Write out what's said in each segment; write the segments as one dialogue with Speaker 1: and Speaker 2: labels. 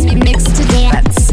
Speaker 1: mix to Dance.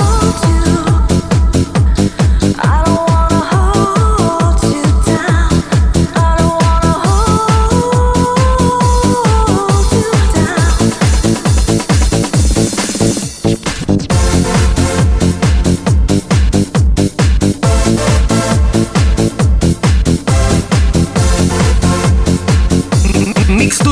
Speaker 2: Mix to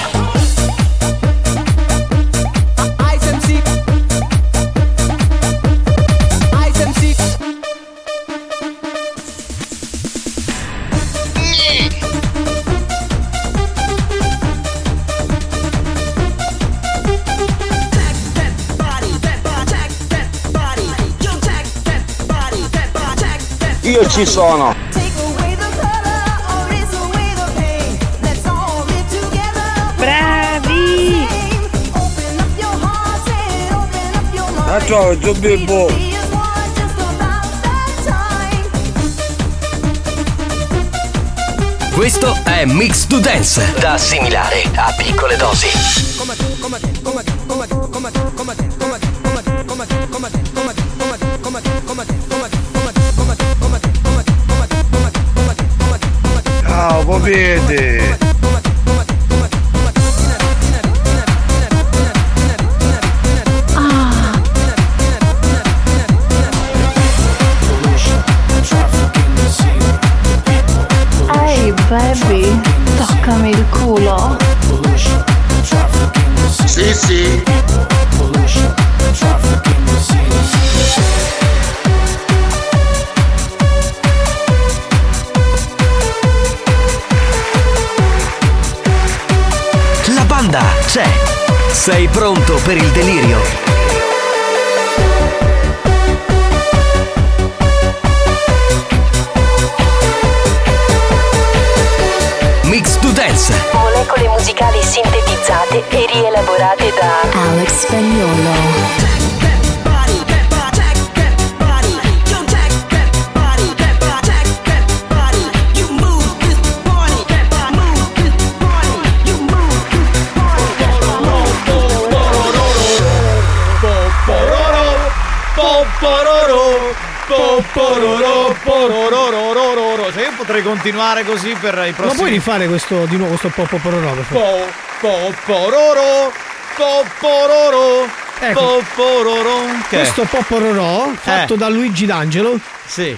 Speaker 3: io ci sono.
Speaker 4: Bravi!
Speaker 3: Ah, ciao, Joe Bimbo.
Speaker 2: Questo è Mix to Dance, da assimilare a piccole dosi.
Speaker 3: Ciao, vedi.
Speaker 5: Ehi baby, toccami il culo.
Speaker 6: Sì, sì.
Speaker 2: La banda c'è. Sei pronto per il delirio? Mix to Dance,
Speaker 7: molecole musicali sintetizzate e rielaborate da
Speaker 1: Alex Spagnolo.
Speaker 8: Pororo, se io potrei continuare così per i
Speaker 9: Ma puoi
Speaker 8: prossimi
Speaker 9: rifare questo di nuovo, questo popo pororò, per favore?
Speaker 8: po po pororo po pororo
Speaker 9: Ecco.
Speaker 8: po pororo che Eh.
Speaker 9: Questo popo pororò fatto da Luigi D'Angelo.
Speaker 8: sì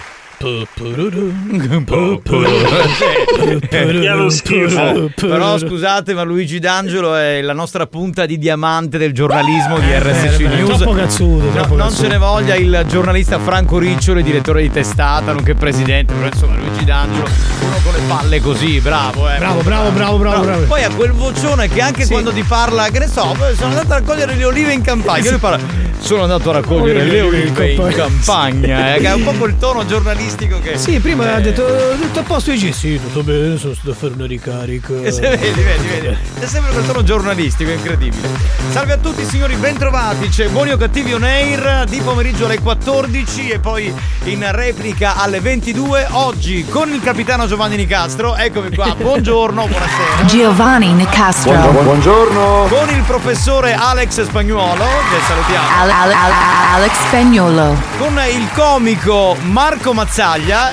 Speaker 4: Che allo schifo!
Speaker 8: Eh, però scusate ma Luigi D'Angelo è la nostra punta di diamante del giornalismo di RSC
Speaker 9: Eh,
Speaker 8: News
Speaker 9: Troppo cazzuto,
Speaker 8: No,
Speaker 9: troppo
Speaker 8: non
Speaker 9: cazzuto.
Speaker 8: ce ne voglia il giornalista Franco Riccioli, direttore di testata, nonché presidente, però insomma Luigi D'Angelo, uno con le palle così, bravo, eh.
Speaker 9: Bravo, bravo, bravo, bravo, bravo.
Speaker 8: Poi ha quel vocione che anche quando ti parla, che ne so, sono andato a raccogliere le olive in campagna. Lui parla, sono andato a raccogliere le olive in campagna. eh, che è un po' quel tono artistico che.
Speaker 9: Sì, prima
Speaker 8: Eh,
Speaker 9: ha detto, ho detto a posto dice sì, tutto bene, sono stato a fare una ricarica.
Speaker 8: eh, se- Vedi, vedi, vedi. È sempre quel tono giornalistico, è incredibile. Salve a tutti signori, bentrovati. C'è Buoni o Cattivi on Air di pomeriggio alle 14 e poi in replica alle 22. Oggi con il capitano Giovanni Nicastro. Eccomi qua, buongiorno, buonasera.
Speaker 10: Giovanni Nicastro.
Speaker 8: Con il professore Alex Spagnuolo, che salutiamo.
Speaker 10: Al- al- al- Alex Spagnolo.
Speaker 8: Con il comico Marco Mazzaglia.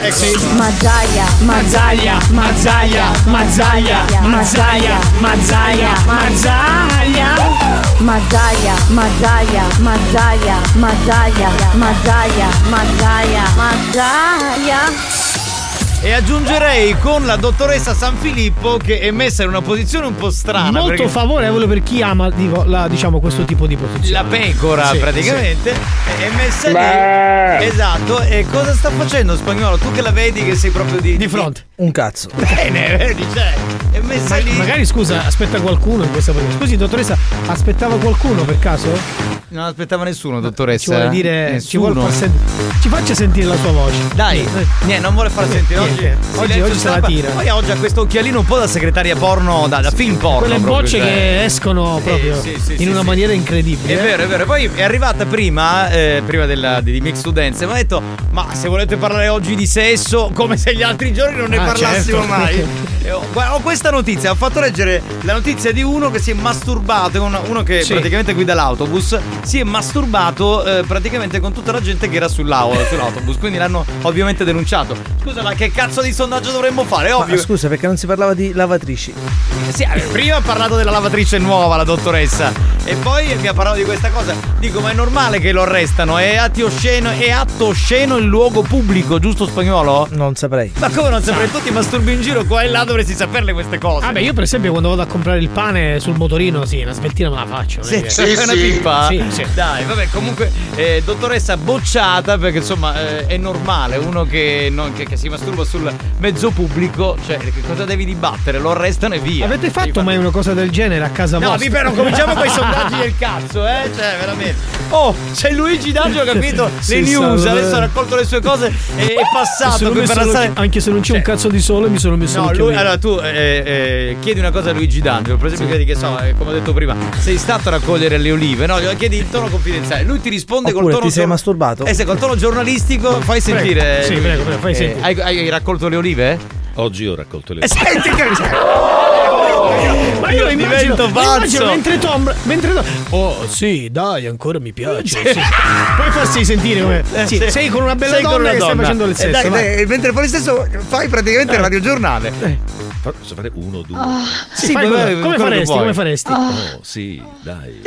Speaker 8: Ecco.
Speaker 10: Mazzaglia,
Speaker 11: Mazzaglia, Mazzaglia, Mazzaglia, Mazzaglia, Mazzaglia, Mazzaglia.
Speaker 4: Mazzaglia, Mazzaglia, Mazzaglia, Mazzaglia, Mazzaglia, Mazzaglia, Mazzaglia.
Speaker 8: E aggiungerei con la dottoressa San Filippo che è messa in una posizione un po' strana.
Speaker 9: Molto
Speaker 8: perché
Speaker 9: favorevole per chi ama dico, la- diciamo, questo tipo di posizione.
Speaker 8: La pecora
Speaker 9: Sì,
Speaker 8: praticamente è messa lì. Esatto. E cosa sta facendo spagnolo? Tu che la vedi che sei proprio di. Di fronte.
Speaker 9: Un cazzo.
Speaker 8: Bene, vedi, cioè. È messa lì.
Speaker 9: Magari scusa, aspetta qualcuno in questa posizione. Scusi, dottoressa, aspettava qualcuno per caso?
Speaker 8: Non aspettava nessuno, dottoressa.
Speaker 9: Ci vuole dire. Ci, vuole
Speaker 8: Nessuno.
Speaker 9: far sen- ci faccia sentire la sua voce. Eh.
Speaker 8: Dai, niente, non vuole far sentire oggi.
Speaker 9: Niente. Oggi,
Speaker 8: silenzio
Speaker 9: oggi se la
Speaker 8: stampa.
Speaker 9: tira.
Speaker 8: Poi oggi ha questo occhialino un po' da segretaria porno, da, da film porno.
Speaker 9: Quelle
Speaker 8: proprio,
Speaker 9: bocce
Speaker 8: cioè.
Speaker 9: che escono proprio
Speaker 8: sì, sì,
Speaker 9: in
Speaker 8: sì,
Speaker 9: una
Speaker 8: sì.
Speaker 9: maniera incredibile. eh.
Speaker 8: È vero, è vero. Poi è arrivata prima, eh, prima della, di, di Mix Students, e mi ha detto: Ma se volete parlare oggi di sesso, come se gli altri giorni non ne
Speaker 9: Ah,
Speaker 8: parlassimo
Speaker 9: certo.
Speaker 8: mai. E ho, guarda, ho questa notizia, ho fatto leggere la notizia di uno che si è masturbato, un- uno che
Speaker 9: Sì.
Speaker 8: praticamente guida l'autobus, si è masturbato eh, praticamente con tutta la gente che era sull'au- sull'autobus, quindi l'hanno ovviamente denunciato. Scusa, ma che cazzo di sondaggio dovremmo fare? È
Speaker 6: Ma
Speaker 8: Ovvio.
Speaker 6: scusa, perché non si parlava di lavatrici?
Speaker 8: Sì, eh, prima ha parlato della lavatrice nuova, la dottoressa, e poi mi ha parlato di questa cosa. Dico, ma è normale che lo arrestano? È atti osceno, è atto osceno in luogo pubblico, giusto spagnolo?
Speaker 6: Non saprei.
Speaker 8: Ma come non saprei? Tu ti masturbi in giro qua e là dovresti saperle queste cose.
Speaker 9: Vabbè, Ah, io per esempio quando vado a comprare il pane sul motorino, sì, una sveltina me la faccio. non è
Speaker 8: Sì,
Speaker 9: che-
Speaker 8: sì, una pippa?
Speaker 9: Sì, sì.
Speaker 8: Dai, vabbè, comunque, eh, dottoressa bocciata, perché insomma eh, è normale, uno che, non- che- che si masturba sul mezzo pubblico, cioè, che cosa devi dibattere? Lo arrestano e via.
Speaker 9: Avete fatto mai una cosa del genere a casa
Speaker 8: No,
Speaker 9: vostra?
Speaker 8: vi però cominciamo con i sondaggi del cazzo, eh? Cioè, veramente. Oh, c'è Luigi D'Angelo, capito? Le
Speaker 9: Sì,
Speaker 8: news,
Speaker 9: salve.
Speaker 8: adesso ha raccolto le sue cose e è
Speaker 9: Se
Speaker 8: passato
Speaker 9: non
Speaker 8: qui
Speaker 9: mi
Speaker 8: per
Speaker 9: sono-
Speaker 8: alzare.
Speaker 9: Anche se non c'è un cazzo di sole, mi sono messo
Speaker 8: No,
Speaker 9: un
Speaker 8: lui,
Speaker 9: chiomino.
Speaker 8: allora tu eh, eh, chiedi una cosa a Luigi D'Angelo, per esempio chiedi che so, eh, come ho detto prima, sei stato a raccogliere le olive, no? Glielo chiedi in tono confidenziale, lui ti risponde col
Speaker 6: Oppure
Speaker 8: tono...
Speaker 6: ti sei
Speaker 8: gior-
Speaker 6: masturbato?
Speaker 8: Eh, se col tono giornalistico fai
Speaker 6: Prego.
Speaker 8: sentire...
Speaker 6: Sì,
Speaker 8: Luigi.
Speaker 6: prego, prego, fai
Speaker 8: Eh,
Speaker 6: sentire.
Speaker 8: Hai, hai raccolto le olive? Eh, Oggi ho raccolto le olive. senti che...
Speaker 9: Ma io,
Speaker 8: Io
Speaker 9: immagino,
Speaker 8: divento pazzo.
Speaker 9: immagino mentre Tom, mentre Tom- Oh, sì, dai, ancora mi piace. sì. Puoi farsi sentire come.
Speaker 8: Eh,
Speaker 9: sì,
Speaker 8: sì.
Speaker 9: Sei con una bella
Speaker 8: Sei con
Speaker 9: donna
Speaker 8: una
Speaker 9: che stai
Speaker 8: donna.
Speaker 9: facendo il
Speaker 8: Eh,
Speaker 9: sesso.
Speaker 8: dai,
Speaker 9: vai. Eh.
Speaker 8: dai, mentre fai il sesso fai praticamente il radiogiornale.
Speaker 12: Posso fare uno, due?
Speaker 8: Ah.
Speaker 9: Sì, fai come- come faresti, come faresti?
Speaker 12: Oh, sì, dai.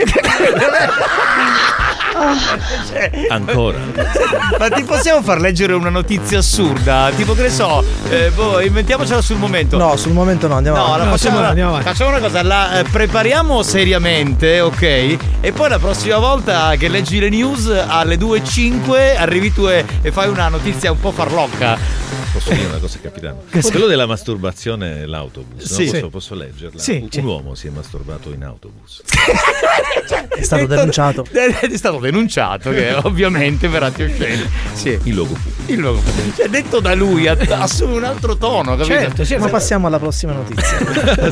Speaker 8: Ah.
Speaker 12: Ancora.
Speaker 8: Ma ti possiamo far leggere una notizia assurda? Tipo che ne so, eh, boh, inventiamocela sul momento.
Speaker 6: No, sul momento no, andiamo
Speaker 8: No,
Speaker 6: avanti.
Speaker 8: la facciamo, facciamo una cosa, la eh, prepariamo seriamente, ok? E poi la prossima volta che leggi le news alle 2.05 arrivi tu e, e fai una notizia un po' farlocca.
Speaker 12: Posso dire una cosa, capitano?
Speaker 8: Che-
Speaker 12: Quello della masturbazione nell'autobus, no?
Speaker 8: Sì. Sì.
Speaker 12: posso, posso leggerla?
Speaker 8: Sì,
Speaker 12: un
Speaker 8: sì.
Speaker 12: uomo si è masturbato in autobus.
Speaker 6: È stato denunciato.
Speaker 8: È stato denunciato, che ovviamente verrà ti osceni. Sì.
Speaker 12: Il logo pubblico.
Speaker 8: Il logo pubblico. Cioè, detto da lui ha-
Speaker 9: Eh.
Speaker 8: assume un altro tono, capito?
Speaker 9: Certo,
Speaker 6: Ma passiamo alla prossima notizia.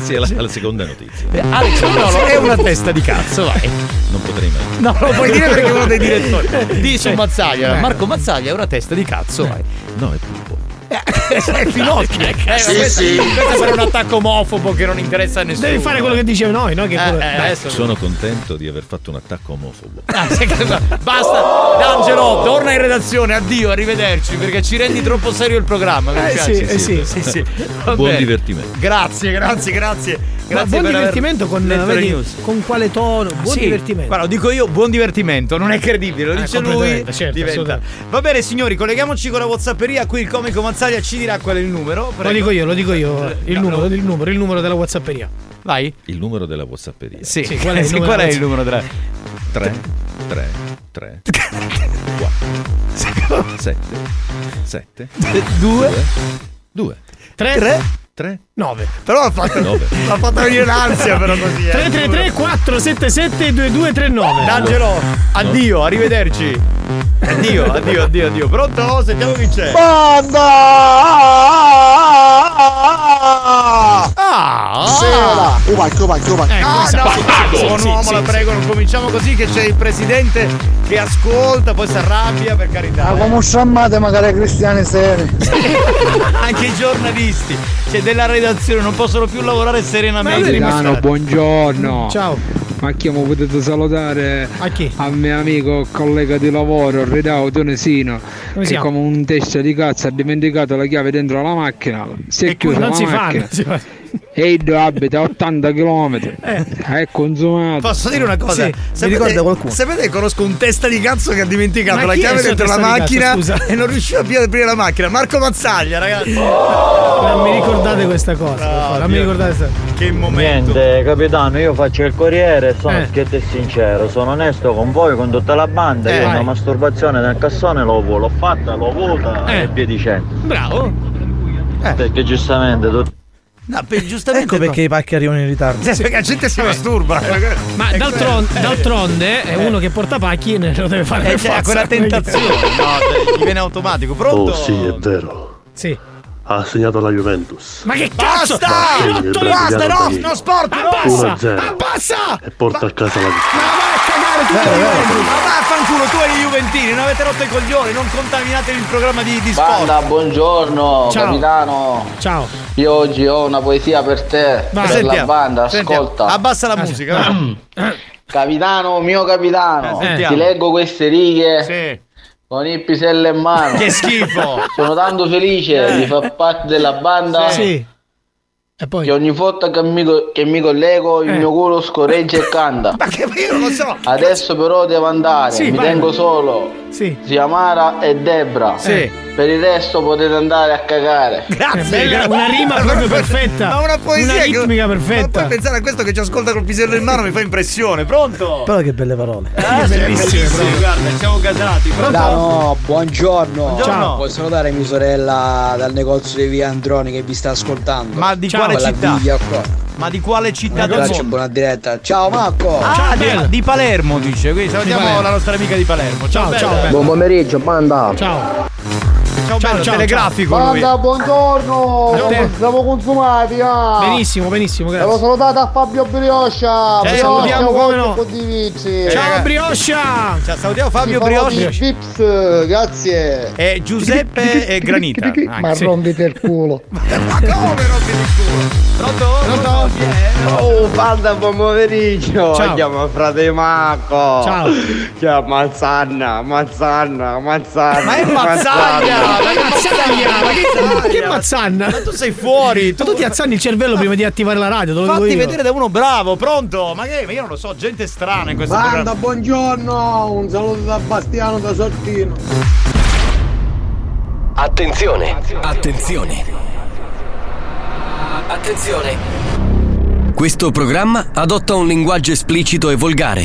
Speaker 12: sì, è la, la seconda notizia.
Speaker 8: Eh, Alex Spagnolo è una testa di cazzo, vai.
Speaker 12: Non potrei mai.
Speaker 8: No, non lo puoi dire perché è uno dei direttori. Di su
Speaker 9: Eh.
Speaker 8: Mazzaglia, Marco Mazzaglia è una testa di cazzo, vai.
Speaker 12: No, eh, è pulpo.
Speaker 8: È finocchio. Eh, ma
Speaker 12: Sì,
Speaker 8: questo,
Speaker 12: sì.
Speaker 8: questo sarà un attacco omofobo che non interessa a nessuno.
Speaker 9: Devi fare quello che dicevo noi, no? Che
Speaker 8: Eh,
Speaker 9: pure-
Speaker 8: eh,
Speaker 9: dai.
Speaker 8: adesso-
Speaker 12: Sono contento di aver fatto un attacco omofobo.
Speaker 8: Ah, sì, che- Basta, D'Angelo, torna in redazione, addio, arrivederci, perché ci rendi troppo serio il programma. mi
Speaker 9: Eh,
Speaker 8: piace.
Speaker 9: sì, eh, sì.
Speaker 8: Va
Speaker 12: Buon
Speaker 8: bene.
Speaker 12: divertimento.
Speaker 8: Grazie, grazie, grazie.
Speaker 9: Ma
Speaker 8: Grazie
Speaker 9: buon
Speaker 8: per aver
Speaker 9: divertimento con,
Speaker 8: letto le
Speaker 9: vedi,
Speaker 8: news. Ah,
Speaker 9: con quale tono? Buon
Speaker 8: Sì,
Speaker 9: divertimento.
Speaker 8: Guarda, lo dico io, buon divertimento, non è credibile, lo
Speaker 9: Eh,
Speaker 8: dice lui.
Speaker 9: completamente, certo,
Speaker 8: diventa. Va bene, signori, colleghiamoci con la Whatsapperia. Qui il comico Mazzaglia ci dirà qual è il numero.
Speaker 9: Lo
Speaker 8: prego.
Speaker 9: dico io, lo dico io. Il numero, il numero, il numero della Whatsapperia.
Speaker 8: Vai.
Speaker 12: Il numero della Whatsapperia. Eh,
Speaker 8: Sì, Sì, qual è il sì, numero qual è della il numero della
Speaker 12: 3 3 3 4 7 7
Speaker 8: Due.
Speaker 12: 2
Speaker 9: 3 3
Speaker 13: 3
Speaker 9: 9.
Speaker 14: Però l'ha fatta,
Speaker 13: Nove.
Speaker 14: l'ha fatta venire l'ansia però
Speaker 8: eh.
Speaker 14: così.
Speaker 9: 333 477 2239.
Speaker 8: D'Angelo, addio, arrivederci. Addio, addio, addio, addio. Pronto? Sentiamo chi c'è. Ah!
Speaker 15: Sera! Oh, vai, oh, vai, oh, vai.
Speaker 9: Ah,
Speaker 8: Ecco, sa-
Speaker 15: bastardo!
Speaker 8: sono
Speaker 15: Sì,
Speaker 8: un uomo,
Speaker 15: sì,
Speaker 8: la
Speaker 15: sì.
Speaker 8: prego, non cominciamo così che c'è il presidente che ascolta, poi si arrabbia, per carità.
Speaker 6: Ma Ah, come sciammate magari cristiani seri.
Speaker 8: Anche i giornalisti, c'è della redazione, non possono più lavorare serenamente.
Speaker 16: Milano, buongiorno.
Speaker 8: Ciao.
Speaker 16: Ma chi mi potete salutare?
Speaker 9: A chi?
Speaker 16: Al mio amico collega di lavoro, Ridao Tonesino.
Speaker 9: Come si
Speaker 16: che
Speaker 9: chiama?
Speaker 16: come un testa di cazzo ha dimenticato la chiave dentro la macchina. Si è chiusa
Speaker 9: non
Speaker 16: la
Speaker 9: si fa,
Speaker 16: macchina.
Speaker 9: non si fa. Eh.
Speaker 16: E Ido abita a 80 km. È consumato.
Speaker 8: Posso dire una cosa? Sapete che conosco un testa di cazzo che ha dimenticato
Speaker 16: Ma
Speaker 8: la
Speaker 16: chi è
Speaker 8: chiave
Speaker 16: sto
Speaker 8: dentro la
Speaker 16: testa di cazzo,
Speaker 8: macchina
Speaker 9: scusa?
Speaker 8: e non riusciva più ad aprire la macchina? Marco Mazzaglia, ragazzi.
Speaker 17: Oh!
Speaker 9: Non mi ricordate questa cosa. per favore, non mi ricordate questa
Speaker 8: Che
Speaker 12: Niente, capitano, io faccio il corriere, sono
Speaker 9: Eh.
Speaker 12: schietto e sincero, sono onesto con voi, con tutta la banda,
Speaker 9: Eh,
Speaker 12: io
Speaker 9: vai.
Speaker 12: una masturbazione nel cassone l'ho, l'ho fatta, l'ho avuta
Speaker 9: Eh.
Speaker 12: e via dicendo. Eh,
Speaker 9: Bravo.
Speaker 12: Perché giustamente tutti...
Speaker 8: No, per- giustamente.
Speaker 17: Ecco perché i pacchi arrivano in ritardo.
Speaker 8: Sì, perché la gente si masturba.
Speaker 9: Ma
Speaker 8: Eh,
Speaker 9: d'altron-
Speaker 8: eh.
Speaker 9: d'altronde è uno che porta pacchi e ne lo deve fare
Speaker 8: Eh,
Speaker 9: per
Speaker 8: c'è
Speaker 9: forza.
Speaker 8: quella tentazione. no, cioè, gli viene automatico. Pronto?
Speaker 18: Oh sì, è vero.
Speaker 9: Sì.
Speaker 18: Ha segnato la Juventus.
Speaker 9: Ma che
Speaker 8: Basta!
Speaker 9: cazzo?
Speaker 18: Basta!
Speaker 9: Hai rotto le
Speaker 18: Basta, no,
Speaker 9: palle!
Speaker 18: no,
Speaker 8: sport!
Speaker 9: Abbassa!
Speaker 18: 1-0.
Speaker 9: Abbassa!
Speaker 18: E porta a casa la
Speaker 8: Cagare tu
Speaker 18: Eh,
Speaker 8: e i
Speaker 18: eh,
Speaker 8: Juventini.
Speaker 18: eh.
Speaker 8: Ma vaffanculo, tu e i Juventini, non avete rotto i coglioni, non contaminate il programma di, di sport.
Speaker 1: Banda, buongiorno,
Speaker 8: Ciao.
Speaker 1: capitano.
Speaker 9: Ciao.
Speaker 1: Io oggi ho una poesia per te,
Speaker 8: Vai.
Speaker 1: per la
Speaker 8: Sentiamo,
Speaker 1: banda,
Speaker 8: sentiamo.
Speaker 1: ascolta.
Speaker 8: Abbassa la musica, vai.
Speaker 1: capitano, mio capitano,
Speaker 8: Eh, sentiamo.
Speaker 1: ti leggo queste righe. Con il pisello in mano.
Speaker 8: Che schifo. Eh.
Speaker 1: Sono tanto felice di far parte della banda.
Speaker 9: Sì.
Speaker 1: Che ogni volta che mi, che mi collego il mio culo scorreggia e canta. Ma
Speaker 8: Eh. che io non lo so.
Speaker 1: Adesso però devo andare,
Speaker 8: Sì,
Speaker 1: mi
Speaker 8: vai.
Speaker 1: tengo solo.
Speaker 9: Sì.
Speaker 1: Zia Mara e Debra.
Speaker 8: Sì.
Speaker 1: Per il resto potete andare a cagare.
Speaker 8: Eh. Grazie,
Speaker 9: bella,
Speaker 8: grazie.
Speaker 9: una rima proprio perfetta.
Speaker 8: Ma una poesia
Speaker 9: Una
Speaker 8: che-
Speaker 9: ritmica
Speaker 8: Ma
Speaker 9: perfetta.
Speaker 8: poi pensare a questo che ci ascolta col pisello in mano mi fa impressione. Pronto?
Speaker 17: Però che belle parole.
Speaker 8: Ah, sì, bellissimo, guarda, siamo gasati. Pronto?
Speaker 19: No, buongiorno.
Speaker 8: Ciao.
Speaker 19: Posso salutare mia sorella dal negozio di via Androni che vi sta ascoltando.
Speaker 8: Ma di
Speaker 19: Ciao,
Speaker 8: quale
Speaker 19: quella
Speaker 8: città?
Speaker 19: Viglia qua.
Speaker 8: Ma di quale
Speaker 19: Un
Speaker 8: città del
Speaker 19: abbraccio e
Speaker 8: mondo?
Speaker 19: buona diretta. Ciao Marco.
Speaker 8: Ah, di, di Palermo dice, quindi
Speaker 19: Di
Speaker 8: salutiamo
Speaker 19: Palermo.
Speaker 8: la nostra amica di Palermo. Ciao, ciao, bello.
Speaker 19: Buon pomeriggio, banda.
Speaker 9: Ciao.
Speaker 8: Ciao, bello,
Speaker 9: ciao,
Speaker 8: telegrafico lui.
Speaker 6: Banda, buongiorno!
Speaker 9: Buongiorno.
Speaker 6: Siamo consumati, ah!
Speaker 9: Benissimo, benissimo,
Speaker 6: Avevo
Speaker 9: grazie.
Speaker 6: salutato a Fabio Brioscia!
Speaker 9: Eh, salutiamo, come no.
Speaker 6: Condivici!
Speaker 9: Ciao Brioscia!
Speaker 8: Ciao, salutiamo Fabio Brioscia.
Speaker 6: Vips, grazie!
Speaker 8: E Giuseppe e Granita. anche,
Speaker 6: Ma
Speaker 8: sì.
Speaker 6: rompite il culo!
Speaker 8: Pronto? Pronto? Chi è?
Speaker 20: Oh, banda, buon pomeriggio!
Speaker 8: Ciao.
Speaker 20: Chiamo frate Marco!
Speaker 8: Ciao.
Speaker 20: Chiamo Mazzanna, Mazzanna, Mazzanna!
Speaker 8: Ma è Mazzaglia! Ma che
Speaker 9: Mazzaglia!
Speaker 8: Mazzaglia!
Speaker 9: Ah, Ma che, che mazzanna? Ma
Speaker 8: tu sei fuori!
Speaker 9: Tu, ti azzanni il cervello prima di attivare la radio, te lo dico
Speaker 8: Fatti
Speaker 9: io.
Speaker 8: vedere da uno bravo, pronto? Ma che? Ma io non lo so, gente strana in questo
Speaker 21: Banda,
Speaker 8: programma.
Speaker 21: buongiorno, un saluto da Bastiano da Sottino.
Speaker 2: Attenzione, attenzione. Attenzione. Questo programma adotta un linguaggio esplicito e volgare,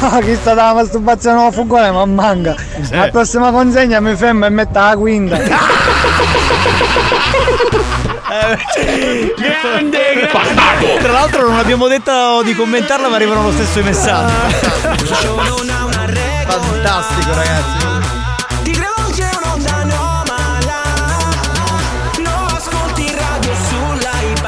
Speaker 6: Ah, chi sta dalla masturbazione con fugone, ma manca!
Speaker 9: Eh.
Speaker 6: La prossima consegna mi fermo e metta la quinta!
Speaker 8: Grande, grande. Tra l'altro non abbiamo detto di commentarla, ma arrivano lo stesso i messaggi. Fantastico, ragazzi.
Speaker 15: Ti credo c'è un'onda anomala Non ascolti radio sull'iPad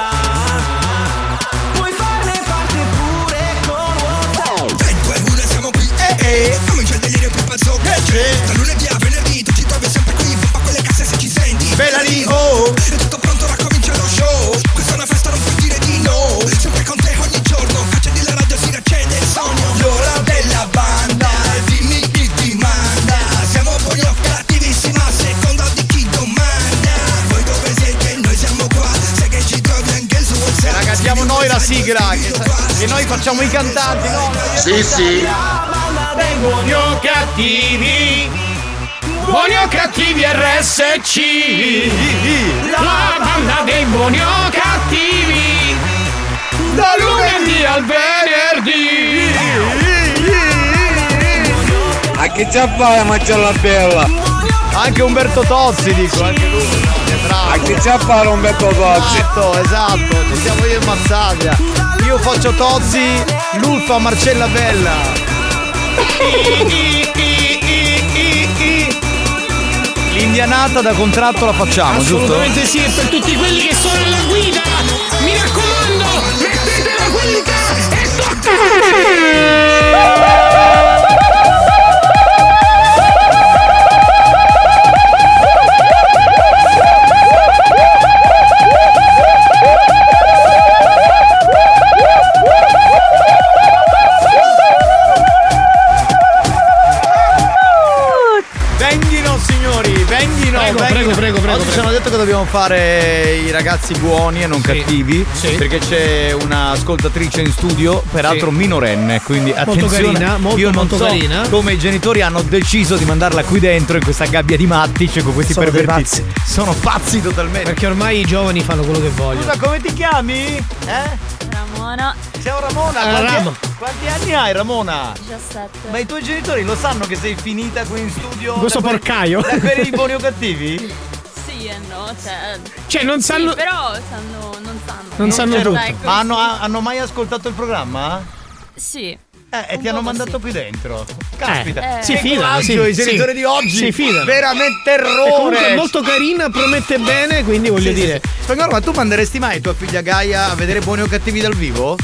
Speaker 15: Puoi farne parte pure con WhatsApp 3, 2, 1, siamo qui, eh eh Comincia il delirio più pazzo che c'è Da lunedì a venerdì tu ci trovi sempre qui Pompa quelle casse se ci senti Bella lì, oh È tutto pronto, ora comincia lo show Questa è una festa, non puoi dire di no Sempre con te ogni giorno Accendi la radio, si raccende il sogno L'ora della banda Dimmi chi ti manda Siamo
Speaker 8: sigla che, che noi facciamo i cantanti, no?
Speaker 22: Sì, sì.
Speaker 8: Dai, buoni o cattivi. Buoni o cattivi RSC. La banda dei buoni o cattivi. Da lunedì al venerdì.
Speaker 3: A chi ci fai a mangiare la bella?
Speaker 8: Anche Umberto Tozzi dico, eh, anche lui.
Speaker 3: A chi ci fai Umberto Tozzi?
Speaker 8: Esatto, esatto, ci siamo io e Mazzaglia. Io faccio Tozzi, Lulfa Marcella Bella. L'indianata da contratto la facciamo, giusto?
Speaker 22: Assolutamente sì, e per tutti quelli che sono alla guida, mi raccomando, mettete la qualità e
Speaker 8: Venghino signori, venghino, venghino.
Speaker 9: Prego, prego, prego, prego,
Speaker 8: Oggi ci
Speaker 9: prego.
Speaker 8: hanno detto che dobbiamo fare i ragazzi buoni e non cattivi. Perché c'è un'ascoltatrice in studio, peraltro
Speaker 9: Sì.
Speaker 8: minorenne. Quindi
Speaker 9: Molto
Speaker 8: attenzione.
Speaker 9: carina, molto,
Speaker 8: io non
Speaker 9: molto
Speaker 8: so
Speaker 9: carina.
Speaker 8: come i genitori hanno deciso di mandarla qui dentro in questa gabbia di matti, cioè con questi
Speaker 9: Sono dei
Speaker 8: pervertiti. Sono pazzi totalmente.
Speaker 9: Perché ormai i giovani fanno quello che vogliono.
Speaker 8: Scusa, come ti chiami? Eh?
Speaker 2: Ramona.
Speaker 8: Ciao Ramona,
Speaker 9: Ah,
Speaker 8: quanti,
Speaker 9: Ram.
Speaker 8: quanti anni hai Ramona?
Speaker 2: 17.
Speaker 8: Ma i tuoi genitori lo sanno che sei finita qui in studio?
Speaker 9: Questo
Speaker 8: da quei-
Speaker 9: porcaio.
Speaker 8: Da quelli buoni o cattivi?
Speaker 2: Sì e no, cioè.
Speaker 9: Cioè, non
Speaker 2: sì,
Speaker 9: sanno-
Speaker 2: però sanno. Non sanno.
Speaker 8: Non
Speaker 9: sanno
Speaker 8: c'ero.
Speaker 9: tutto.
Speaker 2: Ecco,
Speaker 8: Ma hanno,
Speaker 2: sì.
Speaker 8: hanno mai ascoltato il programma?
Speaker 2: Sì.
Speaker 8: Eh, e ti hanno mandato qui dentro.
Speaker 9: Eh,
Speaker 8: Caspita.
Speaker 9: si
Speaker 8: Che
Speaker 9: fidano,
Speaker 8: coraggio,
Speaker 9: sì,
Speaker 8: i genitori
Speaker 9: sì.
Speaker 8: di oggi.
Speaker 9: Si fidano.
Speaker 8: Veramente
Speaker 9: E comunque
Speaker 8: errore. Cioè,
Speaker 9: è molto carina, promette bene, quindi voglio
Speaker 8: Sì,
Speaker 9: dire.
Speaker 8: sì. Spagnolo, ma tu manderesti mai tua figlia Gaia a vedere buoni o cattivi dal vivo?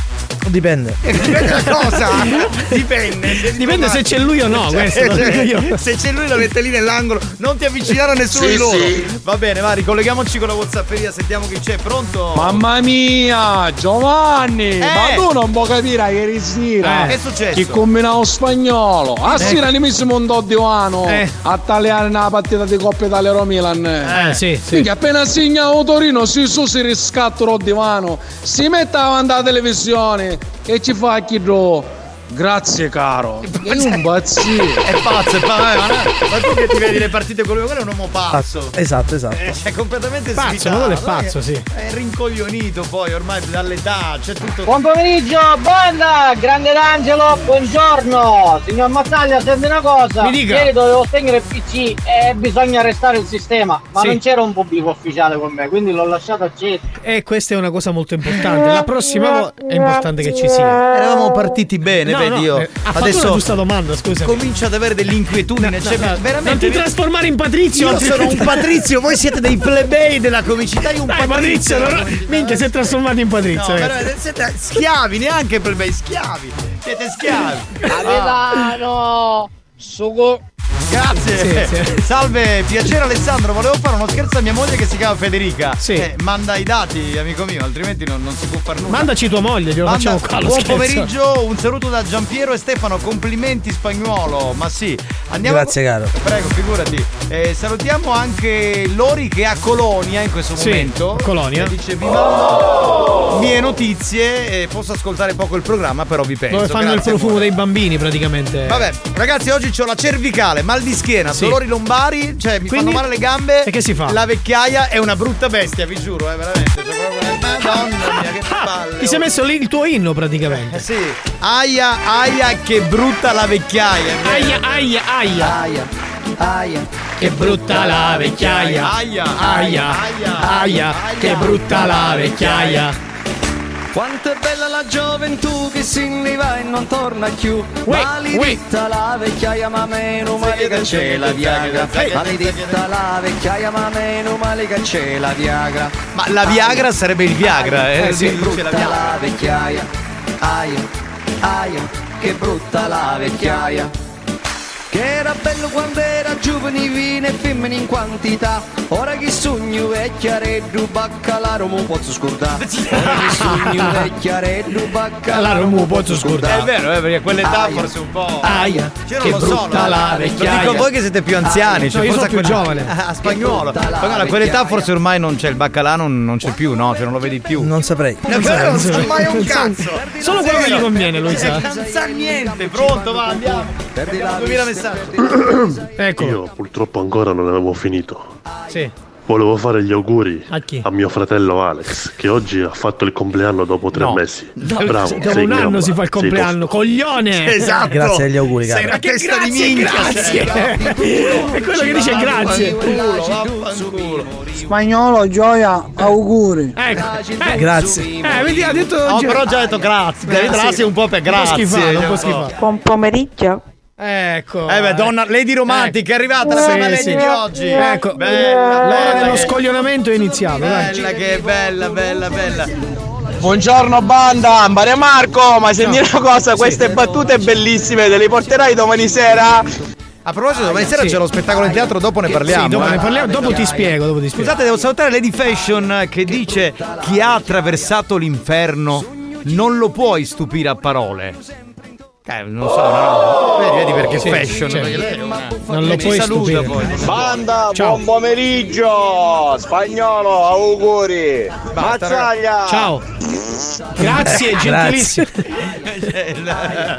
Speaker 6: Dipende.
Speaker 8: Dipende da cosa? Dipende.
Speaker 9: Dipende se c'è lui o no, questo lo dico io.
Speaker 8: Cioè, Se c'è lui lo mette lì nell'angolo, non ti avvicinare a nessuno
Speaker 3: Sì,
Speaker 8: di loro.
Speaker 3: sì.
Speaker 8: Va bene, va, ricolleghiamoci con la Whatsapperia, sentiamo chi c'è, pronto?
Speaker 3: Mamma mia, Giovanni! Ma tu non puoi capire che
Speaker 8: Eh,
Speaker 3: risira!
Speaker 8: che è successo?
Speaker 3: Che combinavo spagnolo! A
Speaker 8: Ecco.
Speaker 3: sera mi si montò di Oano!
Speaker 8: Eh.
Speaker 3: A taleare una partita di Coppa Italia Milan!
Speaker 9: Eh, sì, sì.
Speaker 3: Quindi appena segnato Torino, si su si riscattò di mano, si mette davanti alla televisione e ci fa chiedo. Grazie caro. È un pazzio.
Speaker 8: È pazzo, è pazzo. Ma, no, ma tu che ti vedi le partite con lui, quello è un uomo pazzo.
Speaker 6: Esatto, esatto.
Speaker 8: Eh, È completamente
Speaker 6: Pazzo,
Speaker 8: svitato.
Speaker 6: ma quello è
Speaker 8: guarda
Speaker 6: pazzo,
Speaker 8: che
Speaker 6: sì.
Speaker 8: È rincoglionito poi ormai dall'età, c'è tutto.
Speaker 23: Buon pomeriggio, banda, grande D'Angelo, buongiorno. Signor Mazzaglia, senti una cosa.
Speaker 8: Mi dica.
Speaker 23: Ieri dovevo spegnere il PC e bisogna restare il sistema, ma
Speaker 9: Sì.
Speaker 23: non c'era un pubblico ufficiale con me, quindi l'ho lasciato acceso.
Speaker 9: E questa è una cosa molto importante. La prossima vo- è importante che ci sia.
Speaker 8: Eravamo partiti bene,
Speaker 9: No,
Speaker 8: vedi
Speaker 9: no,
Speaker 8: io.
Speaker 9: eh, ha fatto
Speaker 8: Adesso
Speaker 9: una giusta domanda, scusa.
Speaker 8: comincio ad avere delle inquietudini. cioè, veramente.
Speaker 9: non ti
Speaker 8: mi-
Speaker 9: trasformare in Patrizio.
Speaker 8: Io sono un patrizio, voi siete dei plebei della comicità, io un
Speaker 9: Dai, Patrizio,
Speaker 8: patrizio. della
Speaker 9: allora-
Speaker 8: comicità.
Speaker 9: minchia, si è trasformato in
Speaker 8: No,
Speaker 9: Patrizio. eh.
Speaker 8: veramente, siete schiavi, neanche plebei, schiavi. Siete schiavi. Ah.
Speaker 23: Capitano! Sugo!
Speaker 8: Grazie.
Speaker 23: Sì,
Speaker 8: Salve, piacere Alessandro, volevo fare uno scherzo a mia moglie che si chiama Federica.
Speaker 9: Sì.
Speaker 8: Eh, manda i dati, amico mio, altrimenti non, non si può far nulla.
Speaker 9: Mandaci tua moglie, glielo
Speaker 8: Manda-
Speaker 9: facciamo qua. lo
Speaker 8: buon
Speaker 9: scherzo.
Speaker 8: pomeriggio, un saluto da Giampiero e Stefano, complimenti spagnolo, ma sì, andiamo...
Speaker 6: Grazie, caro.
Speaker 8: Prego, figurati. Eh, salutiamo anche Lori che è a Colonia in questo
Speaker 9: Sì,
Speaker 8: momento.
Speaker 9: a Colonia.
Speaker 8: E dice vi mando mie notizie, eh, posso ascoltare poco il programma, però vi penso.
Speaker 9: Dove fanno il
Speaker 8: Grazie,
Speaker 9: profumo
Speaker 8: amore.
Speaker 9: dei bambini praticamente.
Speaker 8: Vabbè, ragazzi, oggi ho la cervicale, mal di schiena,
Speaker 9: Sì.
Speaker 8: dolori lombari, cioè mi
Speaker 9: Quindi-
Speaker 8: fanno male le gambe.
Speaker 9: E che si fa?
Speaker 8: La vecchiaia è una brutta bestia, vi giuro, eh, veramente. Cioè, proprio- Madonna mia, che palle.
Speaker 9: Ti sei messo lì il tuo inno praticamente.
Speaker 8: Eh sì. Aia, aia, che brutta la vecchiaia. è vero.
Speaker 9: Aia, aia, aia.
Speaker 8: Aia, aia.
Speaker 9: Che brutta la vecchiaia.
Speaker 8: Aia,
Speaker 9: Aia, aia, che brutta la vecchiaia.
Speaker 1: Quanto è bella la gioventù che se ne va e non torna più.
Speaker 22: Uè,
Speaker 1: Maledetta la vecchiaia, ma meno male che c'è la Viagra.
Speaker 8: Ehi.
Speaker 1: Maledetta la vecchiaia, ma meno male che c'è la Viagra.
Speaker 8: Ma la Viagra sarebbe il Viagra, eh?
Speaker 1: Che
Speaker 8: sì,
Speaker 1: brutta
Speaker 8: la
Speaker 1: la,
Speaker 8: Viagra.
Speaker 1: vecchiaia. Aia, aia, che brutta la vecchiaia. Che era bello quando era giù giovani vini e femmine in quantità Ora chi sogno vecchiareddu baccalaro non posso scordare Ora chi sogno vecchiareddu baccalaro non posso
Speaker 8: È
Speaker 1: scordare
Speaker 8: vero, eh, perché a quell'età
Speaker 1: Aia.
Speaker 8: forse un po'.
Speaker 1: Aia,
Speaker 8: Cioè, non
Speaker 1: che
Speaker 8: lo so,
Speaker 1: brutta
Speaker 8: no?
Speaker 1: la
Speaker 8: Lo
Speaker 1: vecchiaia.
Speaker 8: dico voi che siete più anziani.
Speaker 1: Aia.
Speaker 8: cioè,
Speaker 1: No,
Speaker 8: forse
Speaker 1: io sono
Speaker 8: a
Speaker 1: più
Speaker 8: quella-
Speaker 1: giovane.
Speaker 8: Ah, A spagnolo.
Speaker 1: Che brutta la
Speaker 8: Ma guarda, a quell'età
Speaker 1: vecchiaia.
Speaker 8: forse ormai non c'è il baccalà, non, non c'è più, no? Cioè, non lo vedi più. Non saprei. non so mai un cazzo.
Speaker 9: Solo quello che gli conviene, lui sa.
Speaker 8: Non sa niente. Pronto, va, andiamo. Abbiamo 2000 messaggi.
Speaker 9: Ecco.
Speaker 18: Io purtroppo ancora non avevo finito.
Speaker 9: Sì.
Speaker 18: Volevo fare gli auguri
Speaker 9: A chi?
Speaker 18: mio fratello Alex, che oggi ha fatto il compleanno dopo tre
Speaker 9: No.
Speaker 18: mesi.
Speaker 9: Da,
Speaker 18: Bravo,
Speaker 9: da
Speaker 18: sei
Speaker 9: un
Speaker 18: in
Speaker 9: anno
Speaker 18: gamba,
Speaker 9: si fa il
Speaker 18: sei
Speaker 9: compleanno, coglione!
Speaker 18: Esatto. Grazie agli auguri,
Speaker 9: Sei
Speaker 18: cara.
Speaker 9: una testa
Speaker 8: grazie,
Speaker 9: di minchia!
Speaker 8: grazie.
Speaker 9: È quello che dice grazie!
Speaker 12: Spagnolo, gioia, auguri.
Speaker 9: Ecco, eh,
Speaker 12: Grazie.
Speaker 9: Eh, vedi, ha detto.
Speaker 8: No, però già ha detto grazie. David
Speaker 9: Grazie. eh,
Speaker 8: Lassi è un po' per
Speaker 9: Un po'
Speaker 8: grazie.
Speaker 9: schifano, un po'
Speaker 8: no?
Speaker 9: schifano.
Speaker 24: Buon pomeriggio.
Speaker 9: Ecco.
Speaker 8: Eh beh, donna, Lady Romantica è arrivata la
Speaker 9: Sì,
Speaker 8: prima
Speaker 9: sì.
Speaker 8: Lady di oggi.
Speaker 9: Ecco,
Speaker 8: bella,
Speaker 9: l'ora
Speaker 8: bella,
Speaker 9: dello
Speaker 8: che-
Speaker 9: scoglionamento è iniziato. dai.
Speaker 8: bella che bella, bella, bella.
Speaker 25: Buongiorno banda, Maria Marco, ma senti una cosa, queste battute bellissime te le porterai domani sera?
Speaker 8: A proposito, domani sera
Speaker 25: Sì.
Speaker 8: c'è lo spettacolo in teatro, dopo ne parliamo.
Speaker 9: Sì, dopo,
Speaker 8: eh.
Speaker 9: ne parliamo, dopo ti spiego, dopo ti spiego.
Speaker 8: Scusate, devo salutare Lady Fashion eh, che dice chi ha attraversato l'inferno non lo puoi stupire a parole. Eh, non so, no, no. Vedi, vedi perché
Speaker 9: Sì,
Speaker 8: fashion.
Speaker 9: sì,
Speaker 8: perché
Speaker 9: sì.
Speaker 8: lei è una-
Speaker 9: Non lo
Speaker 8: Ci
Speaker 9: puoi
Speaker 8: saluta
Speaker 9: stupire.
Speaker 8: poi.
Speaker 25: Banda, buon pomeriggio! Spagnolo, auguri! Mazzaglia!
Speaker 9: Ciao. Grazie, gentilissimo.
Speaker 8: Cioè,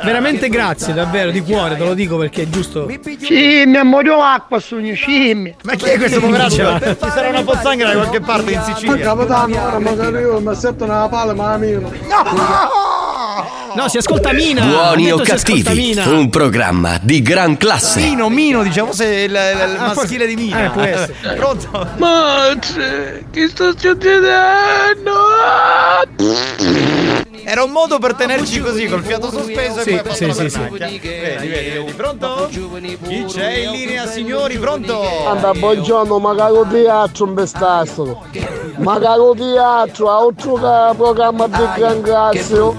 Speaker 9: Veramente grazie, davvero, di cuore, te lo dico perché è giusto.
Speaker 26: Scimmia, muoio l'acqua sogno, scimmia.
Speaker 8: Ma chi è questo
Speaker 26: Ciao.
Speaker 8: poveraccio? Ci sarà una pozzanghera da qualche parte in Sicilia.
Speaker 6: Capitano, ora magari io mi assetto una palla, ma la miro.
Speaker 9: No, si ascolta Mina.
Speaker 2: Buoni
Speaker 9: Ha
Speaker 2: o
Speaker 9: detto si ascolta
Speaker 2: cattivi,
Speaker 9: Mina.
Speaker 2: un programma di gran classe.
Speaker 8: Mino, Mino, diciamo se il, il maschile di Mina.
Speaker 2: eh, può essere.
Speaker 8: Pronto?
Speaker 25: Mazze, che sta succedendo?
Speaker 8: Era un modo per tenerci così, col fiato sospeso
Speaker 25: Sì,
Speaker 8: e poi
Speaker 25: sì,
Speaker 8: la
Speaker 25: sì,
Speaker 8: pernacchia. Vedi, vedi, vedi. Pronto? Chi c'è in linea, signori?
Speaker 6: Anda,
Speaker 8: Pronto?
Speaker 6: buongiorno, ma cago di altro un pestassolo. Ma cago di altro, altro che programma di gran grazie.
Speaker 8: Eh,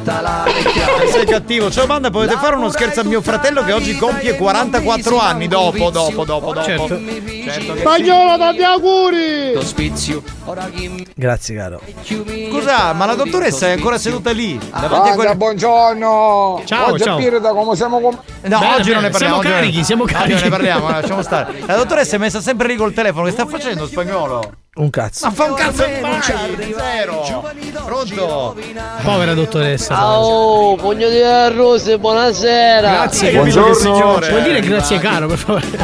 Speaker 8: Sei cattivo. Ciao, banda, potete fare uno scherzo a mio fratello che oggi compie 44 anni. Dopo, dopo, dopo, dopo.
Speaker 25: Certo.
Speaker 8: Certo che
Speaker 6: Spagnolo, tanti auguri!
Speaker 27: Grazie, caro.
Speaker 8: sì. Scusa, ma la dottoressa è ancora seduta lì.
Speaker 1: Ah,
Speaker 8: Davanti a
Speaker 25: Banda,
Speaker 8: quella...
Speaker 25: buongiorno!
Speaker 8: Ciao,
Speaker 25: Oggi
Speaker 8: ciao.
Speaker 25: è Pirda, come siamo con...
Speaker 8: No, oggi non ne parliamo. oggi non- oggi Non ne parliamo, eh, lasciamo
Speaker 25: lasciamo
Speaker 8: stare. La dottoressa è messa sempre lì col telefono. Che sta facendo spagnolo?
Speaker 27: Un cazzo.
Speaker 8: Ma fa un cazzo in mano! Zero! Pronto?
Speaker 9: Povera dottoressa.
Speaker 28: Ciao, pugno di arrose, buonasera.
Speaker 9: Grazie, capito che sono- Vuol dire grazie caro, per favore.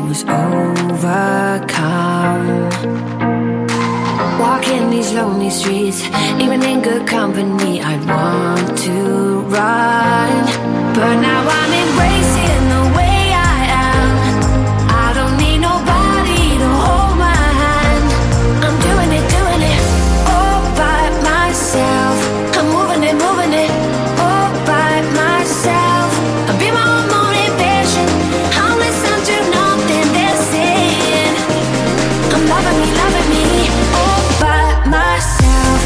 Speaker 29: was overcome. Walking these lonely streets, even in good company, I want to run. But now I'm embracing the way I am. I don't need nobody to hold my hand. I'm doing it, doing it all by myself. I'm moving it, moving it all by myself. I'll be my own motivation. I'll listen to nothing they're saying. I'm loving me, loving me all by myself.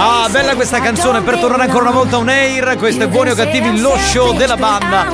Speaker 8: Ah, bella questa canzone per tornare ancora una volta on air. Questo è Buoni o Cattivi, lo show della banda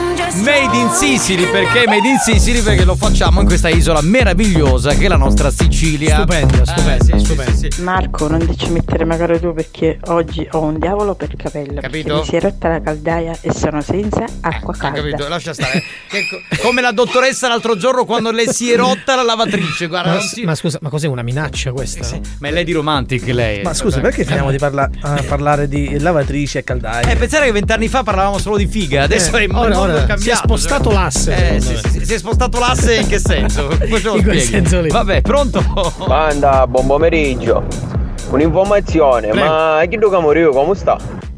Speaker 8: Made in Sicily. Perché Made in Sicily? Perché lo facciamo in questa isola meravigliosa che è la nostra Sicilia. Eh,
Speaker 9: Stupenda, stupenda, stupenda.
Speaker 18: Marco, non dici mettere magari tu perché oggi ho un diavolo per capello.
Speaker 8: Capito?
Speaker 18: perché Mi si è rotta la caldaia e sono senza acqua
Speaker 8: Ho
Speaker 18: calda.
Speaker 8: capito, lascia stare. Che co- come la dottoressa l'altro giorno quando le si è rotta la lavatrice. Guarda,
Speaker 9: Ma,
Speaker 8: non si- Eh
Speaker 9: ma scusa, ma cos'è una minaccia questa? Eh.
Speaker 8: ma è lei di Romantic lei.
Speaker 6: Ma scusa, perché finiamo di parla- a parlare di lavatrici e caldaie?
Speaker 8: Eh, pensare che vent'anni fa parlavamo solo di figa, adesso
Speaker 6: Eh,
Speaker 8: è il
Speaker 6: ora-
Speaker 8: mondo
Speaker 6: ora
Speaker 8: cambiato.
Speaker 6: si è spostato
Speaker 8: cioè.
Speaker 6: l'asse,
Speaker 8: Eh, sì,
Speaker 6: secondo
Speaker 8: sì, sì, si è spostato l'asse in che senso? Come ce lo
Speaker 6: In quel
Speaker 8: spieghi?
Speaker 6: senso lì.
Speaker 8: Vabbè, pronto?
Speaker 30: Banda, buon pomeriggio. Un'informazione, ma chi che morivo, come sta?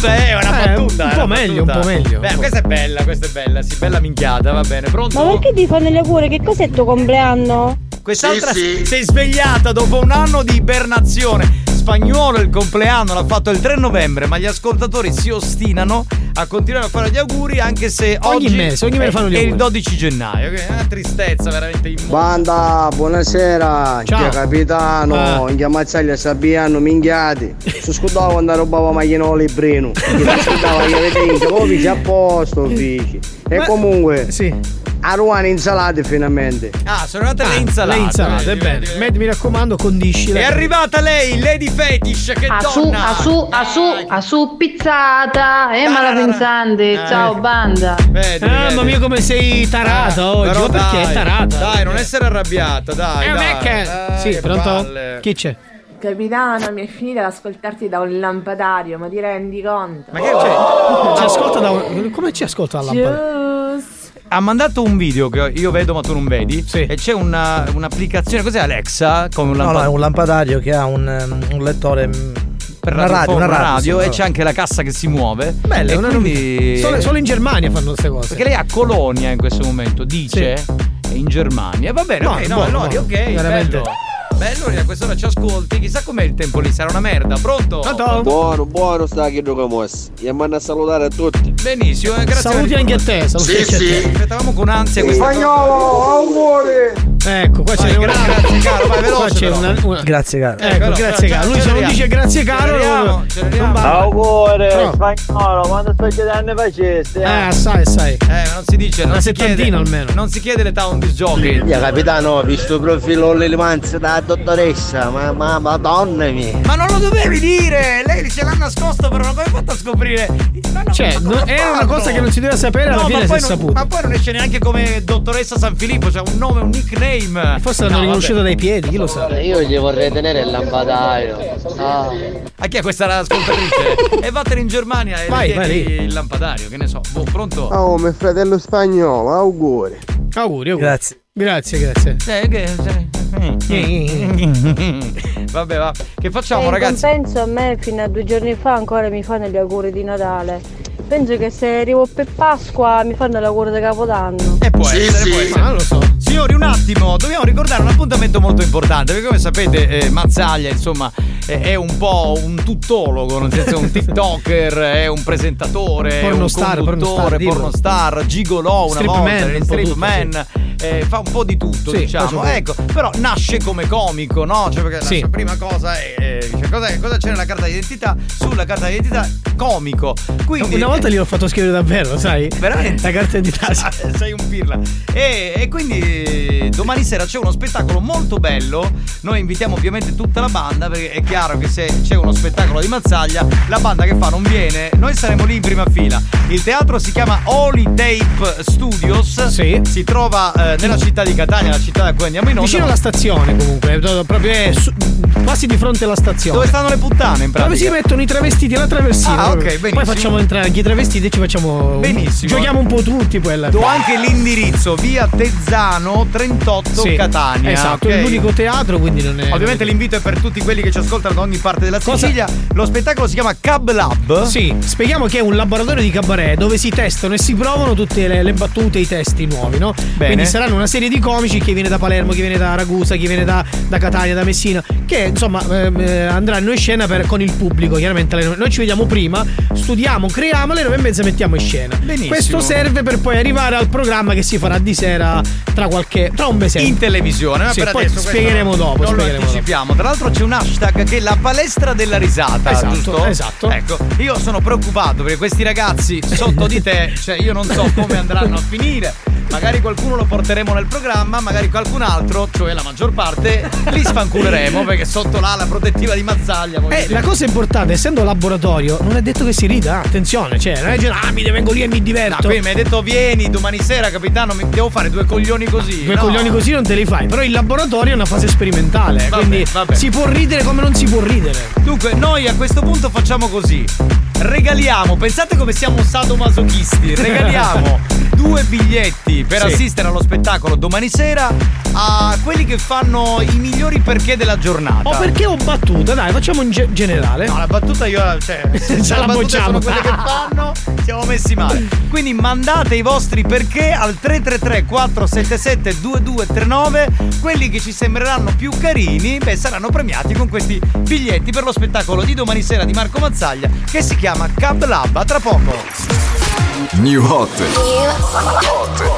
Speaker 8: Beh, è una
Speaker 9: Eh,
Speaker 8: battuta.
Speaker 30: un
Speaker 8: è
Speaker 30: po'
Speaker 8: una
Speaker 30: meglio,
Speaker 8: battuta.
Speaker 30: un po' meglio.
Speaker 8: Beh, questa è bella, questa è bella, sì, bella minchiata, va bene. Pronto?
Speaker 31: Ma perché ti fanno le cure? Che cos'è il tuo compleanno?
Speaker 8: Quest'altra si è svegliata dopo un anno di ibernazione. Spagnolo il compleanno l'ha fatto il 3 novembre, ma gli ascoltatori si ostinano a continuare a fare gli auguri anche se
Speaker 9: Ogni
Speaker 8: oggi
Speaker 9: mese, ogni mese
Speaker 8: è-
Speaker 9: fanno gli
Speaker 8: è il
Speaker 9: auguri.
Speaker 8: 12 gennaio, che è una tristezza veramente immonda.
Speaker 32: Banda, buonasera,
Speaker 8: Ciao.
Speaker 32: Chia capitano,
Speaker 8: Ah.
Speaker 32: in chiamazzaglia Sabiano, minchiati. Si scordava quando rubava magliano al librino. Che si scordava io le tinge, poi fici a
Speaker 8: Mm.
Speaker 32: posto, fici. E comunque, a Ruana insalate finalmente.
Speaker 8: Ah, sono arrivate le
Speaker 9: Le
Speaker 8: insalate.
Speaker 9: insalate,
Speaker 8: vedi,
Speaker 9: bene.
Speaker 8: vedi,
Speaker 9: Med, mi raccomando, condiscila.
Speaker 8: È arrivata lei, Lady Fetish, che
Speaker 5: Ah,
Speaker 10: Asù,
Speaker 8: donna!
Speaker 10: asù, asù, asù, pizzata, eh, malapensante, ciao banda.
Speaker 8: Vedi,
Speaker 9: Ah,
Speaker 8: vedi. Ah,
Speaker 9: mamma mia, come sei tarata oggi.
Speaker 8: Però
Speaker 9: Ma perché
Speaker 8: dai,
Speaker 9: è tarata?
Speaker 8: Dai, non essere arrabbiata, dai.
Speaker 9: Eh,
Speaker 8: dai.
Speaker 9: ma è che-
Speaker 8: Dai,
Speaker 9: Sì,
Speaker 8: che
Speaker 9: pronto?
Speaker 8: palle.
Speaker 9: Chi c'è?
Speaker 31: Capitano, mi è finita ad ascoltarti da un lampadario, ma ti rendi conto?
Speaker 8: Ma che c'è?
Speaker 9: Cioè, Ci ascolta da un- Come ci ascolta la lampada?
Speaker 31: Juice.
Speaker 8: Ha mandato un video che io vedo ma tu non vedi. E c'è una, un'applicazione, cos'è Alexa? Con un
Speaker 6: No, no,
Speaker 8: lampada-
Speaker 6: è un lampadario che ha un, um, un lettore mm,
Speaker 8: per
Speaker 6: una radio,
Speaker 8: una radio,
Speaker 6: sì,
Speaker 8: e
Speaker 6: no.
Speaker 8: c'è anche la cassa che si muove.
Speaker 6: Bella,
Speaker 8: e
Speaker 6: una
Speaker 8: quindi...
Speaker 9: Solo, solo in Germania fanno queste cose.
Speaker 8: Perché lei a Colonia in questo momento dice è in Germania. Va bene,
Speaker 9: No,
Speaker 8: ok,
Speaker 9: è
Speaker 8: no,
Speaker 9: buono,
Speaker 8: Lori,
Speaker 9: buono.
Speaker 8: ok,
Speaker 9: Veramente.
Speaker 8: bello. Bello, Lori, a quest'ora ci ascolti. Chissà com'è il tempo lì, sarà una merda. Pronto?
Speaker 4: Buono, buono sta che Rocamos. E manda a salutare a tutti.
Speaker 8: Benissimo, eh, grazie. per
Speaker 4: Saluti
Speaker 8: il
Speaker 4: anche a
Speaker 8: ricordo.
Speaker 4: te, saluti Sì, anche a te. sì.
Speaker 8: Aspettavamo con ansia questa
Speaker 4: Spagnolo,
Speaker 9: auguri! Ecco, qua c'è una. Grazie, caro, vai veloce. Qua c'è una. una-
Speaker 6: Grazie, caro.
Speaker 9: Ecco, grazie, caro. Lui se non dice grazie, caro. non- non parla.
Speaker 23: Augore,
Speaker 9: Però-
Speaker 23: spagnolo, quando sto chiedendo faceste?
Speaker 9: Eh, sai, sai.
Speaker 8: Eh, ma non si dice, non
Speaker 9: Una
Speaker 8: si chiede,
Speaker 9: settantina almeno.
Speaker 8: Non si chiede l'età a un disc jockey.
Speaker 4: Via capitano, visto il profilo l'elevanza da dottoressa, ma, ma madonna mia.
Speaker 8: Ma non lo dovevi dire! Lei ce l'ha nascosto, però non l'hai fatta scoprire. Ma no,
Speaker 9: Cioè,
Speaker 8: ma
Speaker 9: no-
Speaker 8: come
Speaker 9: era una
Speaker 8: fanno?
Speaker 9: cosa che non si doveva sapere, Eh, alla
Speaker 8: ma
Speaker 9: fine
Speaker 8: poi
Speaker 9: si è
Speaker 8: non-
Speaker 9: saputo.
Speaker 8: Ma Ah, poi non esce neanche come dottoressa San Filippo, c'è un nome, un nickname.
Speaker 9: Forse l'hanno
Speaker 8: No,
Speaker 9: riconosciuto
Speaker 8: vabbè.
Speaker 9: dai piedi, chi lo sa.
Speaker 4: Io gli vorrei tenere il lampadario. Ah.
Speaker 8: A chi è questa ascoltatrice? e vattene in Germania e
Speaker 4: Vai,
Speaker 8: vai,
Speaker 4: vai lì.
Speaker 8: il lampadario, che ne so. Boh, pronto?
Speaker 33: Oh, mio fratello spagnolo, auguri.
Speaker 9: Auguri, auguri. Grazie. Grazie, grazie.
Speaker 8: Eh, che- Vabbè, va. Che facciamo,
Speaker 31: Eh,
Speaker 8: ragazzi?
Speaker 31: In compenso a me fino a Eh, due giorni fa ancora mi fanno gli auguri di Natale. Penso che se arrivo per Pasqua mi fanno l'augurio di Capodanno.
Speaker 9: Eh,
Speaker 8: Può essere, può essere. Ah, Signori, un attimo, dobbiamo ricordare un appuntamento molto importante, perché come sapete eh, Mazzaglia, insomma, eh, è un po' un tuttologo, nel senso è un TikToker, è un presentatore, è un
Speaker 9: Pornostar, pornostar,
Speaker 8: conduttore,
Speaker 9: dillo.
Speaker 8: pornostar, gigolò una
Speaker 9: Strip
Speaker 8: volta,
Speaker 9: man, un po'
Speaker 8: strip
Speaker 9: tutto,
Speaker 8: man, eh, fa un po' di tutto,
Speaker 9: Sì, faccio
Speaker 8: diciamo.
Speaker 9: un po'.
Speaker 8: Ecco, però nasce come comico, no? Cioè, perché
Speaker 9: Sì.
Speaker 8: la sua prima cosa è eh, cioè, cosa, cosa c'è nella carta d'identità? Sulla carta d'identità comico. Quindi
Speaker 9: Una volta gli ho fatto scrivere davvero, sai?
Speaker 8: Veramente? Ah,
Speaker 9: La carta d'identità. sì.
Speaker 8: sei un pirla. E, e quindi eh, domani sera c'è uno spettacolo molto bello. Noi invitiamo ovviamente tutta la banda perché è chiaro che se c'è uno spettacolo di Mazzaglia, la banda che fa non viene. Noi saremo lì in prima fila. Il teatro si chiama Holy Tape Studios. Si trova eh, nella città di Catania, la città da cui andiamo in onda.
Speaker 9: Vicino alla stazione, comunque. eh, do- Proprio è su- quasi di fronte alla stazione.
Speaker 8: Dove stanno le puttane, in pratica?
Speaker 9: Dove si mettono i travestiti e la traversina.
Speaker 8: Ah, ok,
Speaker 9: proprio.
Speaker 8: benissimo.
Speaker 9: Poi facciamo entrare anche i travestiti e ci facciamo.
Speaker 8: Benissimo.
Speaker 9: Giochiamo un po' tutti poi alla
Speaker 8: Do
Speaker 9: fine.
Speaker 8: anche l'indirizzo via Tezzano 38
Speaker 9: Sì,
Speaker 8: Catania.
Speaker 9: Esatto,
Speaker 8: ok?
Speaker 9: è l'unico teatro, quindi non è.
Speaker 8: Ovviamente l'invito è per tutti quelli che ci ascoltano da ogni parte della
Speaker 9: Cosa-
Speaker 8: Sicilia. Lo spettacolo si chiama Cab Lab.
Speaker 9: Sì, spieghiamo che è un laboratorio di cabaret dove si testano e si provano tutte le, le battute e i testi nuovi, no? Quindi saranno una serie di comici chi viene da Palermo, chi viene da Ragusa, chi viene da, da Catania, da Messina, che insomma ehm, eh, andranno in scena per- con il pubblico. Chiaramente alle nove- noi ci vediamo prima, studiamo, creiamo, alle nove e mezza mettiamo in scena.
Speaker 8: Benissimo.
Speaker 9: Questo serve per poi arrivare al programma che si farà di sera tra tra qualche. tra un mese.
Speaker 8: in televisione. Ma
Speaker 9: Sì,
Speaker 8: per
Speaker 9: poi
Speaker 8: adesso questo
Speaker 9: spiegheremo dopo,
Speaker 8: Non
Speaker 9: spiegheremo
Speaker 8: lo anticipiamo. Tra l'altro c'è un hashtag che è la palestra della risata.
Speaker 9: Esatto,
Speaker 8: giusto?
Speaker 9: esatto.
Speaker 8: Ecco, io sono preoccupato perché questi ragazzi sotto di te, cioè io non so come andranno a finire. Magari qualcuno lo porteremo nel programma, magari qualcun altro, cioè la maggior parte, li sfanculeremo perché sotto l'ala protettiva di Mazzaglia. voglio
Speaker 9: Eh,
Speaker 8: dire.
Speaker 9: la cosa importante, essendo laboratorio, non è detto che si rida, attenzione, cioè, non è che ah, mi vengo lì e mi
Speaker 8: No,
Speaker 9: diverto.
Speaker 8: qui mi hai detto vieni domani sera, capitano, mi devo fare due coglioni così.
Speaker 9: Due
Speaker 8: no?
Speaker 9: coglioni così non te li fai, però il laboratorio è una fase sperimentale,
Speaker 8: Vabbè,
Speaker 9: quindi
Speaker 8: vabbè.
Speaker 9: si può ridere come non si può ridere.
Speaker 8: Dunque, noi a questo punto facciamo così. Regaliamo, pensate come siamo sadomasochisti, regaliamo due biglietti per
Speaker 30: Sì.
Speaker 8: assistere allo spettacolo domani sera a quelli che fanno i migliori perché della giornata.
Speaker 9: O Oh, perché ho battuta, dai, facciamo in ge- generale.
Speaker 8: No, la battuta io cioè,
Speaker 9: Ce
Speaker 8: se
Speaker 9: la
Speaker 8: le battute
Speaker 9: bocciamo.
Speaker 8: Sono quelle che fanno, siamo messi male. Quindi mandate i vostri perché al 333 477 2239. Quelli che ci sembreranno più carini, beh, saranno premiati con questi biglietti per lo spettacolo di domani sera di Marco Mazzaglia che si chiama Cab Lab. A tra poco.
Speaker 2: New Hot.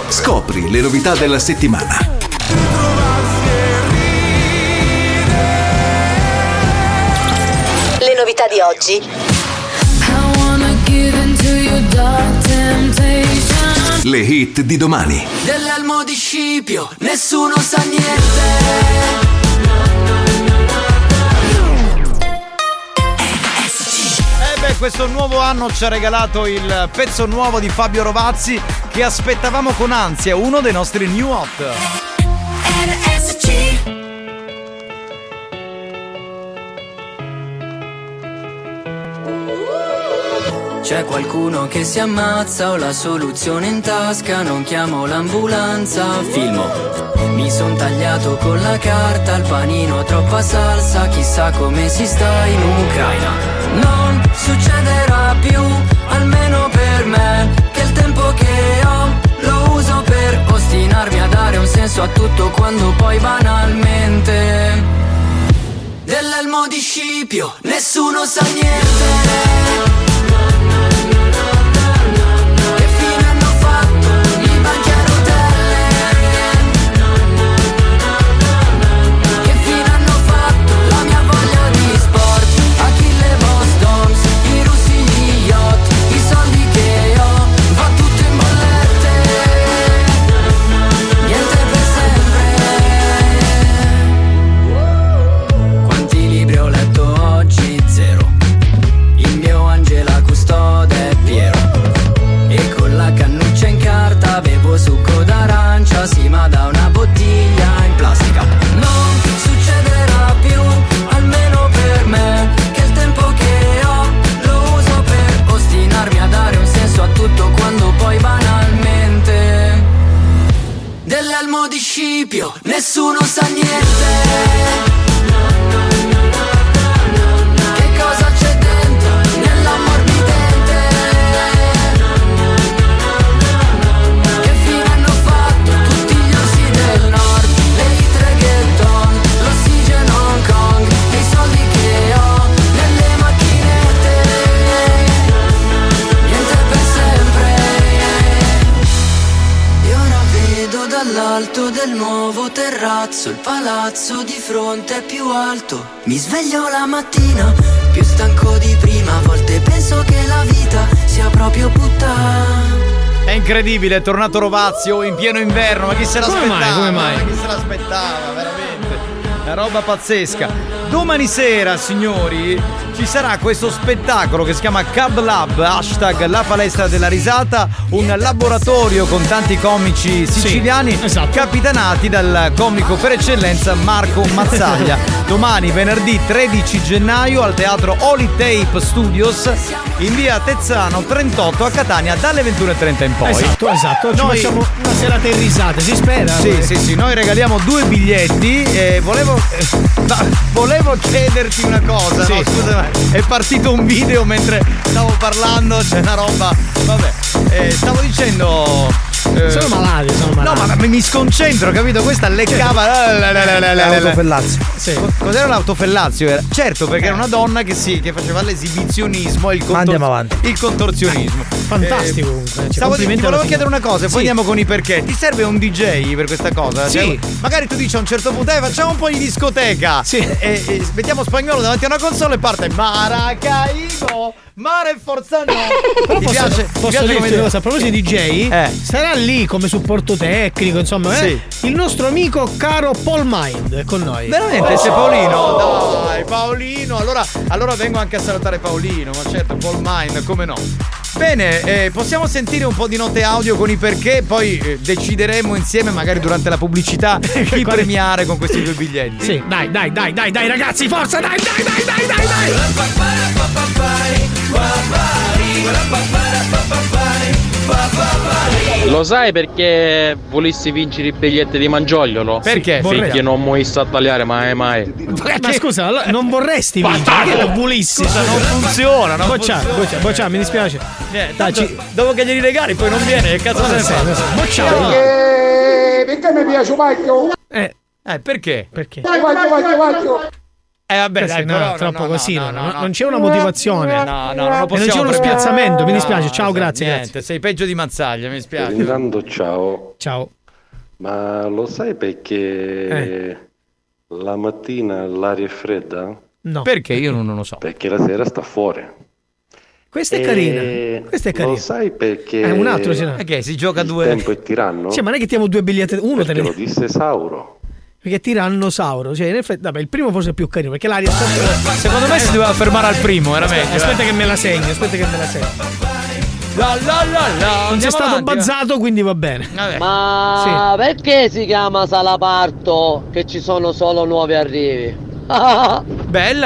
Speaker 2: Scopri le novità della settimana.
Speaker 11: Le novità di oggi.
Speaker 2: Le hit di domani.
Speaker 11: Dell'elmo di Scipio, nessuno sa niente.
Speaker 8: Eh beh, questo nuovo anno ci ha regalato il pezzo nuovo di Fabio Rovazzi che aspettavamo con ansia, uno dei nostri new hot.
Speaker 11: C'è qualcuno che si ammazza, ho la soluzione in tasca, non chiamo l'ambulanza. Filmo. Mi son tagliato con la carta, al panino troppa salsa, chissà come si sta in Ucraina. Non succederà più, almeno per me, che il tempo che ho lo uso per ostinarmi a dare un senso a tutto quando poi banalmente dell'elmo di Scipio nessuno sa niente. Che fine hanno fatto i banchi a rotelle? Che fine hanno fatto la mia voglia di sport? Achille Bostoms, i russi gli yacht, i soldi che ho, va tutto in bollette. Niente per sempre. Quanti libri ho letto oggi? Zero. Il mio angela custode è Piero. E con la cannuccia in carta bevo succo d'arancia, sì ma da una bottiglia in plastica. Non succederà più, almeno per me, che il tempo che ho lo uso per ostinarmi a dare un senso a tutto quando poi banalmente dell'elmo di Scipio nessuno sa niente. Che cosa c'è dentro nell'ammorbidente? Che fine hanno fatto tutti gli ossi del nord? Le litre che ton, l'ossigeno Hong Kong e i soldi che ho nelle macchinette. Niente per sempre. E ora vedo dall'alto del nuovo terrazzo il palazzo di fronte è più alto. Mi sveglio la mattina, più stanco di prima, a volte penso che la vita sia proprio puttana.
Speaker 8: È incredibile, è tornato Rovazio in pieno inverno, ma chi se
Speaker 11: Come
Speaker 8: l'aspettava?
Speaker 11: mai, come mai?
Speaker 8: Ma chi se l'aspettava, veramente? Una roba pazzesca. Domani sera, signori, ci sarà questo spettacolo che si chiama Cab Lab, hashtag la palestra della risata, un laboratorio con tanti comici siciliani
Speaker 9: esatto.
Speaker 8: capitanati dal comico per eccellenza Marco Mazzaglia. Domani, venerdì 13 gennaio, al teatro Holy Tape Studios in via Tezzano 38 a Catania dalle 21.30 in poi.
Speaker 9: Esatto, esatto. Ci
Speaker 8: Noi-
Speaker 9: facciamo una serata in risate, si spera.
Speaker 8: sì, sì, sì, noi regaliamo due biglietti e volevo. eh, ma volevo chiederti una cosa, no? Scusa, ma è partito un video mentre stavo parlando, c'è una roba. Vabbè, eh, stavo dicendo. eh,
Speaker 9: Sono malati, sono
Speaker 8: No,
Speaker 9: malati.
Speaker 8: ma ma mi sconcentro, capito? Questa leccava. la, la, la, la, la, la.
Speaker 34: L'autofellazio.
Speaker 8: Co- Cos'era l'autofellazio? Era- Certo, perché era una donna che, sì, che faceva l'esibizionismo e il, contor-
Speaker 34: andiamo avanti.
Speaker 8: il contorzionismo.
Speaker 9: Fantastico
Speaker 8: Eh,
Speaker 9: comunque. Cioè,
Speaker 8: Stavo
Speaker 9: complimenti
Speaker 8: ti volevo
Speaker 9: alla
Speaker 8: chiedere una cosa, e poi
Speaker 9: Sì.
Speaker 8: andiamo con i perché. Ti serve un DJ per questa cosa?
Speaker 9: Sì.
Speaker 8: Cioè, magari tu dici a un certo punto, eh, facciamo un po' di discoteca. Sì. E, e mettiamo spagnolo davanti a una console e parte Maracaibo, mare e forza no.
Speaker 9: Però
Speaker 8: Ti
Speaker 9: posso,
Speaker 8: piace? Ti
Speaker 9: posso
Speaker 8: piace
Speaker 9: dirti
Speaker 8: come-
Speaker 9: una cosa, a proposito di DJ,
Speaker 8: Eh.
Speaker 9: sarà lì come supporto tecnico, insomma, eh, il nostro amico caro Paul Mind è con noi.
Speaker 8: Veramente,
Speaker 9: Oh.
Speaker 8: c'è Paolino? Dai, Paolino. Allora, allora vengo anche a salutare Paolino, ma certo, Paul Mine, come no? Bene, eh, possiamo sentire un po' di note audio con i perché, poi eh, decideremo insieme, magari durante la pubblicità, chi premiare con questi due biglietti.
Speaker 9: Sì, dai, dai, dai, dai, dai, ragazzi, forza, dai, dai, dai, dai, dai, dai.
Speaker 2: Lo sai perché volessi vincere il biglietto di Mangiogliolo?
Speaker 9: Perché?
Speaker 2: Perché
Speaker 9: Vorrei.
Speaker 2: non mi sta a tagliare mai mai.
Speaker 9: Ma scusa, allora
Speaker 8: eh,
Speaker 9: non vorresti vincere? Perché lo volissi?
Speaker 2: Scusa, non funziona, non
Speaker 9: boccia,
Speaker 2: funziona.
Speaker 9: Boccia, boccia, mi dispiace.
Speaker 8: Eh, tanto dopo che glieli regali, poi non viene, che cazzo se ne fa?
Speaker 9: Bocciato.
Speaker 6: perché mi piace Marco?
Speaker 9: Eh,
Speaker 8: eh, perché?
Speaker 9: Perché?
Speaker 6: Vai, vai, vai, vai.
Speaker 8: Eh vabbè,
Speaker 9: Questo
Speaker 8: dai,
Speaker 9: no,
Speaker 8: però, no,
Speaker 9: troppo
Speaker 8: no,
Speaker 9: così,
Speaker 8: no,
Speaker 9: no,
Speaker 8: no,
Speaker 9: no,
Speaker 8: no.
Speaker 9: non c'è una motivazione.
Speaker 8: No, no, non lo
Speaker 9: E non
Speaker 8: possiamo
Speaker 9: c'è uno
Speaker 8: prendere.
Speaker 9: spiazzamento, mi
Speaker 8: No,
Speaker 9: dispiace. Ciao, grazie.
Speaker 8: Niente,
Speaker 9: grazie.
Speaker 8: sei peggio di Mazzaglia, mi dispiace.
Speaker 12: Intanto ciao,
Speaker 9: Ciao.
Speaker 12: ma lo sai perché
Speaker 9: Eh.
Speaker 12: la mattina l'aria è fredda?
Speaker 9: No.
Speaker 8: Perché io non, non lo so.
Speaker 12: Perché la sera sta fuori.
Speaker 9: Questa è
Speaker 12: E
Speaker 9: carina. Questa è
Speaker 12: Eh, Lo
Speaker 9: carina.
Speaker 12: sai perché
Speaker 9: Eh, un altro ce n'è.
Speaker 8: Perché si gioca
Speaker 12: il
Speaker 8: due-
Speaker 12: tempo è tiranno?
Speaker 9: Cioè, ma non è che abbiamo due biglietti, uno te
Speaker 12: Perché lo
Speaker 9: ne
Speaker 12: disse Sauro.
Speaker 9: perché tirannosauro, cioè in effetti, vabbè, il primo forse è più carino, perché l'aria sta
Speaker 8: Secondo me si doveva fermare al primo, era meglio. eh.
Speaker 9: Aspetta che me la segno, aspetta che me la segno.
Speaker 8: La, la, eh. la, la.
Speaker 9: Non c'è
Speaker 2: andiamo
Speaker 9: stato
Speaker 2: avanti, va.
Speaker 9: bazzato, quindi va bene.
Speaker 35: Ma perché si chiama Salaparto che ci sono solo nuovi arrivi?
Speaker 8: Bella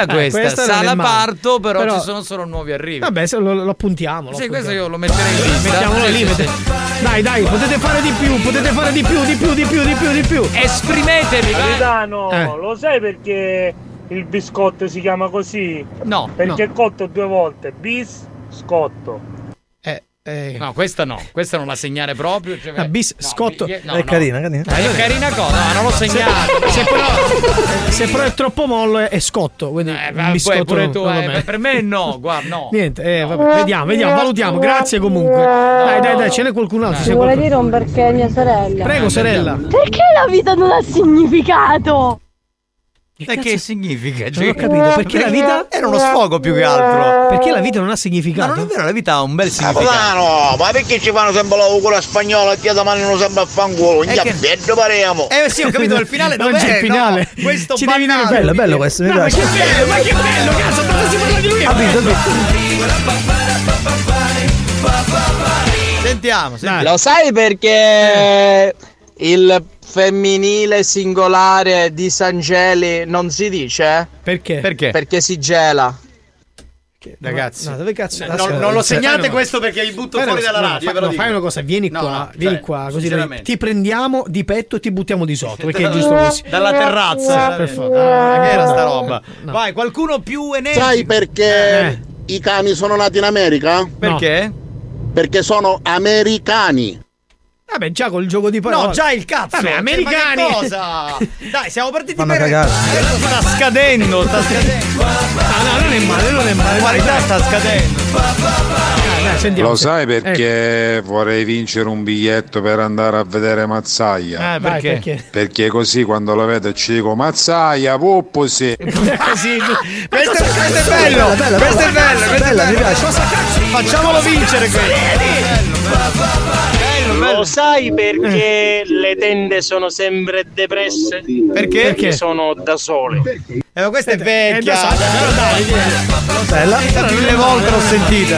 Speaker 8: Eh, questa,
Speaker 9: Eh, questa non è
Speaker 8: sala
Speaker 9: male.
Speaker 8: parto, però,
Speaker 9: Però-
Speaker 8: ci sono solo nuovi arrivi.
Speaker 9: Vabbè, se lo, lo appuntiamo. lo
Speaker 8: sì,
Speaker 9: appuntiamo.
Speaker 8: questo io lo metterei in lista.
Speaker 9: Mettiamolo
Speaker 8: Sì,
Speaker 9: lì,
Speaker 8: sì,
Speaker 9: mette- Dai, dai, potete fare di più, potete fare di più, di più, di più, di più, di più.
Speaker 8: Esprimetevi,
Speaker 23: Capitano,
Speaker 9: Eh.
Speaker 23: lo sai perché il biscotto si chiama così?
Speaker 8: No.
Speaker 23: Perché è cotto due volte. Biscotto.
Speaker 8: Eh, sì. No, questa no, questa non la segnare proprio.
Speaker 9: Eh,
Speaker 8: Cioè,
Speaker 23: La
Speaker 8: bis scotto.
Speaker 34: è carina, carina.
Speaker 8: è carina cosa, ma non l'ho segnata. Eh,
Speaker 9: Se, se però, se però è troppo mollo è, è scotto, quindi un biscotto
Speaker 8: pure tu,
Speaker 9: non va
Speaker 8: eh,
Speaker 9: bene.
Speaker 8: per me no, guarda, no.
Speaker 9: Niente, eh, vabbè, vediamo, vediamo, valutiamo. Grazie comunque. Dai, dai, dai, ce n'è qualcun altro.
Speaker 5: Ci
Speaker 9: c'è
Speaker 5: vuole dire
Speaker 9: qualcun-
Speaker 5: un perché a mia sorella.
Speaker 9: Prego, sorella.
Speaker 5: Perché la vita non ha significato?
Speaker 8: E Eh, che significa?
Speaker 9: Non ho capito perché la vita
Speaker 8: era uno sfogo più che altro.
Speaker 9: Perché la vita non ha significato?
Speaker 8: Ma non è vero, la vita ha un bel significato.
Speaker 1: Capitano, ma perché ci fanno sempre la cucura spagnola e ti non sempre a fanculo?
Speaker 8: Eh
Speaker 1: Già
Speaker 8: che-
Speaker 1: bello paremo!
Speaker 8: Eh sì, ho capito, al finale
Speaker 1: Non
Speaker 8: dov'è?
Speaker 1: c'è il finale.
Speaker 8: No, questo
Speaker 1: Ci devi
Speaker 8: banale.
Speaker 1: dare-
Speaker 34: Bello, bello questo, mi
Speaker 8: No,
Speaker 34: piace.
Speaker 8: ma che bello, ma che bello, cazzo, tanto si parla di lui.
Speaker 34: Ha vinto, ha vinto.
Speaker 8: Sentiamo, sentiamo.
Speaker 36: Lo sai
Speaker 8: Eh.
Speaker 36: perché il femminile singolare di Sangeli non si dice?
Speaker 9: Perché?
Speaker 8: Perché?
Speaker 36: si gela.
Speaker 8: Ragazzi,
Speaker 9: No, dove cazzo? Cioè,
Speaker 8: non- non lo segnate questo perché li butto
Speaker 9: Fai
Speaker 8: fuori
Speaker 9: una-
Speaker 8: dalla
Speaker 9: no,
Speaker 8: radio,
Speaker 9: fai-
Speaker 8: ve lo
Speaker 9: no,
Speaker 8: dico.
Speaker 9: fai una cosa, vieni
Speaker 8: No,
Speaker 9: qua,
Speaker 8: no,
Speaker 9: vieni
Speaker 8: cioè,
Speaker 9: qua, così
Speaker 8: sinceramente.
Speaker 9: ti prendiamo di petto e ti buttiamo di sotto, perché è giusto
Speaker 1: Dalla-
Speaker 9: così. Eh,
Speaker 8: Dalla terrazza.
Speaker 9: Per favore.
Speaker 8: Ah, che era sta roba? Vai, qualcuno più energico.
Speaker 6: Sai perché i cani sono nati in America?
Speaker 8: Perché?
Speaker 6: Perché sono americani.
Speaker 9: Vabbè, già col gioco di parole.
Speaker 8: No, già il cazzo.
Speaker 9: Vabbè,
Speaker 8: Cioè,
Speaker 9: americani. Ah,
Speaker 8: ma che cosa? Dai, siamo partiti
Speaker 9: Vanno a
Speaker 8: per
Speaker 9: cagare.
Speaker 8: Adesso sta scadendo, sta scadendo. Ah,
Speaker 9: No, non è male, non è male.
Speaker 8: La qualità sta scadendo.
Speaker 9: Eh,
Speaker 16: Lo sai perché vorrei vincere un biglietto per andare a vedere Mazzaia?
Speaker 36: Ah,
Speaker 8: Eh, Vai, perché? perché?
Speaker 16: Perché così quando lo vedo ci dico Mazzaia, poppo sì.
Speaker 8: Così. Questo, questo è bello,
Speaker 16: Bella, bella,
Speaker 8: questo è bello, questo
Speaker 16: bella,
Speaker 8: è
Speaker 16: bella, mi
Speaker 8: bello.
Speaker 16: piace.
Speaker 8: Cosa cazzo? Facciamolo vincere questo.
Speaker 37: Lo sai perché le tende sono sempre depresse?
Speaker 8: Eh. Perché?
Speaker 37: Perché sono da sole.
Speaker 8: Eh, ma questa è vecchia.
Speaker 37: da sole,
Speaker 8: però dai,
Speaker 34: Bella.
Speaker 8: mille volte l'ho sentita.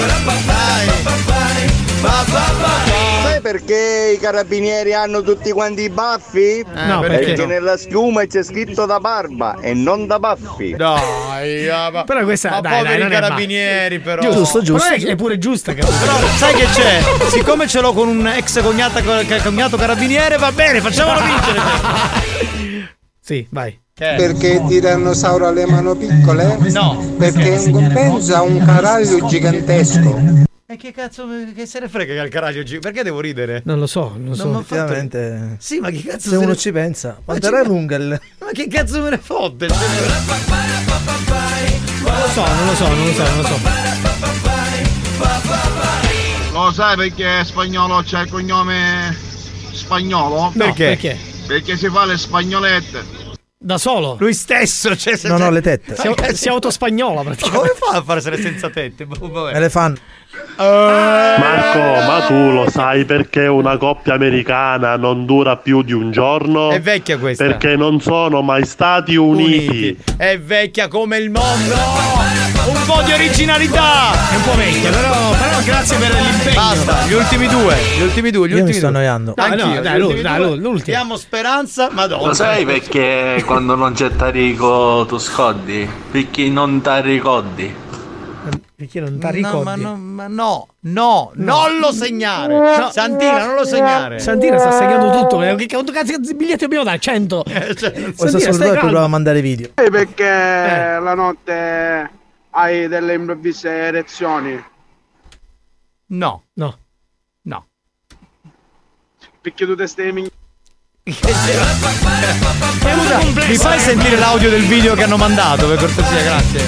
Speaker 1: Sai perché i carabinieri hanno tutti quanti i baffi?
Speaker 8: no, Eh, perché?
Speaker 1: nella schiuma c'è scritto da barba e non da baffi.
Speaker 8: Dai, ah, ma...
Speaker 1: Però questa-
Speaker 8: ma
Speaker 1: dai, dai,
Speaker 8: poveri
Speaker 1: non è
Speaker 8: carabinieri, però.
Speaker 9: Però è- è pure giusta, cazzo.
Speaker 8: Però sai che c'è? Siccome ce l'ho con un ex cognata ca- cognato carabiniere, va bene, facciamolo vincere.
Speaker 9: Sì, vai.
Speaker 38: Perché il tirannosauro ha le mani piccole?
Speaker 8: No.
Speaker 38: Perché in compenso ha un caraglio gigantesco.
Speaker 8: E che cazzo, che se ne frega che al caraggio G? Perché devo ridere?
Speaker 9: Non lo so, non lo so.
Speaker 8: mi ha fatto-
Speaker 39: Effettivamente.
Speaker 8: Sì, ma che cazzo
Speaker 39: Se
Speaker 8: se
Speaker 39: uno
Speaker 8: ne-
Speaker 39: ci pensa, quanto era lunga il.
Speaker 8: Ma che cazzo me ne fotte? Non lo so, non lo so, non lo so, non lo so.
Speaker 1: Lo sai perché spagnolo c'è il cognome spagnolo?
Speaker 9: Perché? perché?
Speaker 1: Perché si fa le spagnolette.
Speaker 9: Da solo.
Speaker 8: Lui stesso, cioè,
Speaker 39: No, no, le tette.
Speaker 9: Si, au- si autospagnola praticamente.
Speaker 8: Come fa a farsene senza tette? Boh, vabbè.
Speaker 39: Me le fanno.
Speaker 18: Marco, ma tu lo sai perché una coppia americana non dura più di un giorno?
Speaker 8: È vecchia questa.
Speaker 18: Perché non sono mai stati uniti.
Speaker 8: È vecchia come il mondo! Un po' di originalità! È un po' vecchia, però, grazie per l'impegno. Basta, gli ultimi due, gli ultimi due, gli
Speaker 39: Io mi
Speaker 8: ultimi
Speaker 39: sto
Speaker 8: due.
Speaker 39: annoiando.
Speaker 8: Dai,
Speaker 9: Ah, no, dai, l'ul- dai, l'ul-
Speaker 8: l'ultimo. Diamo speranza, madonna.
Speaker 12: Lo sai perché quando non c'è Tarico tu scoddi? Perché non t'arricoddi.
Speaker 39: Perché non ti
Speaker 8: No,
Speaker 39: ricordi?
Speaker 8: ma no, ma no, no, non lo segnare.
Speaker 9: No.
Speaker 8: Santina, non lo segnare.
Speaker 9: Santina sta segnando tutto. eh, Che quanto cazzo di biglietti dobbiamo dare? 100.
Speaker 39: Questo
Speaker 9: Eh, cioè, Santina, stai
Speaker 39: ascoltatore
Speaker 9: calmo.
Speaker 39: provava a mandare video.
Speaker 18: Sai
Speaker 8: Eh.
Speaker 18: perché la notte hai delle improvvise erezioni?
Speaker 8: No.
Speaker 9: No.
Speaker 18: Perché tu te stai minchia.
Speaker 8: Mi fai sentire l'audio del video che hanno mandato, per cortesia, grazie.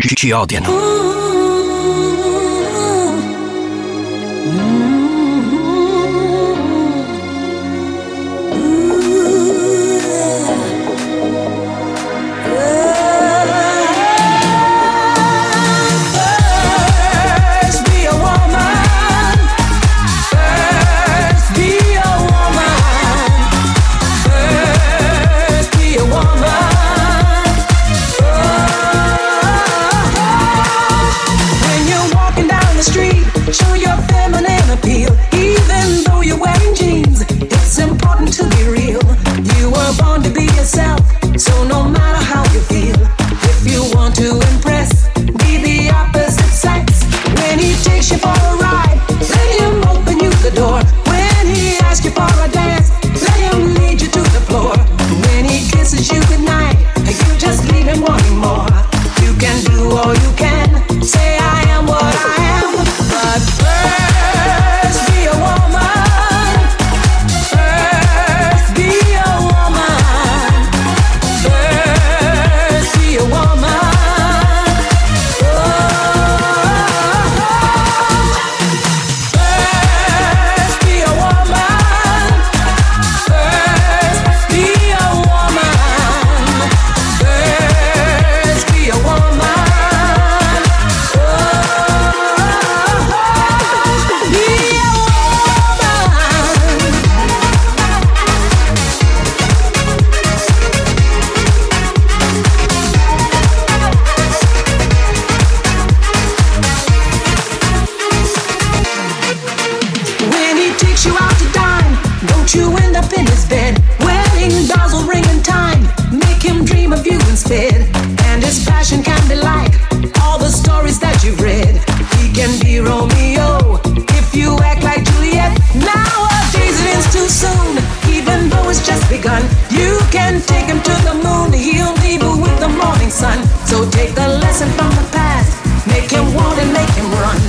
Speaker 2: ci- ci odiano.
Speaker 7: First be a woman First be a woman First be a woman Oh. When you're walking down the street Show your feminine appeal Even though you're wearing jeans It's important to be real You were born to be yourself So no matter how you feel If you want to impress be the opposite sex. When he takes you for a ride, let him open you the door. When he asks you for a dance, let him lead you to the floor. When he kisses you goodnight, you just leave him wanting more. You can do all you can, say I am what I am, but first be a woman. First be a woman. First be a woman. Oh, When he takes you out to dine, don't you end up in his bed. Wedding bells will ring in time, make him dream of you instead. And his passion can be like all the stories that you've read. He can be Romeo, lesson from the past. Make him want and make him run.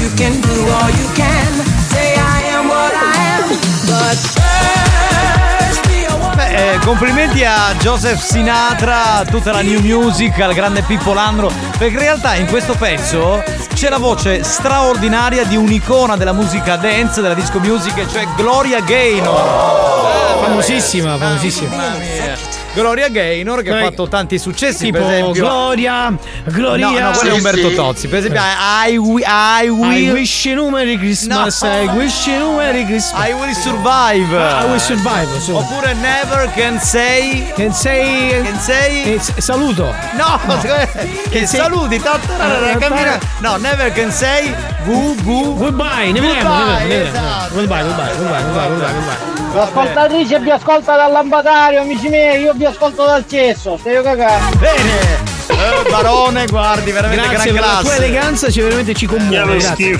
Speaker 7: You can do all you can. Say I am what I am. But first be a woman.
Speaker 8: Beh, eh, complimenti a Joseph Sinatra, a tutta la new music, al grande Pippo Landro, perché in realtà in questo pezzo c'è la voce straordinaria di un'icona della musica dance, della disco music, e cioè Gloria Gaynor.
Speaker 9: Ah, famosissima, famosissima.
Speaker 8: Gloria Gaynor che ha fatto tanti successi,
Speaker 9: Tipo
Speaker 8: per esempio
Speaker 9: Gloria, Ah, Gloria.
Speaker 8: No, no, quello è
Speaker 9: Sì,
Speaker 8: Umberto
Speaker 9: sì. Eh.
Speaker 8: Tozzi, per esempio I, wi- I will
Speaker 9: I wish you a Merry Christmas.
Speaker 8: No.
Speaker 9: I wish you a Merry Christmas.
Speaker 8: I will survive.
Speaker 9: I will survive. so.
Speaker 8: Oppure Never Can Say.
Speaker 9: Can say.
Speaker 8: Can say.
Speaker 9: saluto.
Speaker 8: No, che saluti, ta- ta- ta- ta- cammina. No, Never Can Say. Gu, gu. esatto.
Speaker 9: Goodbye, ne vedremo, ne vedremo, ne vedremo. Goodbye, goodbye, goodbye, goodbye, goodbye,
Speaker 8: eh,
Speaker 9: goodbye.
Speaker 2: L'ascoltatrice vi ascolta dal lampadario, amici miei, io vi ascolto dal cesso, stai io cagare.
Speaker 8: Bene! Eh, barone, guardi, veramente
Speaker 9: Grazie per
Speaker 8: gran
Speaker 9: la
Speaker 8: classe.
Speaker 9: tua eleganza, ci veramente ci commuove. grazie.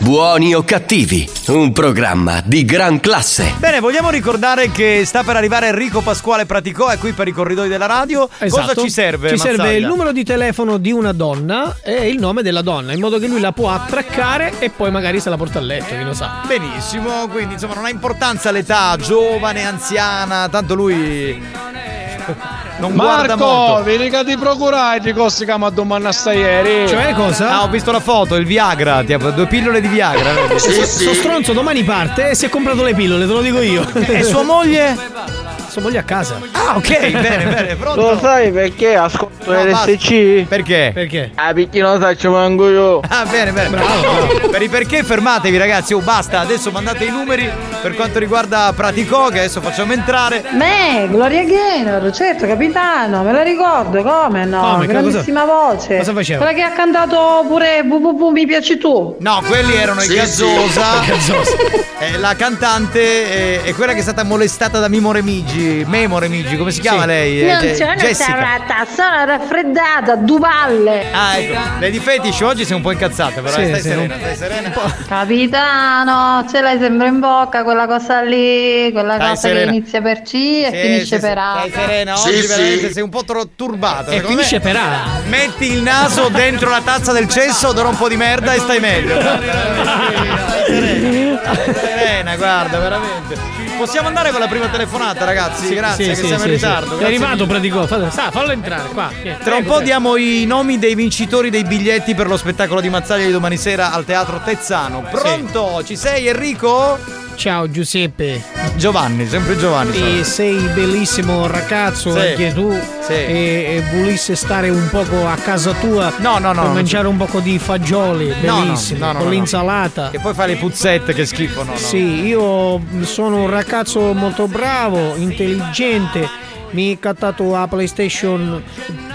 Speaker 40: Buoni o cattivi, un programma di gran classe.
Speaker 8: Bene, vogliamo ricordare che sta per arrivare Enrico Pasquale Praticò, è qui per i corridoi della radio. Cosa ci serve?
Speaker 9: Esatto. Ci serve
Speaker 8: Mazzaglia?
Speaker 9: il numero di telefono di una donna e il nome della donna, in modo che lui la può attraccare e poi magari se la porta a letto, chi lo sa.
Speaker 8: Benissimo, quindi insomma non ha importanza l'età, giovane, anziana, tanto lui non guarda
Speaker 11: Marco,
Speaker 8: molto.
Speaker 11: vi dica di procurare di cose che mi ha domandato stasera.
Speaker 4: Cioè,
Speaker 9: Cioè,
Speaker 8: Ah, ho visto la foto, il Viagra, ti ha- due pillole di Viagra.
Speaker 9: Sto, sto stronzo domani parte e si è comprato le pillole, te lo dico io.
Speaker 8: E sua moglie?
Speaker 9: Sua moglie a casa.
Speaker 8: Ah, ok, bene, bene, pronto.
Speaker 2: Lo sai perché ascolto
Speaker 8: No, basta.
Speaker 2: LSC?
Speaker 8: Perché?
Speaker 9: Perché?
Speaker 1: Eh,
Speaker 2: Ah, perché non faccio manco io.
Speaker 8: Ah, bene, bene. Bravo. per i perché fermatevi ragazzi, oh basta, adesso mandate i numeri per quanto riguarda Praticò che adesso facciamo entrare.
Speaker 10: Me, Gloria Gaynor, certo, capitano, me la ricordo, come no?
Speaker 8: Come, che
Speaker 10: Grandissima voce.
Speaker 8: cosa faceva?
Speaker 10: Quella che ha cantato pure Bu Bu Bu mi piaci tu.
Speaker 8: No, quelli erano
Speaker 10: Sì,
Speaker 8: i Gazzosa,
Speaker 10: sì. Gazzosa.
Speaker 8: eh, la cantante eh, è quella che è stata molestata da Mimo Remigi. Memo Remigi, come si chiama lei? Eh,
Speaker 10: non
Speaker 8: Ge-
Speaker 10: sono
Speaker 8: Jessica.
Speaker 10: serata, sono raffreddata, duvalle.
Speaker 8: Ah, ecco. Lady Fetish oggi sei un po' incazzata, però eh,
Speaker 10: Sì,
Speaker 8: stai
Speaker 10: sì,
Speaker 8: serena.
Speaker 10: un
Speaker 8: stai serena.
Speaker 10: Capitano, ce l'hai sempre in bocca quella cosa lì, quella
Speaker 8: Dai,
Speaker 10: cosa
Speaker 8: Serena.
Speaker 10: che inizia per C e
Speaker 8: Sì,
Speaker 10: finisce
Speaker 8: sì,
Speaker 10: per A.
Speaker 8: Eh, Stai serena,
Speaker 10: Sì,
Speaker 8: oggi
Speaker 10: sì.
Speaker 8: veramente sei un po' tro- turbata.
Speaker 9: E
Speaker 8: secondo
Speaker 9: finisce
Speaker 8: me.
Speaker 9: per A.
Speaker 8: Metti il naso dentro la tazza del cesso, odora un po' di merda e stai meglio. Stai serena, stai serena, guarda, veramente. Possiamo andare con la prima telefonata, ragazzi? Grazie, che siamo in ritardo.
Speaker 9: È
Speaker 8: grazie
Speaker 9: arrivato Praticò, fallo, sa, fallo entrare qua. Ecco,
Speaker 8: Tra un po' diamo i nomi dei vincitori dei biglietti per lo spettacolo di Mazzaglia di domani sera al Teatro Tezzano. Pronto? Ci sei Enrico?
Speaker 9: Ciao Giuseppe.
Speaker 8: Giovanni, sempre Giovanni.
Speaker 9: E sei bellissimo ragazzo
Speaker 8: Sì.
Speaker 9: anche tu
Speaker 8: Sì.
Speaker 9: e, e volessi stare un poco a casa tua
Speaker 8: no, no,
Speaker 9: per
Speaker 8: non
Speaker 9: mangiare un poco di fagioli
Speaker 8: No, no,
Speaker 9: bellissimi
Speaker 8: no, no,
Speaker 9: con
Speaker 8: no, no.
Speaker 9: l'insalata
Speaker 8: Che poi fa le puzzette che schifo, no? no.
Speaker 9: Sì, io sono un ragazzo molto bravo, intelligente. Mi è cattato la PlayStation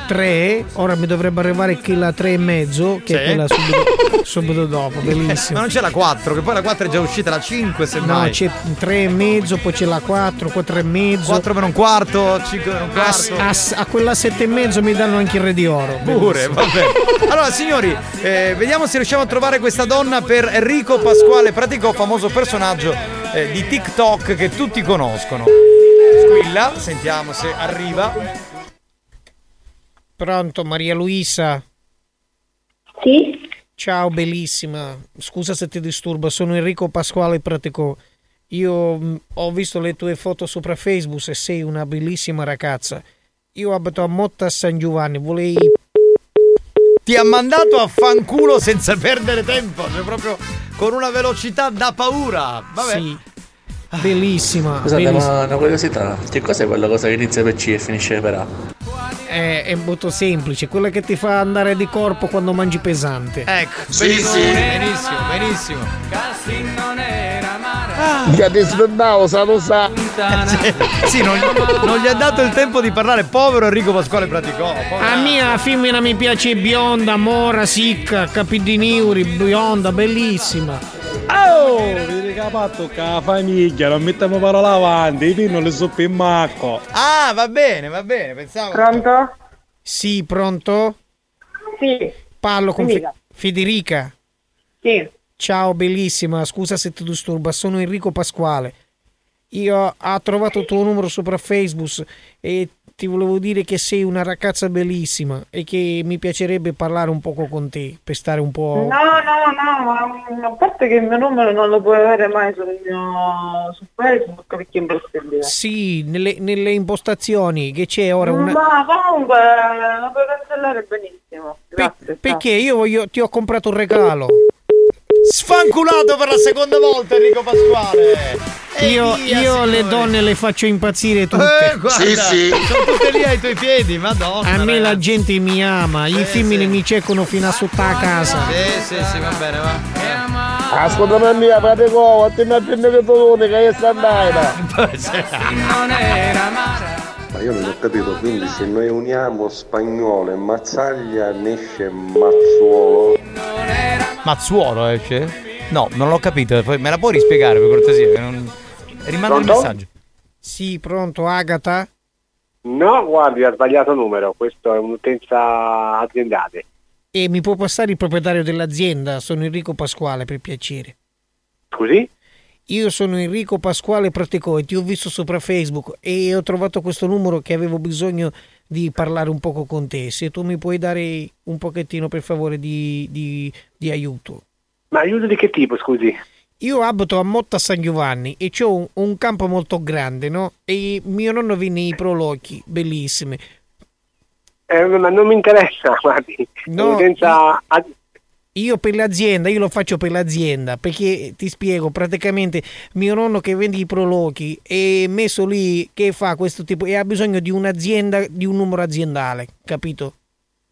Speaker 9: 3, ora mi dovrebbe arrivare qui la 3 e mezzo,
Speaker 8: Sì.
Speaker 9: che è quella subito, subito dopo,
Speaker 8: Ma
Speaker 9: bellissimo.
Speaker 8: non c'è la 4, che poi la 4 è già uscita, la 5 semmai.
Speaker 9: No, c'è 3 e mezzo, poi c'è la 4, 4 e mezzo.
Speaker 8: 4 per un quarto, 5 per un
Speaker 9: A,
Speaker 8: quarto.
Speaker 9: a- a quella 7 e mezzo mi danno anche il re di oro.
Speaker 8: Pure,
Speaker 9: bellissimo.
Speaker 8: vabbè. Allora, signori, eh, vediamo se riusciamo a trovare questa donna per Enrico Pasquale Pratico, famoso personaggio eh, di TikTok che tutti conoscono. Squilla, sentiamo se arriva.
Speaker 9: Pronto, Maria Luisa?
Speaker 30: Sì?
Speaker 9: Ciao, bellissima. Scusa se ti disturbo, sono Enrico Pasquale Pratico. Io mh, ho visto le tue foto sopra Facebook e sei una bellissima ragazza. Io abito a Motta San Giovanni, volevi...
Speaker 8: Ti ha mandato a fanculo senza perdere tempo, cioè proprio con una velocità da paura. Vabbè.
Speaker 9: Bellissima.
Speaker 12: Esatto,
Speaker 4: Scusate,
Speaker 9: bellissima.
Speaker 4: ma una curiosità, che cos'è quella cosa che inizia per C e finisce per A?
Speaker 9: È, è molto semplice, quella che ti fa andare di corpo quando mangi pesante.
Speaker 8: Ecco, benissimo, benissimo. Casino nera,
Speaker 33: Già ti svegliavo, sa lo sa.
Speaker 8: Sì, non, non gli ha dato il tempo di parlare, povero Enrico Pasquale Praticò. povero.
Speaker 9: A mia femmina mi piace bionda, mora, sicca, capidiniuri, bionda, bellissima.
Speaker 11: Oh, vi dica fatto che la famiglia, non mettiamo parole avanti, i vini non le soppe in macco.
Speaker 8: Ah, va bene, va bene, pensavo.
Speaker 9: Pronto? Sì, pronto?
Speaker 30: Sì.
Speaker 9: Parlo con Fe-
Speaker 30: Dica.
Speaker 9: Federica.
Speaker 30: Sì.
Speaker 9: Ciao bellissima, scusa se ti disturba, sono Enrico Pasquale. Io ho trovato il tuo numero sopra Facebook e ti volevo dire che sei una ragazza bellissima e che mi piacerebbe parlare un poco con te per stare un po'.
Speaker 30: No, no, no, ma mm, a parte che il mio numero non lo puoi avere mai sul mio su Facebook perché è impossibile.
Speaker 9: Sì, nelle, nelle impostazioni che c'è ora una.
Speaker 30: Ma comunque lo puoi cancellare benissimo. Grazie. ciao.
Speaker 9: Perché io voglio- ti ho comprato un regalo.
Speaker 8: Sfanculato per la seconda volta Enrico Pasquale. E
Speaker 9: Io,
Speaker 8: Eh, via,
Speaker 9: io le
Speaker 8: signori.
Speaker 9: donne le faccio impazzire tutte.
Speaker 8: Eh, guarda, Sono tutte lì ai tuoi piedi, madonna.
Speaker 9: A me la gente mi ama, gli femmine mi cercano fino a sotto la casa.
Speaker 8: Sì, sì, sì, va bene, va.
Speaker 33: Ascoltami mia, frate Covo, ti mi prendere che tu che è standaita.
Speaker 12: Ma io non ho capito, quindi se noi uniamo spagnolo e mazzaglia ne esce mazzuolo.
Speaker 8: Mazzuolo esce? No, non l'ho capito. poi Me la puoi rispiegare per cortesia? che non- Rimanda il
Speaker 29: Pronto?
Speaker 8: messaggio.
Speaker 9: Sì, pronto, Agata?
Speaker 29: No, guardi, ha sbagliato numero, questo è un'utenza aziendale.
Speaker 9: E mi può passare il proprietario dell'azienda? Sono Enrico Pasquale, per piacere.
Speaker 29: Scusi?
Speaker 9: Io sono Enrico Pasquale Praticò e ti ho visto sopra Facebook e ho trovato questo numero che avevo bisogno di parlare un poco con te. Se tu mi puoi dare un pochettino per favore di, di- di aiuto.
Speaker 29: Ma aiuto di che tipo, scusi?
Speaker 9: Io abito a Motta San Giovanni e c'ho un, un campo molto grande, no? E mio nonno venne i prolochi, bellissime.
Speaker 29: Eh, ma non mi interessa, guardi. ah,
Speaker 9: No,
Speaker 29: Un'utenza ad-
Speaker 9: Io per l'azienda, io lo faccio per l'azienda, perché ti spiego, praticamente mio nonno che vende i prolochi è messo lì che fa questo tipo e ha bisogno di un'azienda, di un numero aziendale, capito?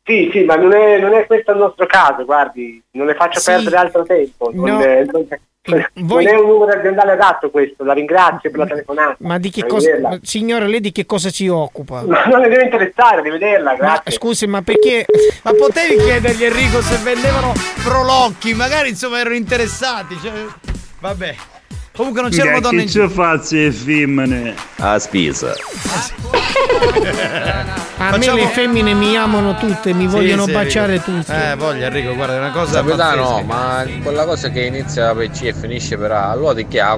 Speaker 29: Sì, sì, ma non è, non è questo il nostro caso, guardi, non le faccio
Speaker 9: Sì.
Speaker 29: perdere altro tempo.
Speaker 9: No.
Speaker 29: Non, è, non è-
Speaker 9: voi-
Speaker 29: non è un numero aziendale adatto questo, la ringrazio per la telefonata.
Speaker 9: Ma di che cosa,
Speaker 29: Arrivederla.
Speaker 9: ma- signora, lei di che cosa si occupa?
Speaker 29: Ma non le deve interessare, deve vederla, grazie.
Speaker 9: Scusi, ma perché...
Speaker 8: Ma potevi chiedergli Enrico se vendevano prolocchi, magari insomma erano interessati. Cioè... Vabbè. Comunque non c'era una donna in giro.
Speaker 23: fazze femmine? A spesa.
Speaker 9: A me le femmine mi amano tutte, mi vogliono baciare tutte.
Speaker 8: Eh, voglio Enrico, guarda, è una cosa.
Speaker 41: Capitano,
Speaker 8: pazzesca.
Speaker 41: ma quella cosa che inizia per C e finisce per A, allora di chi ha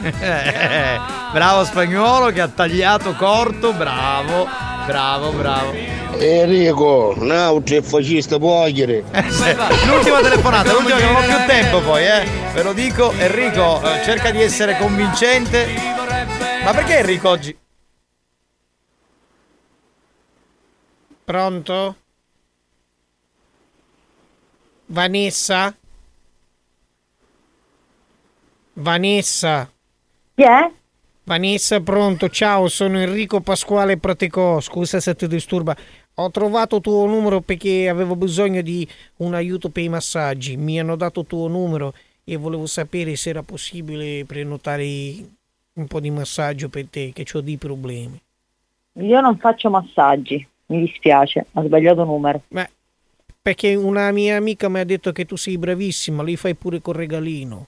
Speaker 8: Eh, bravo spagnolo che ha tagliato corto, bravo, bravo, bravo.
Speaker 29: Enrico, nautri e fascista pogliere.
Speaker 8: Eh, L'ultima telefonata, l'ultima che non ho più tempo poi, eh. Ve lo dico, Enrico, eh, cerca di essere convincente. Ma perché Enrico oggi?
Speaker 9: Pronto? Vanessa? Vanessa?
Speaker 30: Chi è?
Speaker 9: Vanessa, pronto, ciao, sono Enrico Pasquale Praticò, scusa se ti disturba. Ho trovato tuo numero perché avevo bisogno di un aiuto per i massaggi. Mi hanno dato tuo numero e volevo sapere se era possibile prenotare un po' di massaggio per te, che ho dei problemi.
Speaker 30: Io non faccio massaggi, mi dispiace, ha sbagliato numero.
Speaker 9: Ma perché una mia amica mi ha detto che tu sei bravissima, li fai pure col regalino.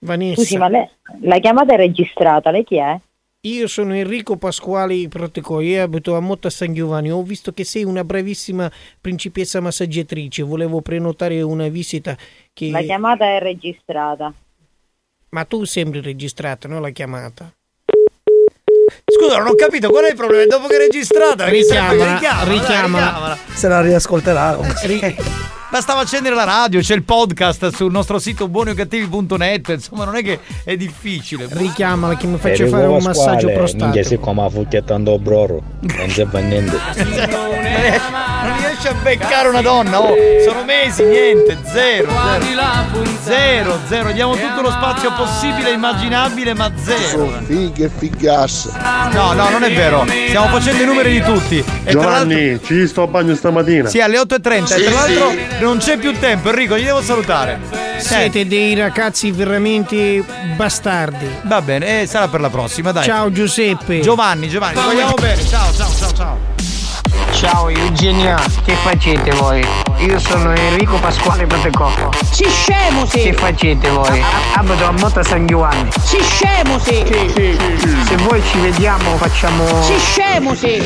Speaker 9: Vanessa.
Speaker 30: Scusi, ma lei, la chiamata è registrata, lei chi è?
Speaker 9: Io sono Enrico Pasquali Protecò, io abito a Motta San Giovanni. Ho visto che sei una bravissima principessa massaggiatrice. Volevo prenotare una visita che...
Speaker 30: La chiamata è registrata.
Speaker 9: Ma tu sembri registrata, non la chiamata.
Speaker 8: Scusa, non ho capito qual è il problema. Dopo che è registrata, perché se la fai-
Speaker 6: Richiamala,
Speaker 8: richiamala, dai,
Speaker 6: richiamala.
Speaker 8: richiamala.
Speaker 6: Se la riascolterà. oh. Eh.
Speaker 8: Bastava accendere la radio, c'è il podcast sul nostro sito buoniocattivi.net, insomma non è che è difficile.
Speaker 9: Richiamala che mi faccio fare un massaggio
Speaker 32: Minchia,
Speaker 9: prostatico.
Speaker 32: si come la fucchia tanto broro. Non serve a niente.
Speaker 8: Non riesce a beccare una donna, oh, sono mesi, niente, zero, zero, zero, zero, diamo tutto lo spazio possibile e immaginabile, ma zero.
Speaker 33: Fighe e figasse.
Speaker 8: No, no, non è vero, stiamo facendo i numeri di tutti. E tra l'altro,
Speaker 18: Giovanni, ci sto a bagno stamattina.
Speaker 8: sì, alle 8.30, e
Speaker 18: Sì,
Speaker 8: tra l'altro
Speaker 18: sì.
Speaker 8: non c'è più tempo, Enrico, gli devo salutare.
Speaker 9: Siete dei ragazzi veramente bastardi.
Speaker 8: Va bene, eh, sarà per la prossima, dai.
Speaker 9: Ciao Giuseppe.
Speaker 8: Giovanni, Giovanni, ti vogliamo bene, ciao, ciao, ciao, ciao.
Speaker 24: Ciao Eugenia, che facete voi? Io sono Enrico Pasquale Patecocco. Si scemo si! Che facete voi? Abito a Motta San Giovanni. Si scemo si! Sì, sì, sì. Se
Speaker 9: poi ci vediamo, facciamo.
Speaker 5: Sì, scemo, sì.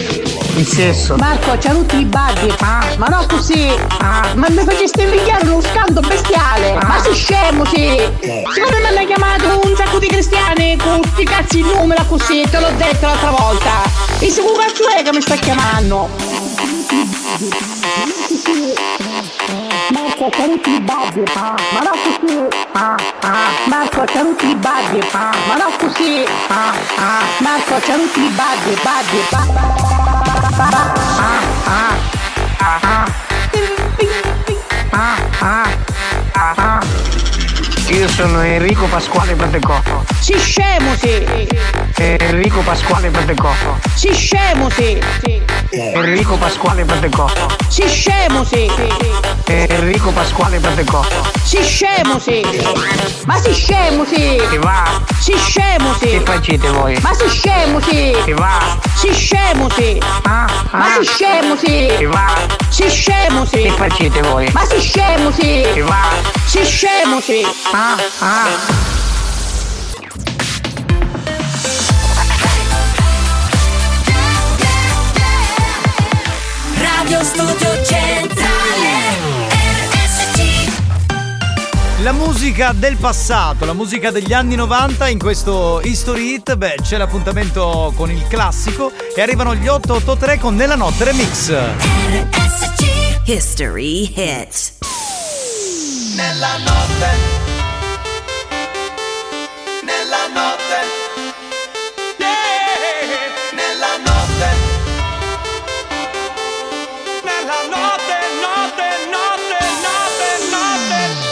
Speaker 9: Il sesso.
Speaker 5: Marco, c'ha tutti i baghi.
Speaker 9: Ah,
Speaker 5: Ma no così. Ma mi faceste invidiare uno scando bestiale. Ma sei scemo, sì. Secondo me mi hanno chiamato un sacco di cristiani con sti cazzi in numero così. Te l'ho detto l'altra volta. E se un cazzo è che mi sta chiamando?
Speaker 9: Marco, c'ha tutti i baghi. Ah, Ma no così. Ah, ah. Marco, c'ha tutti i baghi. Ah, Ma no così. Ah, ah. Marco, c'ha tutti i baghi, baghi, baghi.
Speaker 5: Ah,
Speaker 9: Io sono Enrico Pasquale Pratecoppo.
Speaker 5: Sì, scemo, sì.
Speaker 9: Enrico Pasquale Pratecoppo.
Speaker 5: Sì, scemo, sì.
Speaker 9: Enrico Pasquale Pratecoppo.
Speaker 5: Sì, scemo, sì.
Speaker 9: Enrico Pasquale Pratecoppo.
Speaker 5: Sì, scemo, sì. Ma sei scemo, sì.
Speaker 9: Che va?
Speaker 5: Sì, scemo, sì.
Speaker 9: Che facete voi?
Speaker 5: Ma sei scemo, sì.
Speaker 9: Che va?
Speaker 5: Sì, scemo, sì. Ma sei scemo, sì.
Speaker 9: Che va?
Speaker 5: Sì, scemo, sì.
Speaker 9: Che facete voi?
Speaker 5: Ma sei scemo, sì.
Speaker 9: Che va?
Speaker 5: Sì, scemo, sì.
Speaker 9: Ah, ah.
Speaker 29: Radio Studio Centrale RSC
Speaker 8: La musica del passato, la musica degli anni 90 in questo History Hit, beh, c'è l'appuntamento con il classico e arrivano gli 883 con Nella Notte Remix.
Speaker 42: History Hit.
Speaker 29: Nella notte Nella notte Nella notte Nella notte, notte, notte, notte, notte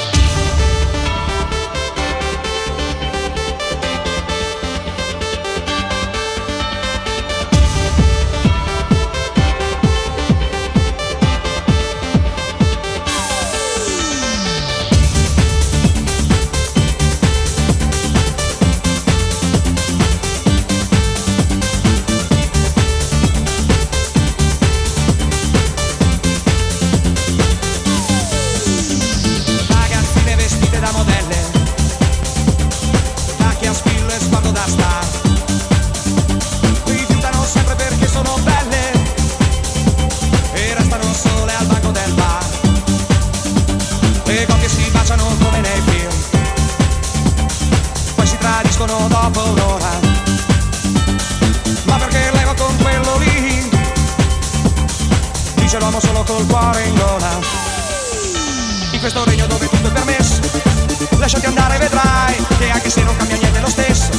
Speaker 1: Ragazzine vestite da modelle Tacchi a spillo e sguardo da star Rifiutano sempre perché sono belle E restano sole al banco del bar Le coppie si baciano come nei film Poi si tradiscono dopo un'ora Ma perché leva con quello lì? Dice l'uomo solo col cuore in gola in questo regno dove tutto è permesso Lasciati andare e vedrai Che anche se non cambia niente è lo stesso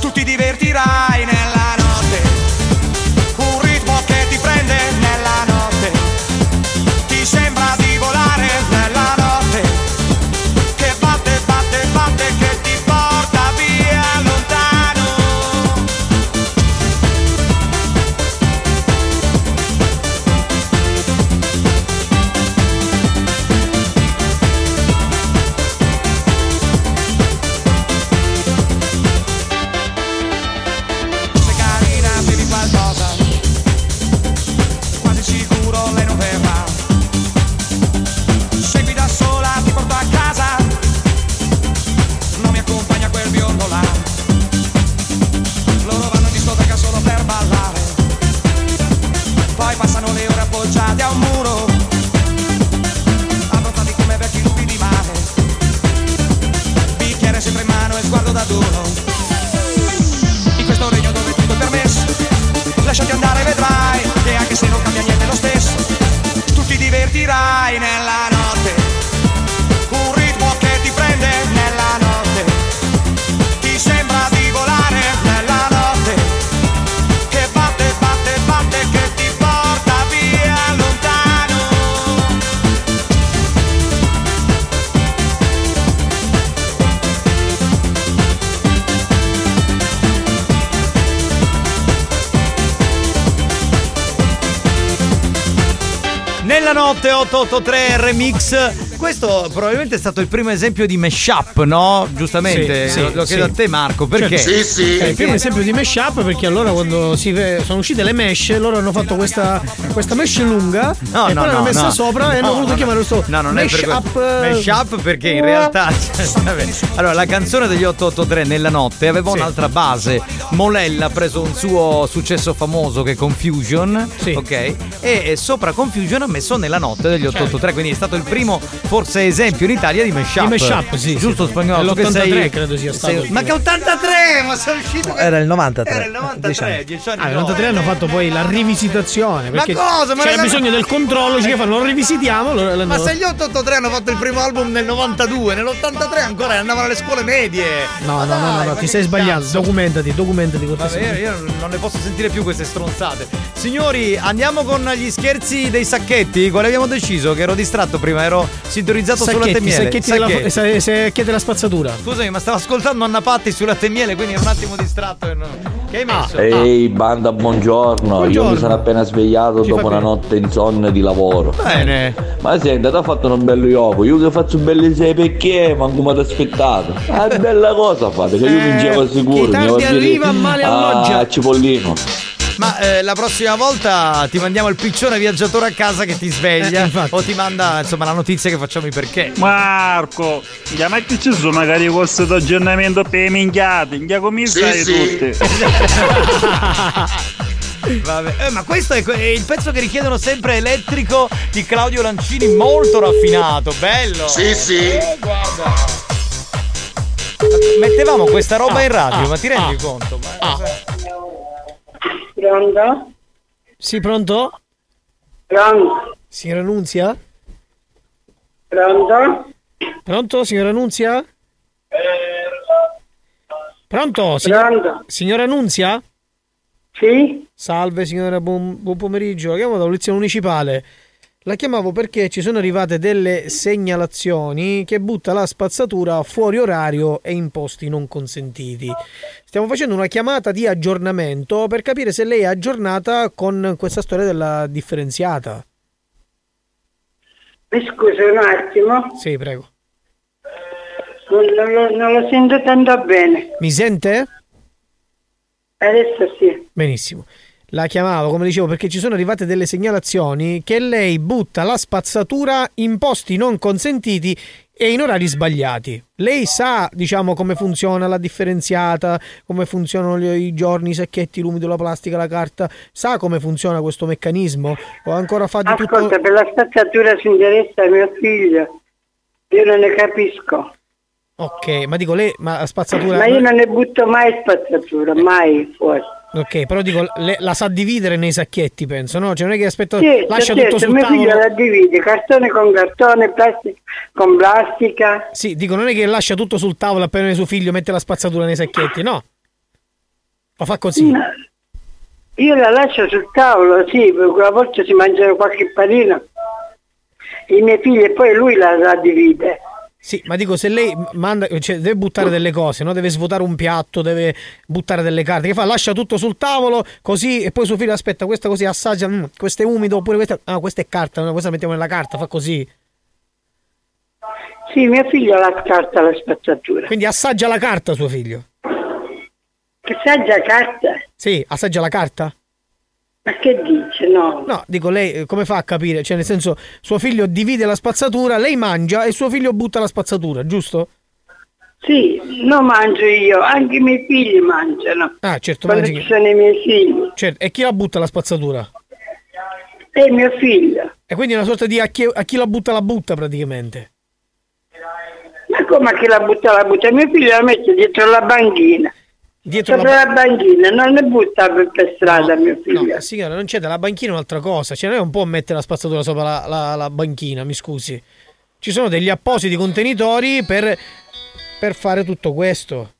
Speaker 1: Tu ti divertirai nella notte Un ritmo che ti prende nella notte Ti sembra di volare nella notte Che batte, batte, batte Che ti porta via lontano Sei carina, bevi qualcosa Quasi sicuro lei non verrà Sei qui da sola, ti porto a casa Non mi accompagna quel biondo là Loro vanno in discoteca solo per ballare Poi passano le ore appoggiate a un muro Abbronzati come vecchi lupi di mare Bicchiere sempre in mano e sguardo da duro in questo regno dove tutto è permesso Lasciati andare e vedrai Che anche se non cambia niente è lo stesso Tu ti divertirai nella notte Un ritmo che ti prende nella notte Ti sembra di volare nella notte Che batte, batte, batte Che ti porta via lontano
Speaker 8: Nella notte 883 remix questo probabilmente è stato il primo esempio di mashup, no? Giustamente,
Speaker 9: Sì, sì,
Speaker 8: lo, lo chiedo
Speaker 9: sì.
Speaker 8: a te Marco, Ecco, perché? Cioè,
Speaker 9: È Certo. Eh, il primo
Speaker 8: Perché?
Speaker 9: esempio di mesh up perché allora quando si ve- sono uscite le mesh, loro hanno fatto questa, questa mesh lunga
Speaker 8: No,
Speaker 9: e
Speaker 8: no,
Speaker 9: poi l'hanno
Speaker 8: no,
Speaker 9: messa
Speaker 8: no.
Speaker 9: sopra e
Speaker 8: No,
Speaker 9: hanno voluto
Speaker 8: no,
Speaker 9: chiamare questo
Speaker 8: No, non
Speaker 9: mesh
Speaker 8: è per
Speaker 9: up. eh.
Speaker 8: questo. Mesh up perché in realtà. vabbè. Allora, la canzone degli 883 nella notte aveva un'altra base. Molella ha preso un suo successo famoso che è Confusion. Ok. E, e sopra Confusion ha messo nella notte degli 883. Quindi è stato il primo, forse, esempio in Italia di mashup.
Speaker 9: Certo. Di mashup, sì,
Speaker 8: Giusto
Speaker 9: sì.
Speaker 8: spagnolo. tu che
Speaker 9: L'83
Speaker 8: sei-
Speaker 9: credo sia stato
Speaker 8: sei-
Speaker 9: il
Speaker 8: Ma che 83? Ma sono uscito.
Speaker 43: Era il 93.
Speaker 8: Era il 93, 10 anni.
Speaker 9: Ah, nel
Speaker 8: dopo.
Speaker 9: 93 hanno fatto poi la rivisitazione. Perché
Speaker 8: cosa? Ma
Speaker 9: c'era
Speaker 8: la-
Speaker 9: bisogno del controllo, cioè che fanno, lo rivisitiamo. allora l'hanno-
Speaker 8: Ma se gli 883 hanno fatto il primo album nel 92, nell'83 ancora andavano alle scuole medie.
Speaker 9: No, no, no, no, no, ti stai sbagliando. Documentati, documentati con
Speaker 8: Vabbè, io- io non ne posso sentire più queste stronzate. Signori, andiamo con gli scherzi dei sacchetti. Quale abbiamo deciso? Che ero distratto prima, ero sintonizzato sulla
Speaker 9: Sacchetti,
Speaker 8: temiele.
Speaker 9: sacchetti, della,
Speaker 8: Sacchetti.
Speaker 9: sa- sacchetti della spazzatura.
Speaker 8: Scusami, ma stavo ascoltando Anna Patti sulla temiele, quindi ero un attimo distratto. e non- Che hai messo?
Speaker 41: Ehi banda, buongiorno. Io
Speaker 8: Buongiorno.
Speaker 41: mi sono appena svegliato dopo una notte insonne di lavoro.
Speaker 8: Bene.
Speaker 41: Ma senti, ti ha fatto un bello gioco. Io che faccio belle sei perché, manco mi aspettato. È bella cosa fate, che io vincevo sicuro.
Speaker 8: Eh. chi tardi
Speaker 41: mi vado a dire
Speaker 8: arriva, male
Speaker 41: A
Speaker 8: alloggia.
Speaker 41: Cipollino.
Speaker 8: Ma eh, la prossima volta ti mandiamo il piccione viaggiatore a casa che ti
Speaker 9: Eh,
Speaker 8: sveglia o ti manda insomma la notizia che facciamo i perché.
Speaker 23: Marco, già ma che ci sono magari corsi d'aggiornamento per le minchiate, minchia commissari
Speaker 8: Sì, sì.
Speaker 23: tutte.
Speaker 8: Vabbè, eh, ma questo è, que- è il pezzo che richiedono sempre elettrico di Claudio Lancini, molto raffinato, bello! Eh, Sì, sì. Mettevamo questa roba in radio, ma ti rendi conto? Ma-
Speaker 9: Ah.
Speaker 24: Pronto?
Speaker 9: Sì, pronto?
Speaker 24: Pronto?
Speaker 9: Signora Nunzia?
Speaker 24: Pronto?
Speaker 9: Pronto, signora Nunzia? Pronto? si- Signora Nunzia?
Speaker 24: Sì?
Speaker 9: Salve signora, buon, buon pomeriggio. La chiamo da polizia municipale. La chiamavo perché ci sono arrivate delle segnalazioni che butta la spazzatura fuori orario e in posti non consentiti. Stiamo facendo una chiamata di aggiornamento per capire se lei è aggiornata con questa storia della differenziata.
Speaker 24: Mi scusi un attimo,
Speaker 9: Sì, prego.
Speaker 24: non, non lo- non lo sento tanto bene.
Speaker 9: Mi sente?
Speaker 24: Adesso sì.
Speaker 9: Benissimo. La chiamavo, come dicevo, perché ci sono arrivate delle segnalazioni che lei butta la spazzatura in posti non consentiti e in orari sbagliati. Lei sa, diciamo, come funziona la differenziata, come funzionano gli- i giorni, i sacchetti, l'umido, la plastica, la carta, sa come funziona questo meccanismo? O ancora fa di tutto...
Speaker 24: Ascolta, per la spazzatura si interessa mio figlio. Io non ne capisco.
Speaker 9: Ok, ma dico lei, ma la spazzatura...
Speaker 24: Ma io non ne butto mai spazzatura, mai fuori.
Speaker 9: Ok, però dico, le- la sa dividere nei sacchetti, penso, no? Cioè non è che aspetta,
Speaker 24: Sì,
Speaker 9: lascia
Speaker 24: certo,
Speaker 9: tutto sul
Speaker 24: mio figlio
Speaker 9: tavolo...
Speaker 24: la divide, cartone con cartone, plastica con plastica.
Speaker 9: Sì, dico, non è che lascia tutto sul tavolo appena viene suo figlio mette la spazzatura nei sacchetti, no. Lo fa così.
Speaker 24: Io la lascio sul tavolo, sì, perché a volte si mangiano qualche panino. I miei figli e poi lui la, la divide.
Speaker 9: Sì, ma dico, se lei manda, cioè, deve buttare delle cose, no? Deve svuotare un piatto, deve buttare delle carte. Che fa? Lascia tutto sul tavolo, così, e poi suo figlio aspetta, questa così assaggia, mm, questo è umido, oppure questa... Ah, questa è carta, no, questa la mettiamo nella carta, fa così.
Speaker 24: Sì, mio figlio la scarta la spazzatura.
Speaker 9: Quindi assaggia la carta suo figlio.
Speaker 24: Che saggia carta?
Speaker 9: Sì, assaggia la carta.
Speaker 24: Ma che dice? No.
Speaker 9: No, dico lei eh, come fa a capire? Cioè, nel senso, suo figlio divide la spazzatura, lei mangia e suo figlio butta la spazzatura, giusto?
Speaker 24: Sì, non mangio io, anche i miei figli mangiano.
Speaker 9: Ah, certo,
Speaker 24: Quando
Speaker 9: mangi
Speaker 24: ci sono i miei figli.
Speaker 9: Certo, e chi la butta la spazzatura?
Speaker 24: E mio figlio.
Speaker 9: E quindi è una sorta di a chi, a chi la butta la butta praticamente.
Speaker 24: Ma come che la butta la butta? Mio figlio la mette dietro la banchina.
Speaker 9: Dietro la
Speaker 24: Sopra la, banchina, non ne butta per, per strada mio figlio.
Speaker 9: No, Eh, signora, non c'è dalla banchina un'altra cosa. Cioè, non è un po' mettere la spazzatura sopra la, la- la banchina, mi scusi. Ci sono degli appositi contenitori per, per fare tutto questo.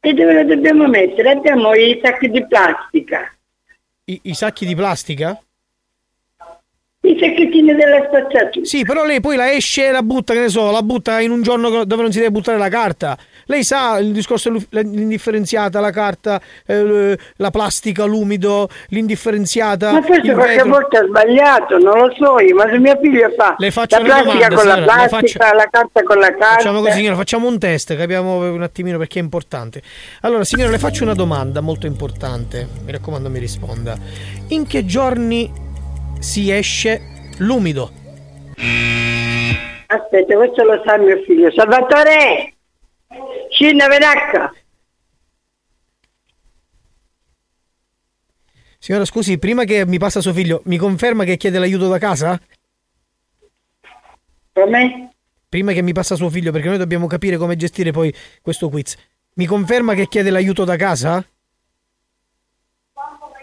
Speaker 24: E dove la dobbiamo mettere? Abbiamo i sacchi di plastica,
Speaker 9: I, i sacchi di plastica?
Speaker 24: i sacchettini della spazzatura.
Speaker 9: Sì, però lei poi la esce e la butta, che ne so, la butta in un giorno dove non si deve buttare la carta. Lei sa il discorso dell'u- l'indifferenziata, la carta, eh, la plastica, l'umido, l'indifferenziata.
Speaker 24: Ma questo
Speaker 9: il
Speaker 24: qualche
Speaker 9: vetro.
Speaker 24: volta è sbagliato, non lo so io, ma se mia figlia fa
Speaker 9: Le
Speaker 24: la
Speaker 9: faccio una
Speaker 24: plastica
Speaker 9: domanda,
Speaker 24: con la
Speaker 9: signora, le
Speaker 24: plastica,
Speaker 9: faccio-
Speaker 24: la carta con la carta.
Speaker 9: Facciamo così, signora, facciamo un test, capiamo un attimino perché è importante. Allora, signora, le faccio una domanda molto importante. Mi raccomando, mi risponda. In che giorni si esce l'umido?
Speaker 24: Aspetta, questo lo sa mio figlio. Salvatore! Scina Venacca!
Speaker 9: Signora, scusi, prima che mi passa suo figlio, mi conferma che chiede l'aiuto da casa?
Speaker 24: Come?
Speaker 9: Prima che mi passa suo figlio, perché noi dobbiamo capire come gestire poi questo quiz. Mi conferma che chiede l'aiuto da casa?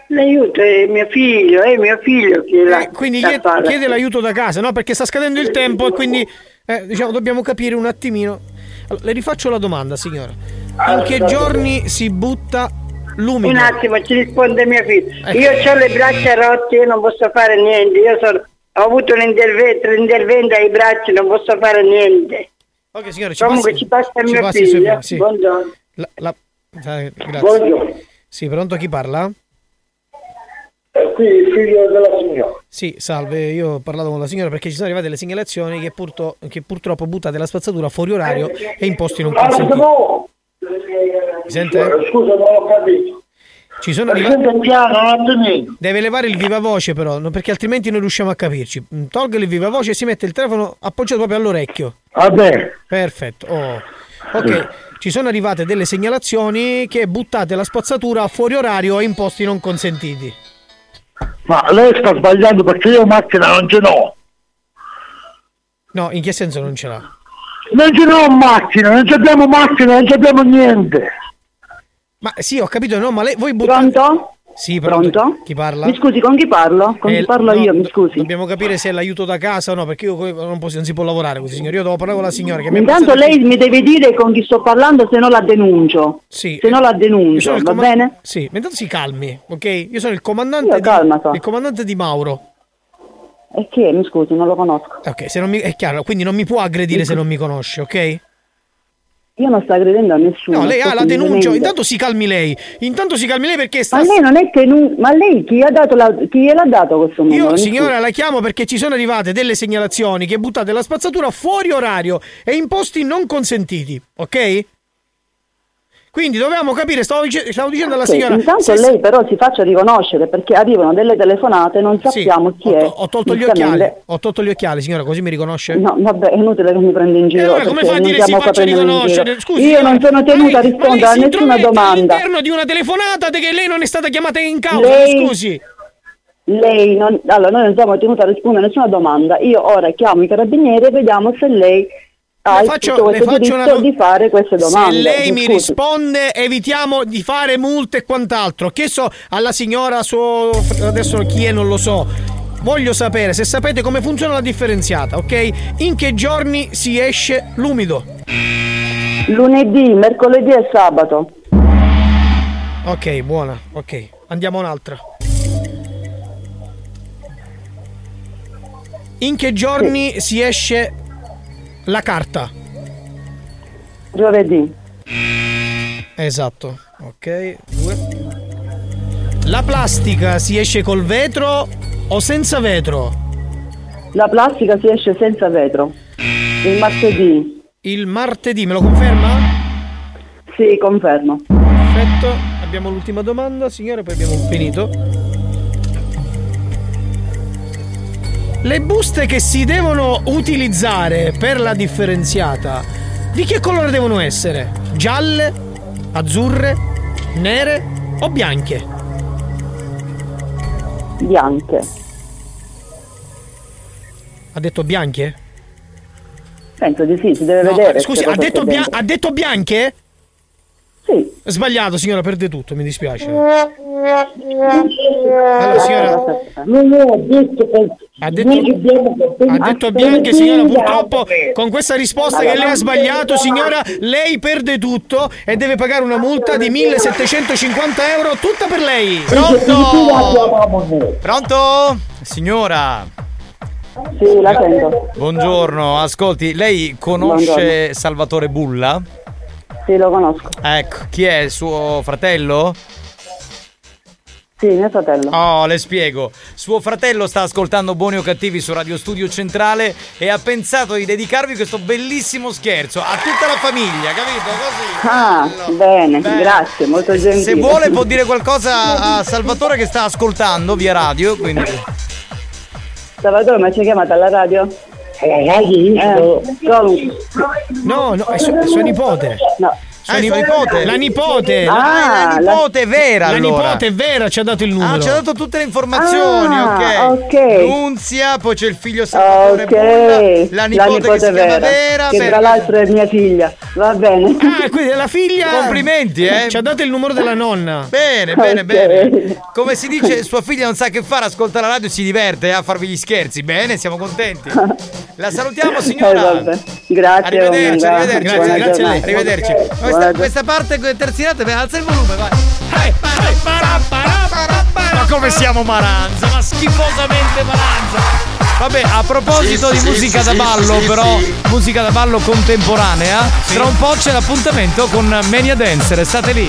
Speaker 24: L'aiuto è mio figlio, è mio figlio che la
Speaker 9: Eh, Quindi
Speaker 24: la
Speaker 9: chie-
Speaker 24: fa la-
Speaker 9: chiede l'aiuto da casa, no? Perché sta scadendo il tempo e quindi eh, diciamo, dobbiamo capire un attimino. Allora, le rifaccio la domanda, signora. In che giorni si butta l'umido?
Speaker 24: Un attimo, ci risponde mia figlia.
Speaker 9: Ecco.
Speaker 24: Io ho le braccia rotte, io non posso fare niente. Io sono- ho avuto un intervento, un intervento ai bracci, non posso fare niente.
Speaker 9: Ok, signora, ci
Speaker 24: Comunque
Speaker 9: passi-
Speaker 24: Diciamo ci passa
Speaker 9: ci
Speaker 24: mio
Speaker 9: passi sui
Speaker 24: figlio.
Speaker 9: miei, sì.
Speaker 24: Buongiorno.
Speaker 9: La- la- eh, grazie.
Speaker 24: Buongiorno.
Speaker 9: Sì, pronto chi parla?
Speaker 12: Qui il figlio della signora.
Speaker 9: Sì, salve, io ho parlato con la signora perché ci sono arrivate le segnalazioni che, purto- che purtroppo buttate la spazzatura fuori orario e in posti non
Speaker 12: Ah,
Speaker 9: consentiti.
Speaker 12: no!
Speaker 9: Mi sente?
Speaker 12: Eh, Scusa, non ho capito.
Speaker 9: Ci sono
Speaker 12: Senta piano,
Speaker 31: eh,
Speaker 12: un attimino.
Speaker 9: Deve levare il viva voce però, no- perché altrimenti non riusciamo a capirci. Mm, Tolga il viva voce e si mette il telefono appoggiato proprio all'orecchio.
Speaker 31: Ah,
Speaker 12: Va bene.
Speaker 9: Perfetto. oh. Ok, ci sono arrivate delle segnalazioni che buttate la spazzatura fuori orario e in posti non consentiti.
Speaker 12: Ma lei sta sbagliando perché io macchina non ce n'ho.
Speaker 9: No, in che senso non ce l'ha?
Speaker 12: Non ce n'ho macchina, non ci abbiamo macchina, non ci abbiamo niente.
Speaker 9: Ma Eh, sì, ho capito, no, ma lei voi buttate... Pronto? Sì, pronto. Chi parla?
Speaker 31: Mi scusi, con chi parlo? Con
Speaker 9: Eh,
Speaker 31: chi parlo
Speaker 9: no,
Speaker 31: io, mi
Speaker 9: do-
Speaker 31: scusi.
Speaker 9: Dobbiamo capire se è l'aiuto da casa o no, perché io co- non, posso- non si può lavorare così, signore. Io devo parlare con la signora che mi ha
Speaker 31: Intanto
Speaker 9: passato-
Speaker 31: lei mi deve dire con chi sto parlando, se no la denuncio.
Speaker 9: Sì.
Speaker 31: Se no
Speaker 9: Io
Speaker 31: la
Speaker 9: sono
Speaker 31: denuncio,
Speaker 9: il
Speaker 31: va
Speaker 9: coma-
Speaker 31: bene?
Speaker 9: Sì, ma intanto si calmi, ok? Io sono il comandante, di, il comandante di Mauro.
Speaker 31: E chi è? Mi scusi, non lo conosco.
Speaker 9: Ok, se non mi, è chiaro, quindi non mi può aggredire se non mi conosce, ok?
Speaker 31: Io non sto aggredendo a nessuno.
Speaker 9: No, lei
Speaker 31: sto
Speaker 9: ha la denuncia.
Speaker 31: semplicemente-
Speaker 9: Intanto si calmi lei. Intanto si calmi lei perché sta.
Speaker 31: Ma lei non è tenuto. Ma lei chi, ha dato la... chi gliel'ha dato questo numero?
Speaker 9: Io,
Speaker 31: Mi
Speaker 9: signora,
Speaker 31: scusi.
Speaker 9: la chiamo perché ci sono arrivate delle segnalazioni che buttate la spazzatura fuori orario e in posti non consentiti, ok? Quindi dovevamo capire, stavo, dice- stavo dicendo alla
Speaker 31: Ok,
Speaker 9: signora.
Speaker 31: intanto
Speaker 9: se-
Speaker 31: lei però si faccia riconoscere perché arrivano delle telefonate e non
Speaker 9: Sì,
Speaker 31: sappiamo chi
Speaker 9: ho,
Speaker 31: è.
Speaker 9: to- ho tolto gli
Speaker 31: giustamente.
Speaker 9: occhiali. Ho tolto gli occhiali, signora, così mi riconosce?
Speaker 31: No, vabbè, è inutile che mi prenda in giro.
Speaker 9: allora Eh, come
Speaker 31: perché
Speaker 9: fa a dire
Speaker 31: mi
Speaker 9: si
Speaker 31: chiamo
Speaker 9: faccia
Speaker 31: prendere in
Speaker 9: riconoscere?
Speaker 31: giro.
Speaker 9: Scusi,
Speaker 31: Io
Speaker 9: signora,
Speaker 31: non sono tenuta a rispondere a
Speaker 9: si
Speaker 31: nessuna
Speaker 9: intromette
Speaker 31: domanda.
Speaker 9: all'interno di una telefonata che lei non è stata chiamata in causa,
Speaker 31: Lei-
Speaker 9: mi scusi.
Speaker 31: Lei non, allora noi non siamo tenuti a rispondere a nessuna domanda. Io ora chiamo i carabinieri e vediamo se lei ha il
Speaker 9: faccio-
Speaker 31: tutto
Speaker 9: le
Speaker 31: questo
Speaker 9: faccio
Speaker 31: diritto
Speaker 9: una do-
Speaker 31: di fare queste
Speaker 9: Se
Speaker 31: domande.
Speaker 9: lei mi
Speaker 31: scusi.
Speaker 9: risponde evitiamo di fare multe e quant'altro. Che so alla signora suo adesso chi è non lo so. Voglio sapere se sapete come funziona la differenziata, ok? In che giorni si esce l'umido?
Speaker 31: Lunedì, mercoledì e sabato.
Speaker 9: Ok, buona, ok. Andiamo a un'altra. In che giorni si esce la carta?
Speaker 31: Giovedì.
Speaker 9: Esatto. Ok, due. La plastica si esce col vetro o senza vetro?
Speaker 31: La plastica si esce senza vetro. Il martedì.
Speaker 9: Il martedì, me lo conferma?
Speaker 31: Sì, confermo.
Speaker 9: Perfetto. Abbiamo l'ultima domanda, signore, poi abbiamo finito. Le buste che si devono utilizzare per la differenziata, di che colore devono essere? Gialle, azzurre, nere o bianche?
Speaker 31: Bianche.
Speaker 9: Ha detto bianche?
Speaker 31: Penso di sì, si deve
Speaker 9: No,
Speaker 31: vedere.
Speaker 9: scusi,
Speaker 31: se
Speaker 9: ha
Speaker 31: cosa
Speaker 9: detto,
Speaker 31: c'è
Speaker 9: bia-
Speaker 31: dentro.
Speaker 9: ha detto bianche?
Speaker 31: Sì.
Speaker 9: Sbagliato, signora, perde tutto, mi dispiace. Allora, signora,
Speaker 12: Non ho detto
Speaker 9: ha detto, ha detto bianche, signora, purtroppo con questa risposta che lei ha sbagliato, signora, lei perde tutto e deve pagare una multa di 1750 euro, tutta per lei.
Speaker 8: Pronto? Pronto? Signora,
Speaker 31: Sì, la sento.
Speaker 8: buongiorno. Ascolti, lei conosce
Speaker 31: Buongiorno.
Speaker 8: Salvatore Bulla?
Speaker 22: Sì, lo conosco.
Speaker 8: Ecco, chi è il suo fratello?
Speaker 22: Sì, mio fratello.
Speaker 8: Oh, le spiego. Suo fratello sta ascoltando Buoni o Cattivi su Radio Studio Centrale e ha pensato di dedicarvi questo bellissimo scherzo a tutta la famiglia, capito? Così.
Speaker 22: Ah, bene, grazie, molto gentile.
Speaker 8: Se vuole può dire qualcosa a Salvatore che sta ascoltando via radio, quindi...
Speaker 22: Salvatore, ma ci hai chiamato alla radio? Alla
Speaker 31: eh,
Speaker 22: radio? Eh, comunque.
Speaker 9: No, no, è su- sua nipote.
Speaker 22: No.
Speaker 8: Eh, Sua nipote?
Speaker 9: La nipote.
Speaker 8: Ah, la nipote è vera,
Speaker 9: La
Speaker 8: allora.
Speaker 9: nipote è vera, ci ha dato il numero.
Speaker 8: Ah, ci ha dato tutte le informazioni,
Speaker 9: Ah,
Speaker 8: ok.
Speaker 9: ok.
Speaker 8: Nunzia, poi c'è il figlio
Speaker 24: Oh,
Speaker 8: Salvatore
Speaker 22: Ok,
Speaker 8: Bulla, la nipote, che si chiama Vera.
Speaker 22: che
Speaker 8: per-
Speaker 22: tra l'altro è mia figlia, va bene.
Speaker 9: Ah, quindi è la figlia.
Speaker 8: Complimenti, eh.
Speaker 9: Ci ha dato il numero della nonna.
Speaker 8: Bene, bene, bene. Come si dice, sua figlia non sa che fare, ascolta la radio e si diverte eh, a farvi gli scherzi. Bene, siamo contenti. La salutiamo, signora.
Speaker 22: Eh, Grazie,
Speaker 8: Arrivederci,
Speaker 22: Omega.
Speaker 8: arrivederci,
Speaker 22: Buona
Speaker 8: arrivederci,
Speaker 22: giornata.
Speaker 8: arrivederci. Questa, questa parte que- terzinata, beh, alza il volume, vai. Ma come siamo Maranza, ma schifosamente Maranza. Vabbè, a proposito
Speaker 41: Sì,
Speaker 8: di
Speaker 41: sì,
Speaker 8: musica
Speaker 41: sì,
Speaker 8: da
Speaker 41: sì,
Speaker 8: ballo,
Speaker 41: sì,
Speaker 8: però,
Speaker 41: sì.
Speaker 8: musica da ballo contemporanea, tra un po' c'è l'appuntamento con Mania Dancer, state lì.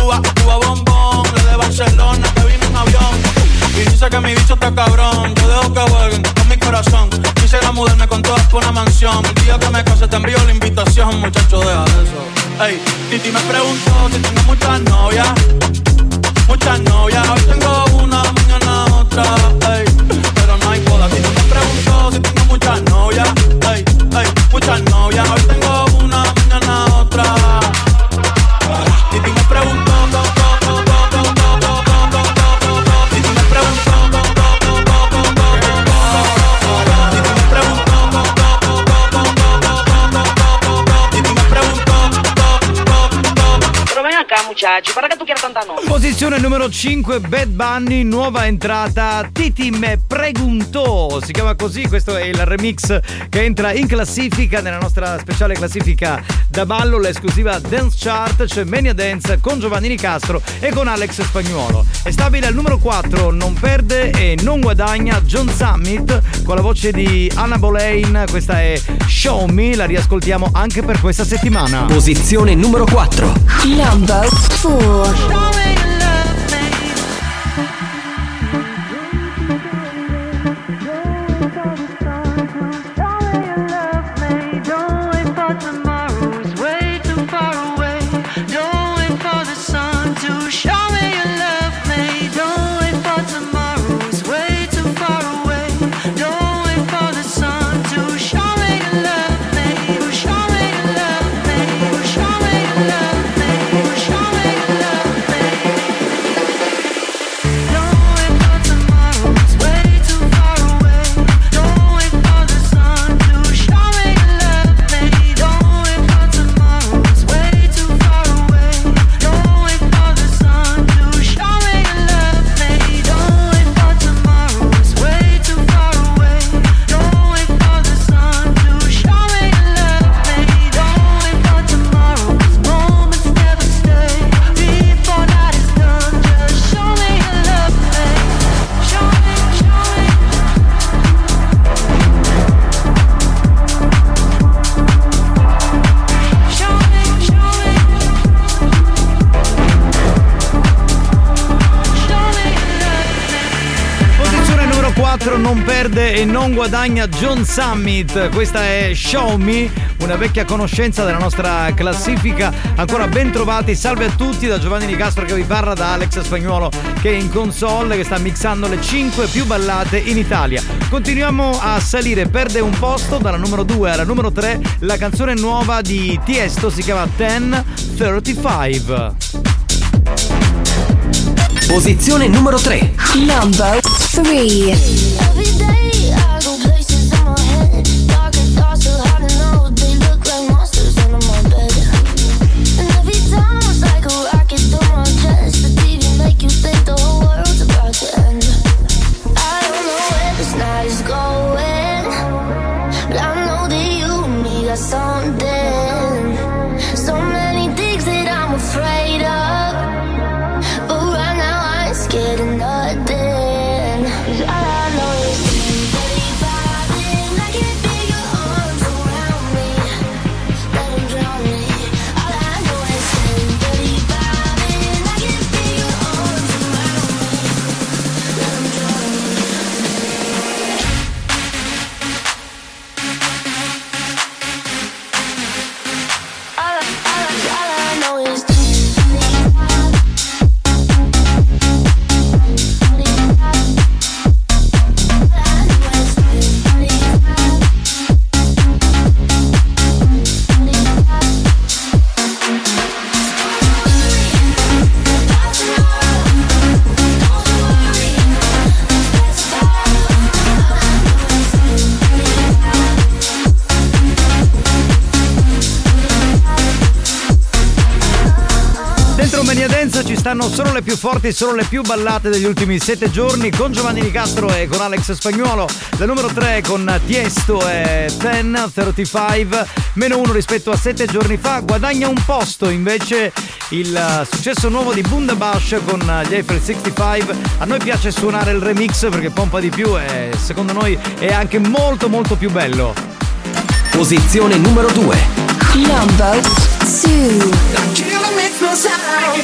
Speaker 44: uva, uva bombón. La de Barcelona que vino en avión y dice que mi bicho está cabrón. Yo dejo que jueguen con mi corazón. Quisiera mudarme con todas por una mansión. El día que me case te envío la invitación, muchacho, deja de eso. Ey, Titi me preguntó si tengo muchas novias. Muchas novias, hoy tengo una, mañana otra. Ey, pero no hay boda. Titi me preguntó si tengo muchas novias. Ey, ey, muchas novias, hoy tengo una, mañana otra.
Speaker 4: piaci, guarda che tu chiedi tanta noia.
Speaker 8: Posizione numero 5, Bad Bunny, nuova entrata, Titi me preguntò, si chiama così, questo è il remix che entra in classifica, nella nostra speciale classifica da ballo, l'esclusiva Dance Chart, c'è Mania Dance con Giovanni Nicastro e con Alex Spagnuolo. È stabile al numero 4, non perde e non guadagna John Summit con la voce di Anna Boleyn, questa è Show Me, la riascoltiamo anche per questa settimana.
Speaker 45: Posizione numero 4.
Speaker 2: Number four.
Speaker 8: Posizione numero 4 non perde e non guadagna John Summit. Questa è Show Me, una vecchia conoscenza della nostra classifica. Ancora ben trovati, salve a tutti da Giovanni Nicastro che vi parla, da Alex Spagnuolo che è in console, che sta mixando le 5 più ballate in Italia. Continuiamo a salire, perde un posto dalla numero 2 alla numero 3 la canzone nuova di Tiesto, si chiama 1035.
Speaker 45: Posizione numero 3.
Speaker 2: Number three.
Speaker 1: Something, so many things that I'm afraid of. But right now I ain't scared of nothing. 'Cause all I know is all I, all I, all I know is.
Speaker 8: Dentro Mania Dance ci stanno solo le più forti, solo le più ballate degli ultimi sette giorni con Giovanni Nicastro e con Alex Spagnuolo. La numero 3 con Tiesto è 1035, meno 1 rispetto a sette giorni fa. Guadagna un posto invece il eh, successo nuovo di Bundabash con eh, gli Eiffel 65. A noi piace suonare il remix perché pompa di più e secondo noi è anche molto molto più bello.
Speaker 45: Posizione numero 2.
Speaker 2: Number two.
Speaker 1: Tranquillo non mi sai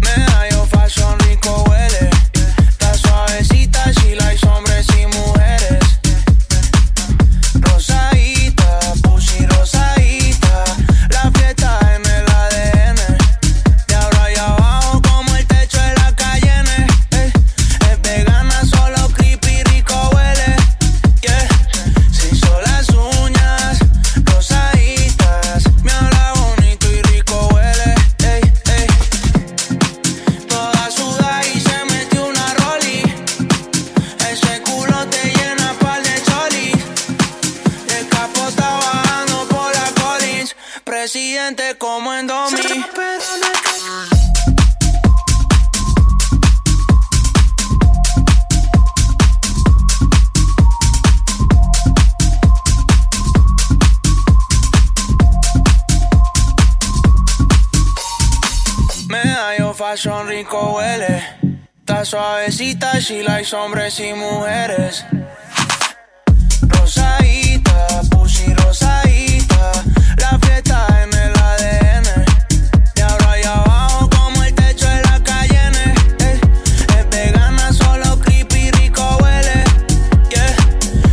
Speaker 39: Medallo falso rico huele Está suavecita si la hay hombres y mujeres Rosadita, pussy rosadita La Eh, fiesta en el ADN De ahora y abajo como el siente como en Domi. Me hallo fashion rico huele. Está suavecita, she likes hombres y mujeres. Rosadita, pussy rosadita. La fiesta en el ADN. De ahora allá abajo como el techo de la calle. eh. Es vegana, solo creepy, rico huele. Yeah.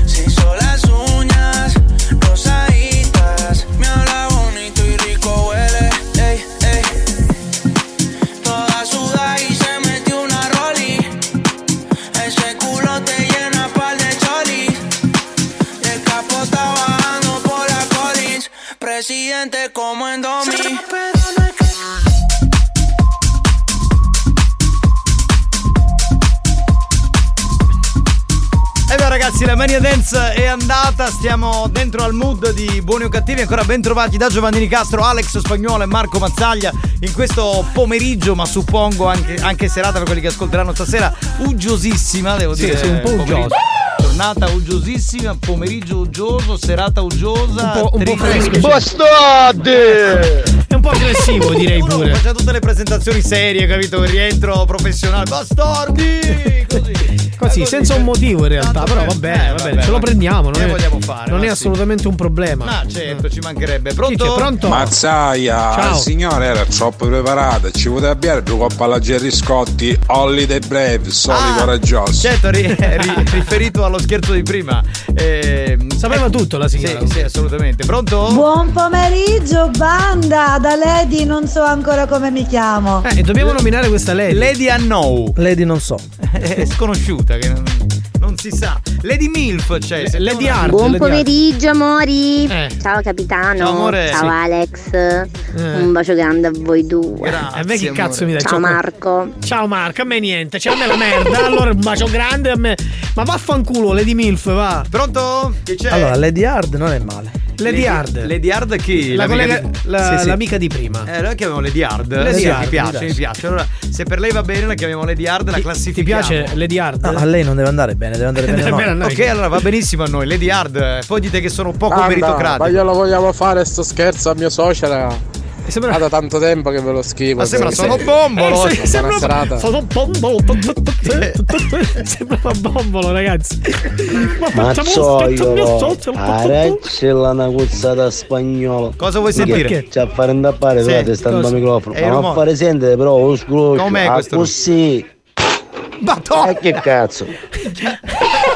Speaker 39: Se hizo las uñas rosaditas. Me habla bonito y rico huele. Ey, ey. Toda suda y se metió una roli. Ese culo te llena par de cholis. El capo está bajando por la Collins. Presidente como en Domi.
Speaker 8: E beh ragazzi, la Mania Dance è andata, stiamo dentro al mood di Buoni o Cattivi, ancora ben trovati da Giovanni Nicastro, Alex Spagnolo e Marco Mazzaglia in questo pomeriggio, ma suppongo anche, anche serata per quelli che ascolteranno stasera, uggiosissima, devo
Speaker 9: Sì,
Speaker 8: dire.
Speaker 9: sì, un po'
Speaker 8: pomeriggio.
Speaker 9: uggioso.
Speaker 8: Giornata uggiosissima, pomeriggio uggioso, serata uggiosa.
Speaker 9: po'- un po'
Speaker 8: trip-
Speaker 9: fresco, sì.
Speaker 8: È
Speaker 9: un po' aggressivo, direi
Speaker 8: Uno
Speaker 9: pure.
Speaker 8: Faccia tutte le presentazioni serie, capito? Il rientro professionale. Bastardi! Così.
Speaker 9: Così, senza un motivo in realtà, però va bene, va bene, ce lo prendiamo, non
Speaker 8: Eh, Che
Speaker 9: è,
Speaker 8: vogliamo fare?
Speaker 9: non
Speaker 8: Ma
Speaker 9: è
Speaker 8: sì.
Speaker 9: assolutamente un problema.
Speaker 8: Ah, certo, ci mancherebbe.
Speaker 9: Chi c'è?
Speaker 8: Pronto?
Speaker 9: Pronto?
Speaker 16: Mazzaia,
Speaker 9: Ciao.
Speaker 16: il ah, signore era troppo preparato, ci poteva bere due coppe alla Gerry Scotti, Olli dei Brave, soli coraggiosi.
Speaker 8: Ah, Certo, ri- ri- riferito allo scherzo di prima. Sapeva tutto la signora. Sì, sì, assolutamente. Pronto?
Speaker 4: Buon pomeriggio, banda! Da Lady non so ancora come mi chiamo.
Speaker 8: Eh,
Speaker 9: Eh, E dobbiamo nominare questa Lady.
Speaker 8: Lady Unknown. Eh,
Speaker 9: Lady non so.
Speaker 8: È sconosciuta, che non, non si sa. Lady Milf c'è. Cioè, Lady Art.
Speaker 40: Buon pomeriggio amori Ciao capitano
Speaker 8: Ciao, amore. Sì.
Speaker 40: Ciao Alex Un bacio grande a voi due
Speaker 9: E a me che cazzo mi dai?
Speaker 40: Ciao Marco
Speaker 9: Ciao Marco, a me niente, cioè a me la merda. Allora un bacio grande a me. Ma vaffanculo, Lady Milf, va.
Speaker 8: Pronto? Che c'è?
Speaker 46: Allora, Lady Hard non è male.
Speaker 9: Lady Hard.
Speaker 8: Lady Hard chi?
Speaker 9: La
Speaker 8: L'amica
Speaker 9: collega- la- l'amica di prima.
Speaker 8: Eh, noi chiamiamo Lady Hard.
Speaker 9: Lady
Speaker 8: Sì,
Speaker 9: Hard,
Speaker 8: mi
Speaker 9: mi
Speaker 8: piace,
Speaker 9: piace.
Speaker 8: mi piace. Allora, se per lei va bene, la chiamiamo Lady Hard, la classifichiamo. Ah,
Speaker 9: Lady Hard?
Speaker 46: No, a lei non deve andare bene, deve andare bene. a noi.
Speaker 8: Ok, allora va benissimo a noi, Lady Hard. eh, Poi dite che sono poco
Speaker 16: Anda,
Speaker 8: meritocratico.
Speaker 16: Ma glielo vogliamo fare sto scherzo a mio suocera?
Speaker 9: Sembra... Eh,
Speaker 16: da tanto tempo che ve lo schifo.
Speaker 8: Ma sembra
Speaker 16: quindi-
Speaker 8: sono bombolo.
Speaker 16: Buona serata.
Speaker 9: Sono bombolo. Sembrava bombolo, ragazzi. Ma
Speaker 1: Mazzoio,
Speaker 9: Arec-
Speaker 1: areccella una cuzzata spagnola.
Speaker 8: Cosa vuoi
Speaker 1: Che
Speaker 8: sentire?
Speaker 1: C'è a fare indappare,
Speaker 8: Sì,
Speaker 1: però te sta
Speaker 8: cosa?
Speaker 1: al microfono.
Speaker 8: È
Speaker 1: Ma non
Speaker 8: rumore.
Speaker 1: fare sentire, però, lo scroscio.
Speaker 8: Com'è
Speaker 1: ah,
Speaker 8: questo?
Speaker 1: Così.
Speaker 8: Madonna!
Speaker 1: Eh, che cazzo?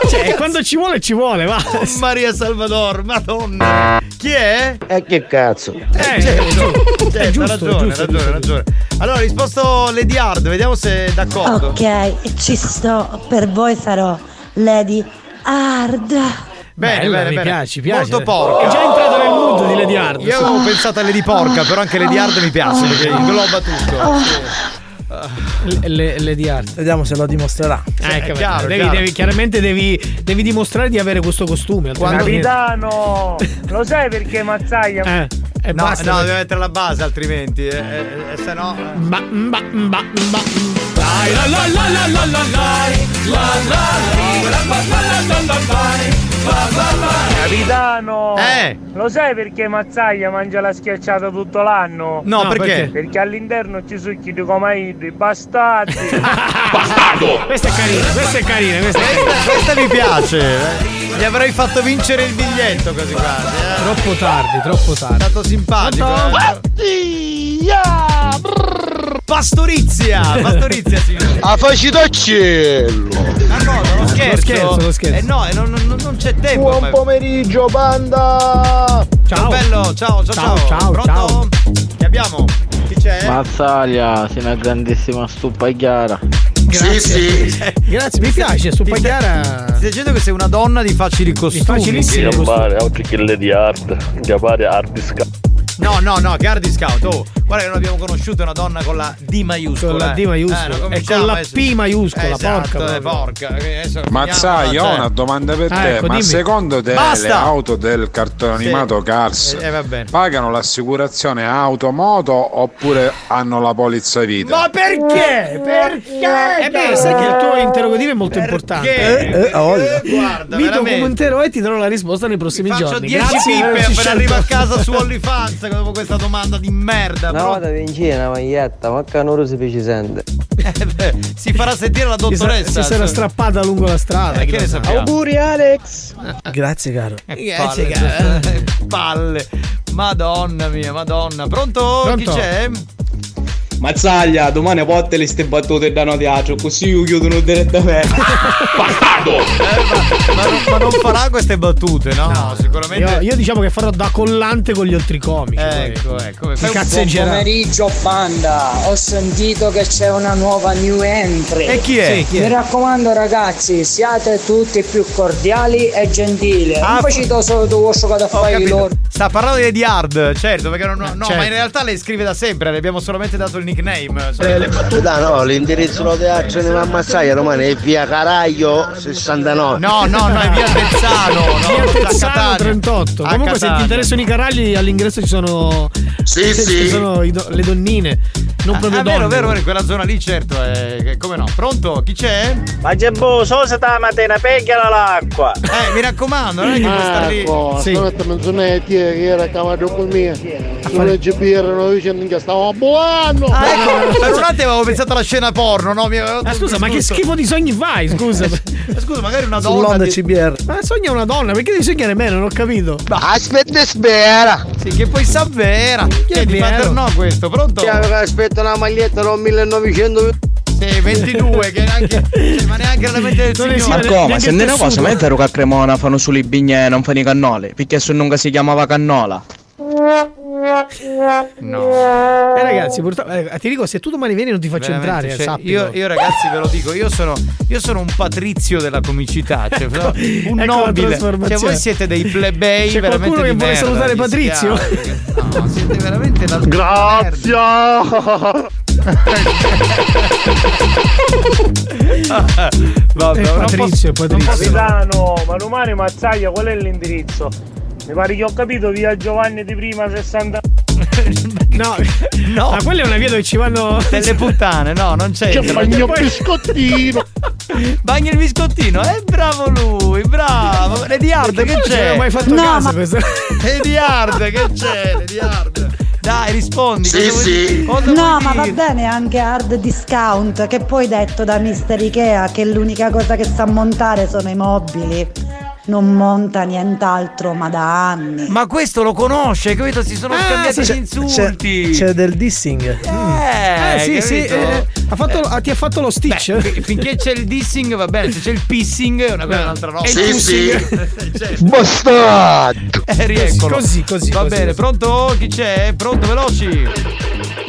Speaker 9: Cioè, quando ci vuole, ci vuole, va.
Speaker 8: Maria Salvador, madonna. Chi è?
Speaker 1: Eh, che cazzo?
Speaker 8: Eh, certo, certo,
Speaker 1: giusto,
Speaker 8: ha ragione,
Speaker 1: giusto,
Speaker 8: ha ragione, ha ragione. Allora, risposto Lady Hard, vediamo se è d'accordo.
Speaker 4: Ok, ci sto, per voi sarò Lady Hard.
Speaker 8: Bene,
Speaker 9: Bella,
Speaker 8: bene,
Speaker 9: mi
Speaker 8: bene.
Speaker 9: piace, piace.
Speaker 8: Molto porca.
Speaker 9: È già entrato nel mood di Lady Hard.
Speaker 8: Io avevo pensato a Lady Porca, però anche Lady Hard mi piace perché ingloba tutto.
Speaker 9: Lady Hard.
Speaker 46: Vediamo se lo dimostrerà.
Speaker 9: Eh, capito.
Speaker 46: chiaro,
Speaker 9: devi,
Speaker 46: chiaro.
Speaker 9: devi- chiaramente devi, devi dimostrare di avere questo costume. altrimenti-
Speaker 1: Capitano, lo sai perché Mazzaglia?
Speaker 9: Eh, e
Speaker 8: no,
Speaker 9: basta.
Speaker 8: no, deve mettere la base altrimenti, eh, eh, eh, se no...
Speaker 9: Ba, ba, ba, ba.
Speaker 1: La la la la la la Capitano,
Speaker 8: Eh.
Speaker 1: lo sai perché Mazzaglia mangia la schiacciata tutto l'anno?
Speaker 8: No, No, perché? perché?
Speaker 1: Perché all'interno ci succhi di comaido, i bastardi.
Speaker 9: Questa è carina, questa è carina, questa è
Speaker 8: carina. Questa mi piace. eh. Gli avrei fatto vincere il biglietto così quasi. Eh.
Speaker 9: Troppo tardi, troppo tardi. È
Speaker 8: stato simpatico. eh. Pastorizia, pastorizia signore.
Speaker 16: A facitoccello!
Speaker 8: Lo scherzo,
Speaker 16: Lo scherzo, lo scherzo.
Speaker 8: Eh no, eh, non, non- non c'è tempo.
Speaker 16: Buon
Speaker 8: ma-
Speaker 16: pomeriggio, banda!
Speaker 8: Ciao bello, ciao, ciao, ciao. Pronto? Chi abbiamo? Chi c'è?
Speaker 1: Mazzaglia, sei una grandissima stuppagliara.
Speaker 8: Grazie.
Speaker 1: Sì, sì.
Speaker 9: Grazie, mi piace, su Pagliara.
Speaker 8: Stai dicendo che sei una donna di facili costumi.
Speaker 18: Chiamare, oggi che le di hard, chiamare hard discount.
Speaker 8: No, no, no, che hard discount. Oh, Guarda che noi abbiamo conosciuto una donna con la D maiuscola.
Speaker 9: Con la D
Speaker 8: eh.
Speaker 9: maiuscola.
Speaker 8: Eh, non
Speaker 9: E
Speaker 8: cominciamo
Speaker 9: con la
Speaker 8: adesso.
Speaker 9: P maiuscola, porca
Speaker 8: esatto,
Speaker 9: proprio.
Speaker 8: eh, porca. Adesso
Speaker 16: Mazzai,
Speaker 8: finiamola,
Speaker 16: ho
Speaker 8: cioè.
Speaker 16: una domanda per
Speaker 8: Ah,
Speaker 16: te.
Speaker 8: ecco,
Speaker 16: Ma
Speaker 8: dimmi.
Speaker 16: secondo te le
Speaker 8: Basta!
Speaker 16: auto del cartone
Speaker 8: Sì.
Speaker 16: animato Cars
Speaker 8: Eh, eh, va bene.
Speaker 16: pagano l'assicurazione auto moto oppure hanno la polizza vita?
Speaker 8: Ma perché? Perché?
Speaker 9: Eh beh, sai che il tuo interrogativo è molto importante.
Speaker 47: Eh, eh, oh,
Speaker 8: Guarda,
Speaker 9: Mi
Speaker 8: veramente.
Speaker 9: documenterò e ti darò la risposta nei prossimi
Speaker 8: Faccio
Speaker 9: giorni.
Speaker 8: 10
Speaker 9: Grazie per
Speaker 8: pippe
Speaker 9: averci
Speaker 8: appena
Speaker 9: scelto.
Speaker 8: arrivo a casa su OnlyFans dopo questa domanda di merda.
Speaker 1: Una
Speaker 8: però-
Speaker 1: volta vinci una maglietta, ma canoro si fece sente.
Speaker 8: Eh, beh, si farà sentire la
Speaker 9: Si sarà-
Speaker 8: dottoressa. cioè.
Speaker 9: Si sarà strappata lungo la strada.
Speaker 8: Eh, che ne sappiamo? Auguri,
Speaker 9: Alex.
Speaker 47: Grazie, caro.
Speaker 8: Eh, palle, eh, palle. Madonna mia, madonna. Pronto? Chi c'è?
Speaker 48: Mazzaglia, domani portale ste battute da notiaccio, così io chiudono direttamente.
Speaker 8: Ma, non- ma non farà queste battute, no? sicuramente.
Speaker 9: Io, io diciamo che farò da collante con gli oltre comici.
Speaker 8: Ecco, ecco. Fai un-
Speaker 9: cazzeggerà.
Speaker 11: pomeriggio banda, ho sentito che c'è una nuova new entry.
Speaker 8: E chi è? Sì, chi è?
Speaker 11: Mi raccomando ragazzi, siate tutti più cordiali e gentili.
Speaker 8: Ah,
Speaker 11: non facite solo tu giocare a
Speaker 8: Ho
Speaker 11: fare i
Speaker 8: capito.
Speaker 11: loro.
Speaker 8: Sta parlando di Eddie Hard, certo, perché non,
Speaker 9: Eh,
Speaker 8: no, no,
Speaker 11: certo.
Speaker 8: ma in realtà lei scrive da sempre, le abbiamo solamente dato il nickname.
Speaker 1: Eh, le battute ah, no, l'indirizzo noteaccio di Mammazzaia domani è via Caraglio 69.
Speaker 8: No, no, no, è via Tezzano. No,
Speaker 9: Via
Speaker 8: a
Speaker 9: Tezzano
Speaker 8: Catania.
Speaker 9: 38.
Speaker 8: A
Speaker 9: Comunque, se
Speaker 8: Catania.
Speaker 9: ti interessano i caragli, all'ingresso ci sono.
Speaker 8: Sì,
Speaker 9: ci
Speaker 8: sì.
Speaker 9: sono i do- le donnine. Non
Speaker 8: Ah,
Speaker 9: proprio
Speaker 8: è
Speaker 9: donne.
Speaker 8: vero, vero, vero, in quella zona lì certo, eh, che- come no. Pronto? Chi c'è?
Speaker 48: Ma Gebbo, so se la mattina pegala l'acqua.
Speaker 8: Eh, mi raccomando, non è che puoi stare
Speaker 48: Eh,
Speaker 8: lì.
Speaker 48: boh,
Speaker 6: Aspetta, non Ah, ecco, sono io che era cavato con me. Sono il GPR, non dicendo che stavo a buono.
Speaker 8: Ah, ecco, per un attimo avevo pensato alla scena porno, no? Mi avevo-
Speaker 9: Ma Ah, scusa, ma che schifo di sogni fai? Eh, Scusa.
Speaker 8: Ma scusa, magari una donna.
Speaker 9: Sull'onda
Speaker 8: ti-
Speaker 9: CBR. Ma sogna una donna, perché devi sognare me? Non ho capito.
Speaker 1: Aspetta, spera.
Speaker 8: Sì, che poi sa vera. Che è di
Speaker 1: vero.
Speaker 8: Paternò questo, pronto?
Speaker 1: aspetta una maglietta, non 1900.
Speaker 8: Sì, 22, che neanche. cioè, ma neanche la mente del signore.
Speaker 48: Ma come? Se non è una cosa, ma è vero che a Cremona fanno solo i bignè e non fanno i cannoli? Perché se non si chiamava cannola.
Speaker 9: Eh, ragazzi, purtroppo. eh, ti dico, se tu domani vieni non ti faccio
Speaker 8: Veramente,
Speaker 9: entrare.
Speaker 8: cioè,
Speaker 9: sappilo.
Speaker 8: io, io ragazzi ve lo dico, io sono, io sono un patrizio della comicità, cioè, un
Speaker 9: ecco la
Speaker 8: nobile. Cioè,
Speaker 9: trasformazione.
Speaker 8: voi siete dei plebei
Speaker 9: C'è
Speaker 8: veramente
Speaker 9: qualcuno
Speaker 8: di
Speaker 9: che vuole
Speaker 8: merda,
Speaker 9: salutare
Speaker 8: mi
Speaker 9: Patrizio?
Speaker 8: spiace. No, siete veramente la
Speaker 6: Grazie.
Speaker 8: Vabbè,
Speaker 9: È
Speaker 8: non
Speaker 9: Eh, Patrizio, è
Speaker 8: posso-
Speaker 9: Patrizio.
Speaker 23: Capitano, ma domani Mazzaglia qual è l'indirizzo? Mi pare che ho capito via Giovanni di prima 60.
Speaker 9: No,
Speaker 8: no.
Speaker 9: Ma quella è una via dove ci vanno.
Speaker 8: Delle puttane, no, non c'è.
Speaker 9: C'è bagno
Speaker 6: biscottino.
Speaker 8: bagno il biscottino, eh, bravo lui, bravo. Lady Hard, che
Speaker 9: non ci
Speaker 8: c'è?
Speaker 9: avevo mai fatto No, caso, ma- questo.
Speaker 8: Lady Hard, che c'è? Lady Hard. Dai, rispondi.
Speaker 6: Sì,
Speaker 8: cosa vuoi-
Speaker 6: sì.
Speaker 8: cosa
Speaker 4: No,
Speaker 8: vuoi
Speaker 4: ma va
Speaker 8: dire?
Speaker 4: bene anche hard discount, che poi detto da Mister Ikea che l'unica cosa che sa montare sono i mobili. Non monta nient'altro, ma da anni.
Speaker 8: Ma questo lo conosce, capito? Si
Speaker 9: Ah,
Speaker 8: sono scambiati gli
Speaker 47: C'è,
Speaker 8: insulti.
Speaker 47: c'è del dissing.
Speaker 8: Eh,
Speaker 9: Eh, sì, sì.
Speaker 8: capito?
Speaker 9: eh, ha fatto- ah, ti ha fatto lo stitch.
Speaker 8: Beh, fi- finché c'è il dissing va bene, se c'è il pissing è una cosa è un'altra roba.
Speaker 9: E il Sì, pussing.
Speaker 1: Bastardo!
Speaker 8: Eh, rieccolo.
Speaker 1: Così, così,
Speaker 8: Va
Speaker 1: così,
Speaker 8: bene,
Speaker 1: così.
Speaker 8: pronto? Chi c'è? Pronto, veloci.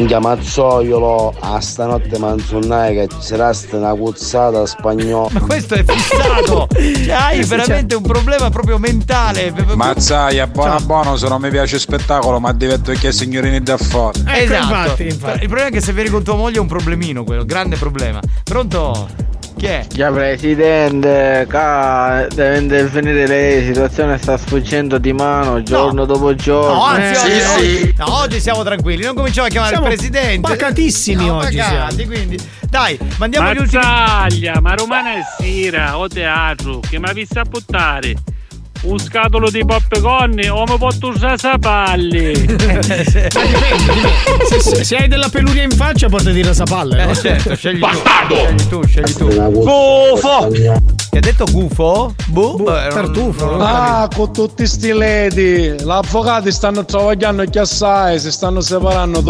Speaker 1: Chiamazzoiolo a stanotte manzonnai che c'era sta una cuzzata spagnola.
Speaker 8: Questo è fissato. Cioè, hai veramente un problema proprio mentale.
Speaker 16: Mazzaia, buono buono, se non mi piace il spettacolo, ma divento che signorini da fuori.
Speaker 9: Eh,
Speaker 8: Eh,
Speaker 9: ecco,
Speaker 8: Esatto. Il problema è che se vieni con tua moglie è un problemino quello, grande problema. Pronto? Chi è?
Speaker 1: Già presidente, ca, deve finire lei, la situazione sta sfuggendo di mano giorno dopo giorno.
Speaker 9: Oh,
Speaker 1: Eh.
Speaker 8: No, anzi, oggi, oggi- no, oggi siamo tranquilli, non cominciamo a chiamare
Speaker 9: eh, Siamo
Speaker 8: il presidente.
Speaker 9: Pacatissimi
Speaker 8: Siamo
Speaker 9: oggi.
Speaker 8: pacati,
Speaker 9: siamo.
Speaker 8: quindi. Dai, mandiamo gli ultimi.
Speaker 23: Mazzaglia, ma Romana è sera o teatro, che mi ha visto a buttare. Un scatolo di popcorn o mi porto un rasapalle.
Speaker 9: Ma dipende, dipende. Se, se- se hai della peluria in faccia, portati la sapalle. No?
Speaker 8: Eh, certo, scegli tu. Scegli tu, scegli tu. Gufo! Ti ha detto gufo? Bu? Vabbè, non- non lo capisco.
Speaker 6: Ah, con tutti sti ledi, gli avvocati stanno travagliando chi assai, si stanno separando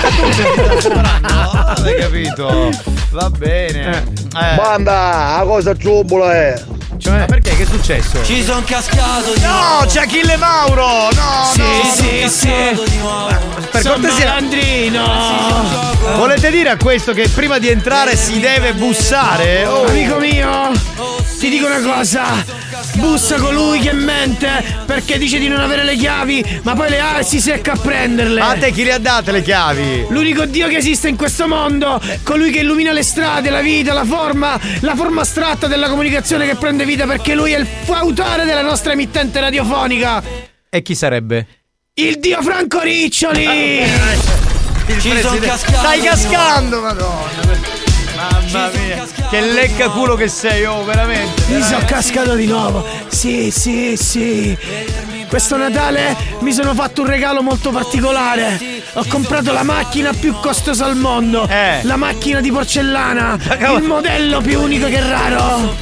Speaker 6: tutti.
Speaker 8: Ah, hai capito? Va bene. Eh.
Speaker 1: Banda, la cosa trubula è.
Speaker 8: Cioè, ma perché? Che è successo?
Speaker 1: Ci son
Speaker 8: cascato No, c'è Achille Mauro! No,
Speaker 1: Sì,
Speaker 8: no!
Speaker 1: sì,
Speaker 8: sono
Speaker 1: sì.
Speaker 8: cascato di nuovo. Eh, Per cortesia.
Speaker 9: Andrino!
Speaker 8: Volete dire a questo che prima di entrare si deve bussare? Oh.
Speaker 9: Amico mio, ti dico una cosa. bussa colui che mente perché dice di non avere le chiavi, ma poi le ha e si secca a prenderle.
Speaker 8: A te chi le ha date le chiavi?
Speaker 9: L'unico Dio che esiste in questo mondo, colui che illumina le strade, la vita, la forma, la forma astratta della comunicazione che prende vita perché lui è il fautore della nostra emittente radiofonica.
Speaker 8: E chi sarebbe?
Speaker 9: Il Dio Franco Riccioli!
Speaker 8: Ah, Ci sono cascato.
Speaker 9: Stai cascando,
Speaker 8: madonna! Mamma mia, che lecca culo che sei, oh, veramente.
Speaker 9: Mi sono cascato di nuovo. Sì, sì, sì. Questo Natale mi sono fatto un regalo molto particolare. Ho comprato la macchina più costosa al mondo.
Speaker 8: Eh.
Speaker 9: La macchina di porcellana. Il modello più unico che raro.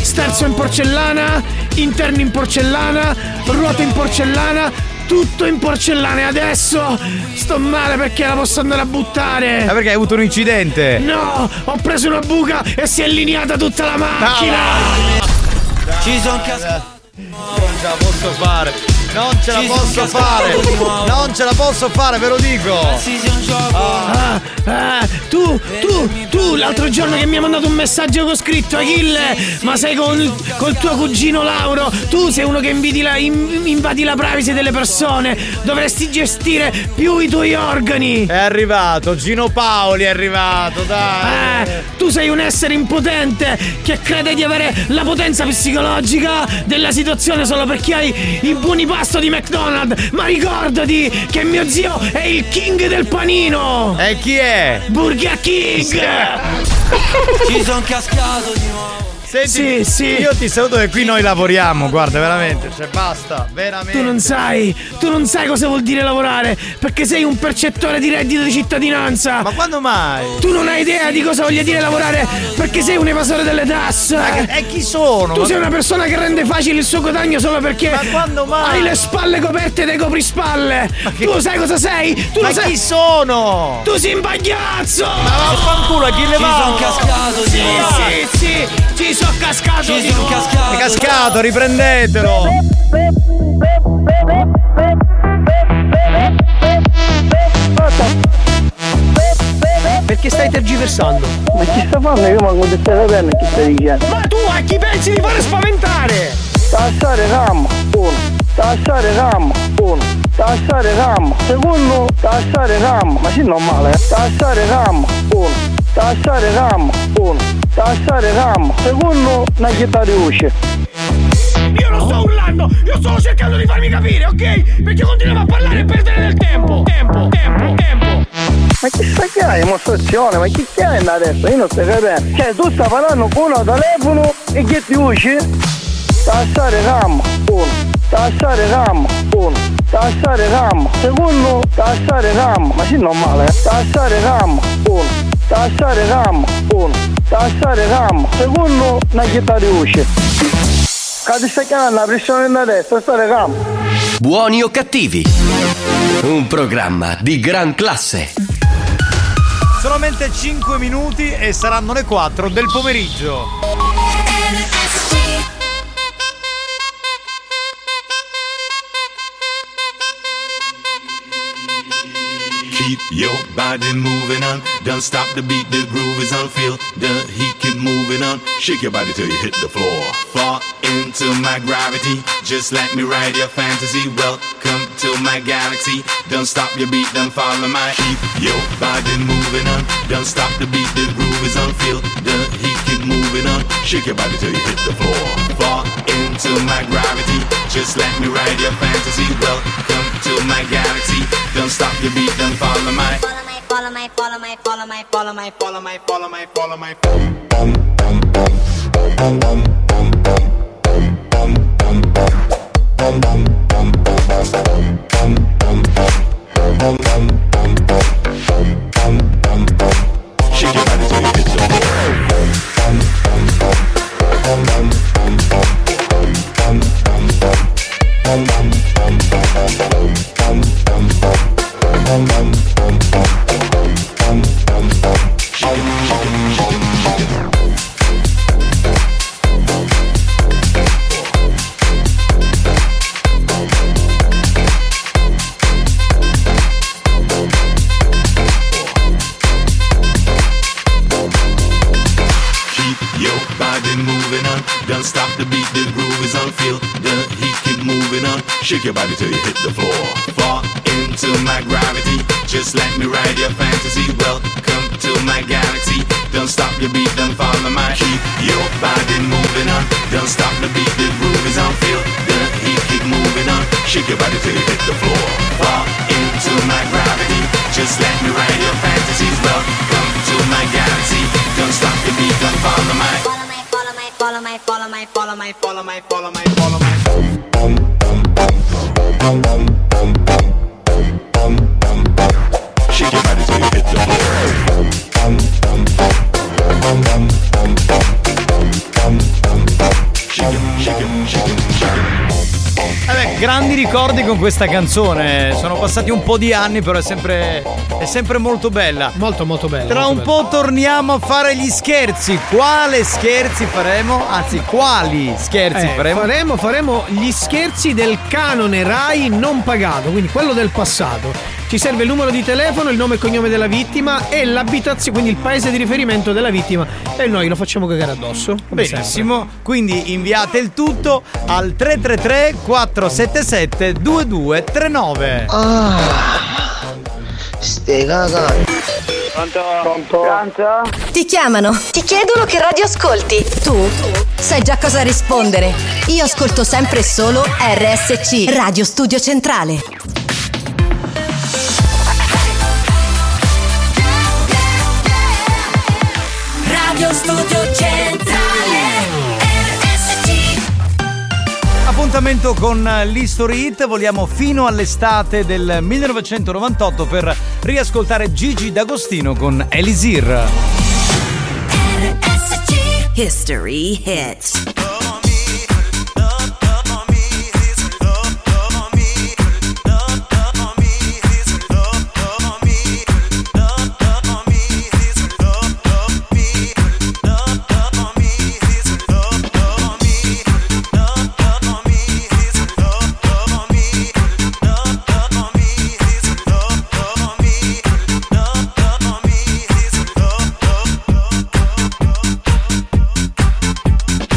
Speaker 9: Sterzo in porcellana, interno in porcellana, ruote in porcellana. Tutto in porcellana e adesso sto male perché la posso andare a buttare.
Speaker 8: Ma perché hai avuto un incidente?
Speaker 9: No, ho preso una buca e si è allineata tutta la macchina.
Speaker 8: Ah, Ci sono cascato. Non ce la posso fare. Non ce la posso fare. Non ce la posso fare, ve lo dico.
Speaker 9: Ah, ah, tu, tu, tu, l'altro giorno che mi hai mandato un messaggio con scritto Achille, ma sei con, col tuo cugino Lauro, tu sei uno che invidi la, in- invadi la privacy delle persone, dovresti gestire più i tuoi organi.
Speaker 8: È arrivato, Gino Paoli è arrivato, dai.
Speaker 9: Eh, tu sei un essere impotente che crede di avere la potenza psicologica della situazione solo perché hai i buoni pasto di McDonald's. Ma ricordati che mio zio è il king del panino!
Speaker 8: E chi è?
Speaker 9: Burger King!
Speaker 8: Ci sono cascato di nuovo. Senti, sì, sì. Io ti saluto che qui noi lavoriamo, guarda, veramente. Cioè, basta, veramente.
Speaker 9: Tu non sai, tu non sai cosa vuol dire lavorare, perché sei un percettore di reddito di cittadinanza. Ma
Speaker 8: quando mai?
Speaker 9: Tu non hai idea di cosa voglia dire lavorare, perché sei un evasore delle tasse.
Speaker 8: e chi sono?
Speaker 9: Tu
Speaker 8: Ma-
Speaker 9: sei una persona che rende facile il suo guadagno solo perché
Speaker 8: Ma quando mai?
Speaker 9: hai le spalle coperte dai coprispalle. Tu lo sai cosa sei? Tu
Speaker 8: Ma
Speaker 9: lo sai
Speaker 8: chi sono?
Speaker 9: Tu sei un bagnazzo!
Speaker 8: Ma vaffanculo, a chi le
Speaker 9: Ci
Speaker 8: va?
Speaker 9: son cascato di
Speaker 8: Sì,
Speaker 9: nuovo.
Speaker 8: sì,
Speaker 9: sì, ci sono cascato
Speaker 8: Ci sono cascato. È cascato, riprendetelo.
Speaker 9: Perché stai tergiversando?
Speaker 1: Ma chi sta fanno? Io manco di stare bene chi stai dicendo.
Speaker 9: Ma tu a chi pensi di fare spaventare?
Speaker 1: Tassare RAM, uno. Tassare RAM, uno. Tassare RAM, secondo. Tassare RAM, ma sì normale. eh. Tassare RAM, uno. Tassare RAM, uno. Tassare RAM, secondo. Una città di usci.
Speaker 9: Io non sto urlando, io sto cercando di farmi capire, ok? Perché continuiamo a parlare e perdere del tempo. Tempo, tempo, tempo.
Speaker 1: Ma che sta che hai dimostrazione? Ma chi stai adesso? Io non sto capendo. Cioè tu stai parlando con uno al telefono e che ti usci? Tassare RAM, uno. Tassare RAM, uno. Tassare RAM, secondo. Tassare RAM, ma sì normale. eh. Tassare RAM, uno. Tassare RAM, uno. Tassare RAM, secondo. Una città di usci. Cadi stai chiamando la pressione da destra, tassare RAM.
Speaker 2: Buoni o cattivi? Un programma di gran classe.
Speaker 8: Solamente 5 minuti e saranno le 4 del pomeriggio.
Speaker 30: Keep your body moving on. Don't stop the beat, the groove is on. Feel the heat, keep moving on. Shake your body till you hit the floor. Fall into my gravity. Just let me ride your fantasy. Welcome to my galaxy. Don't stop your beat, don't follow my. Keep your body moving on. Don't stop the beat, the groove is on. Feel the heat, keep moving on. Shake your body till you hit the floor. Fall into my gravity. Just let me ride your fantasy. Welcome to my galaxy. Don't stop your beat, don't follow my.
Speaker 49: Follow my, follow my, follow my, follow my, follow my, follow my, follow my.
Speaker 30: Keep your body moving on. Don't stop the beat, the groove is on. Shake your body till you hit the floor. Fall into my gravity. Just let me ride your fantasy. Welcome to my galaxy. Don't stop your beat, don't follow my heat. Your body moving on. Don't stop the beat, the groove is on. Feel the heat, keep moving on. Shake your body till you hit the floor. Fall into my gravity. Just let me ride your fantasies. Welcome to my galaxy. Don't stop your beat, don't follow my.
Speaker 23: Follow my, follow my, follow my, follow my, follow my, follow my.
Speaker 30: Shake your body till you hit the floor.
Speaker 8: Vabbè, grandi ricordi con questa canzone. Sono passati un po' di anni, però è sempre, è sempre molto bella.
Speaker 9: Molto, molto bella.
Speaker 8: Tra un po' torniamo a fare gli scherzi. Quale scherzi faremo? Anzi, quali scherzi
Speaker 9: Eh,
Speaker 8: faremo?
Speaker 9: faremo? faremo gli scherzi del canone Rai non pagato, quindi quello del passato. Ci serve il numero di telefono, il nome e cognome della vittima e l'abitazione, quindi il paese di riferimento della vittima. E noi lo facciamo cagare addosso. come sempre.
Speaker 8: Benissimo, quindi inviate il tutto al 333 477 2239.
Speaker 1: Ah,
Speaker 22: Pronto? Pronto? Ti chiamano, ti chiedono che radio ascolti. Tu sai già cosa rispondere. Io ascolto sempre e solo RSC, Radio Studio Centrale.
Speaker 7: Radio Studio Centrale RSC
Speaker 8: Appuntamento con eh, l'History Hit, vogliamo fino all'estate del 1998 per riascoltare Gigi D'Agostino con Elisir.
Speaker 22: History hits.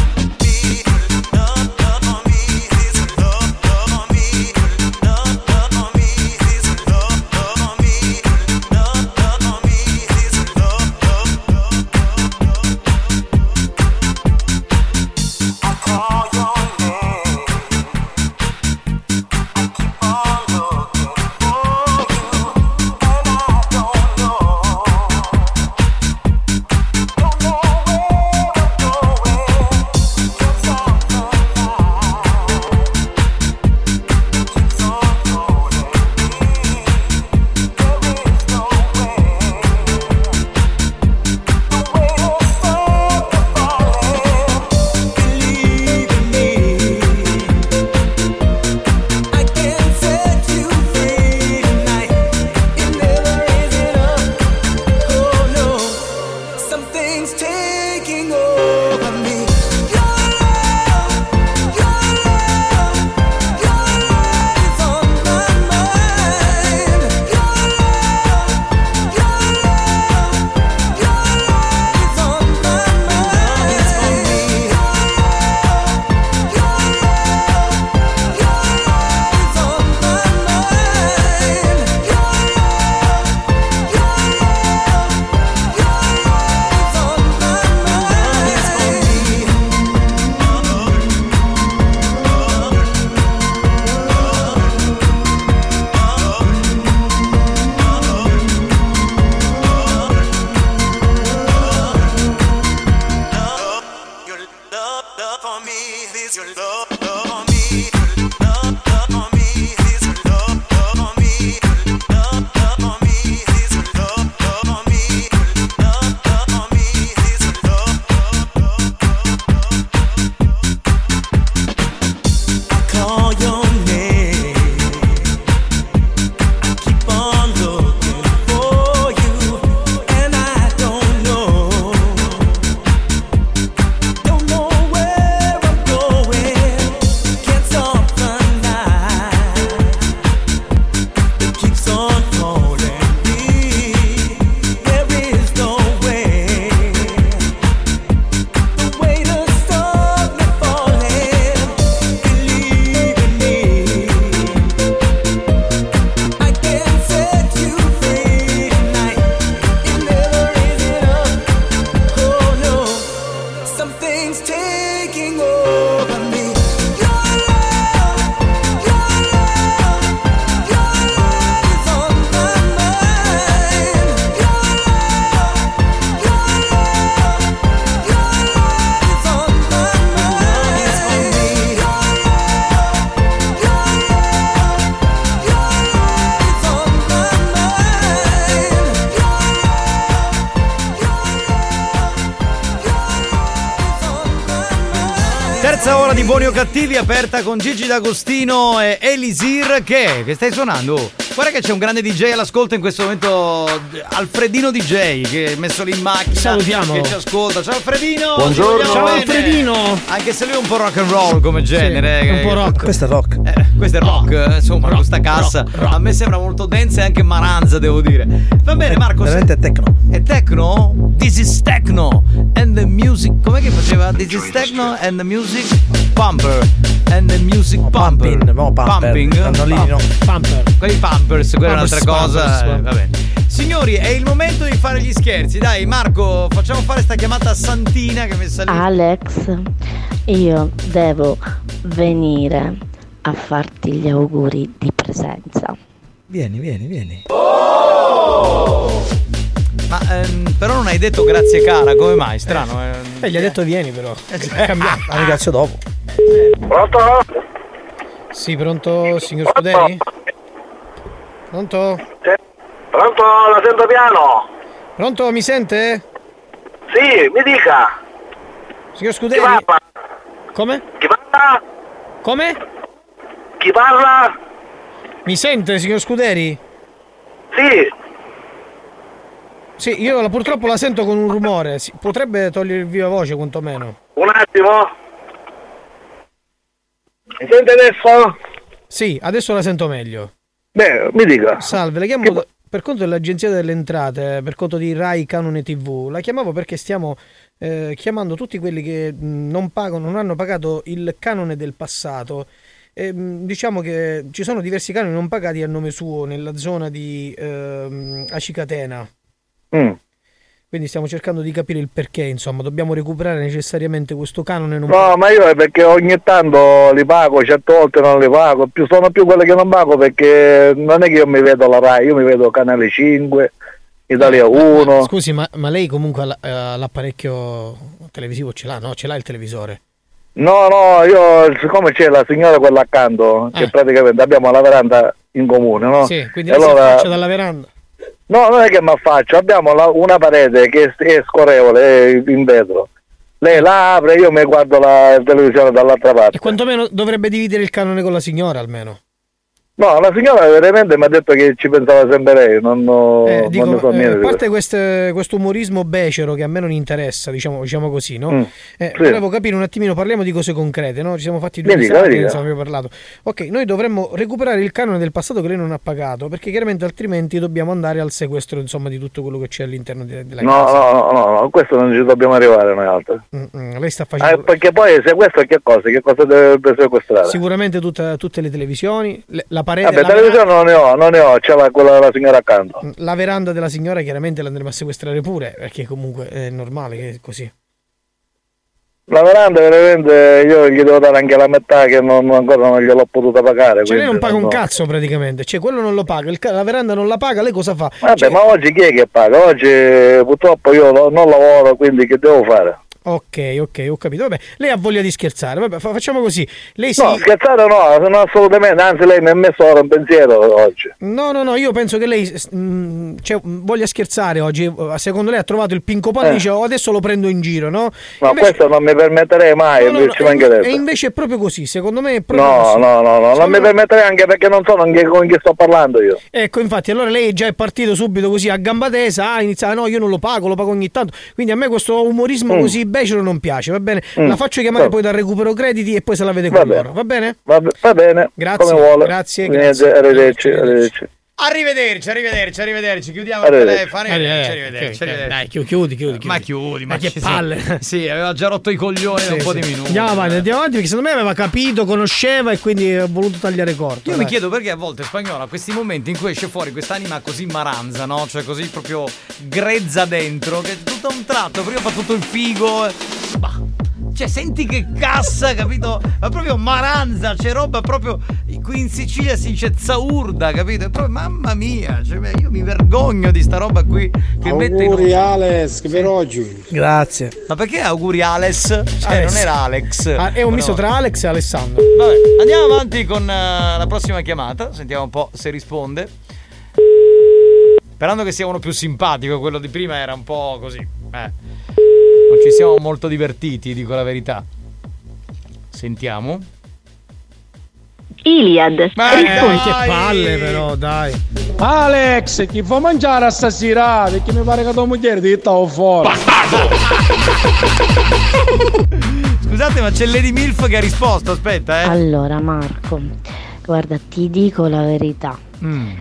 Speaker 7: Be
Speaker 8: terza ora di Buoni o Cattivi aperta con Gigi D'Agostino e Elisir che, che stai suonando? oh? Guarda che c'è un grande DJ all'ascolto in questo momento Alfredino DJ che è messo lì in macchina
Speaker 9: Salutiamo.
Speaker 8: che ci ascolta ciao Alfredino
Speaker 9: Buongiorno.
Speaker 8: ti vogliamo
Speaker 9: Ciao,
Speaker 8: bene.
Speaker 9: Alfredino.
Speaker 8: anche se lui è un po' rock and roll come genere
Speaker 6: Sì, un
Speaker 8: eh,
Speaker 6: po' rock. Questo è rock.
Speaker 9: Ah,
Speaker 8: questo è rock, eh, insomma, questa cassa. A me sembra molto densa e anche maranza, devo dire. Va bene, Marco. Veramente
Speaker 6: è techno.
Speaker 8: È techno? This is techno and the music. Com'è che faceva? This is techno and the music pumper. And the music pumper.
Speaker 6: pumper.
Speaker 8: Pumping.
Speaker 6: No, no, lì no.
Speaker 9: Pumper.
Speaker 8: Quelli pampers, quella è un'altra
Speaker 6: Pampers,
Speaker 8: cosa.
Speaker 6: Pampers,
Speaker 8: eh, va bene. Signori, è il momento di fare gli scherzi. Dai, Marco, facciamo fare sta chiamata a Santina che è messa lì.
Speaker 40: Alex, io devo venire a farti gli auguri di presenza.
Speaker 6: Vieni, vieni, vieni.
Speaker 8: Ma ehm, però non hai detto grazie cara, come mai? Strano. eh.
Speaker 6: E gli ha detto vieni però.
Speaker 9: Eh,
Speaker 6: Cambiamo. Ah, ringrazio dopo.
Speaker 9: Pronto? Sì, pronto, signor Scuderi? Pronto?
Speaker 41: Pronto, la sento piano?
Speaker 9: Pronto, mi sente?
Speaker 41: Sì, mi dica.
Speaker 9: Signor Scuderi? Come?
Speaker 41: Chi parla?
Speaker 9: Come?
Speaker 41: Chi parla?
Speaker 9: Mi sente, signor Scuderi?
Speaker 41: Sì.
Speaker 9: Sì, io la- purtroppo la sento con un rumore. Si- Potrebbe togliere il viva voce, quantomeno.
Speaker 41: Un attimo. Mi sente adesso?
Speaker 9: Sì, adesso la sento meglio.
Speaker 41: Beh, mi dica.
Speaker 9: Salve, la chiamo da- per conto dell'Agenzia delle Entrate, eh, per conto di Rai Canone TV. La chiamavo perché stiamo eh, chiamando tutti quelli che mh, non pagano, non hanno pagato il canone del passato. E, mh, diciamo che ci sono diversi canoni non pagati a nome suo nella zona di ehm, Acicatena. Quindi stiamo cercando di capire il perché, insomma, dobbiamo recuperare necessariamente questo canone non
Speaker 41: No, ma io è perché ogni tanto li pago, certe volte non li pago, più, sono più quelle che non pago perché non è che io mi vedo la RAI, io mi vedo Canale 5, Italia
Speaker 9: Eh, Ma- ma-
Speaker 41: 1.
Speaker 9: Scusi, ma, ma lei comunque ha l- eh, l'apparecchio televisivo ce l'ha, no? Ce l'ha il televisore.
Speaker 41: No, no, io siccome c'è la signora quella accanto, che praticamente abbiamo la veranda in comune, no?
Speaker 9: Eh. Sì, quindi
Speaker 41: E
Speaker 9: lei si
Speaker 41: allora-
Speaker 9: affaccia dalla veranda.
Speaker 41: No, non è che mi affaccio, abbiamo la- una parete che è, è scorrevole, è in vetro. Lei la apre, io mi guardo la televisione dall'altra parte.
Speaker 9: Quantomeno dovrebbe dividere il canone con la signora, almeno.
Speaker 41: No, la signora veramente mi ha detto che ci pensava sempre lei, non, ho-
Speaker 9: Eh,
Speaker 41: non
Speaker 9: dico,
Speaker 41: ne so
Speaker 9: eh,
Speaker 41: niente.
Speaker 9: a parte queste- questo umorismo becero che a me non interessa, diciamo, diciamo così, no?
Speaker 41: Mm,
Speaker 9: Eh,
Speaker 41: sì.
Speaker 9: Volevo capire un attimino, parliamo di cose concrete, no? Ci siamo fatti due
Speaker 41: Mi dica,
Speaker 9: risate,
Speaker 41: mi dica.
Speaker 9: insomma, abbiamo parlato. Ok, noi dovremmo recuperare il canone del passato che lei non ha pagato, perché chiaramente altrimenti dobbiamo andare al sequestro, insomma, di tutto quello che c'è all'interno de- della
Speaker 41: No,
Speaker 9: casa.
Speaker 41: no, no, no, no, questo non ci dobbiamo arrivare noi altri.
Speaker 9: Mm, Lei sta
Speaker 41: Eh,
Speaker 9: facendo
Speaker 41: perché poi se questo è che cosa? Che cosa dovrebbe sequestrare?
Speaker 9: sicuramente tutta- tutte le televisioni, le- la parete,
Speaker 41: Vabbè,
Speaker 9: la, Mm.
Speaker 41: televisione non ne ho, non ne ho, c'è la- quella della signora accanto.
Speaker 9: vera- la veranda della signora chiaramente la andremo a sequestrare pure, perché comunque è normale che è così.
Speaker 41: La veranda veramente io gli devo dare anche la metà che non, ancora non gliel'ho potuta pagare.
Speaker 9: Cioè lei non
Speaker 41: quindi
Speaker 9: paga un
Speaker 41: no.
Speaker 9: cazzo praticamente, cioè quello non lo paga, il ca- la veranda non la paga, lei cosa fa?
Speaker 41: Vabbè,
Speaker 9: Cioè,
Speaker 41: ma oggi chi è che paga? Oggi purtroppo io lo- non lavoro, quindi che devo fare?
Speaker 9: Ok, ok, ho capito. Vabbè, lei ha voglia di scherzare, vabbè, fa- facciamo così. Lei si...
Speaker 41: No, scherzare no, no, assolutamente, anzi lei mi ha messo ora un pensiero oggi.
Speaker 9: No, no, no, io penso che lei s- mh, cioè, mh, voglia scherzare oggi. eh, Secondo lei ha trovato il pincopano e
Speaker 41: Eh.
Speaker 9: dice "Oh, adesso lo prendo in giro, no?
Speaker 41: No,
Speaker 9: Invece-
Speaker 41: questo non mi permetterei mai,
Speaker 9: No, no, no,
Speaker 41: ci mancherebbe.
Speaker 9: e invece è proprio così, secondo me è proprio
Speaker 41: No,
Speaker 9: così.
Speaker 41: no, no, no, non mi permetterei anche perché non so non che- con chi sto parlando io.
Speaker 9: Ecco, infatti, allora lei già è partito subito così a gamba tesa, ah, inizia, ah, no, io non lo pago, lo pago ogni tanto. Quindi a me questo umorismo
Speaker 41: Mm.
Speaker 9: così becero non piace, va bene?
Speaker 41: Mm.
Speaker 9: La faccio chiamare
Speaker 41: Va-
Speaker 9: poi dal recupero crediti e poi se la vede
Speaker 41: Va
Speaker 9: con
Speaker 41: bene.
Speaker 9: loro, va bene?
Speaker 41: Va, va bene,
Speaker 9: Grazie,
Speaker 41: come vuole.
Speaker 9: grazie,
Speaker 41: Niente,
Speaker 9: grazie.
Speaker 41: Arrivederci, arrivederci.
Speaker 8: Arrivederci, arrivederci, arrivederci. Chiudiamo il
Speaker 41: Arrivederci.
Speaker 8: telefono. Arrivederci, arrivederci.
Speaker 9: Arrivederci, ok, ok.
Speaker 8: arrivederci.
Speaker 9: Dai, chiudi, chiudi, chiudi.
Speaker 8: Ma chiudi, ma,
Speaker 9: Ma che
Speaker 8: sì, sì.
Speaker 9: palle.
Speaker 8: Sì, aveva già rotto i coglioni da un
Speaker 9: Sì,
Speaker 8: po'
Speaker 9: sì.
Speaker 8: di minuti.
Speaker 9: Andiamo avanti, andiamo avanti perché secondo me aveva capito, conosceva e quindi ha voluto tagliare corto.
Speaker 8: Io mi
Speaker 9: dai.
Speaker 8: chiedo perché a volte spagnolo ha questi momenti in cui esce fuori quest'anima così maranza, no? Cioè così proprio grezza dentro, che tutto a un tratto, prima fa tutto il figo. e- Bah. Cioè, senti che cassa, capito? Ma proprio maranza, c'è roba proprio. Qui in Sicilia si dice zaurda, capito? È proprio, mamma mia, cioè, beh, io mi vergogno di sta roba qui che mette in
Speaker 24: Auguri Alex, per oggi.
Speaker 9: Grazie.
Speaker 8: Ma perché auguri Alex? Cioè,
Speaker 9: Alex.
Speaker 8: non era Alex.
Speaker 9: Ah, è un
Speaker 8: Però-
Speaker 9: misto tra Alex e Alessandro.
Speaker 8: Vabbè, andiamo avanti con eh, la prossima chiamata. Sentiamo un po' se risponde. Sperando che sia uno più simpatico, quello di prima era un po' così. eh. Non ci siamo molto divertiti, dico la verità. Sentiamo.
Speaker 50: Iliad.
Speaker 9: Ε,
Speaker 8: Eh,
Speaker 9: che palle però, dai.
Speaker 12: Alex, chi fa mangiare stasera? Perché mi pare che tua moglie ti stavo fuori.
Speaker 8: Scusate, ma c'è Lady Milf che ha risposto, aspetta, eh.
Speaker 40: Allora Marco, guarda, ti dico la verità.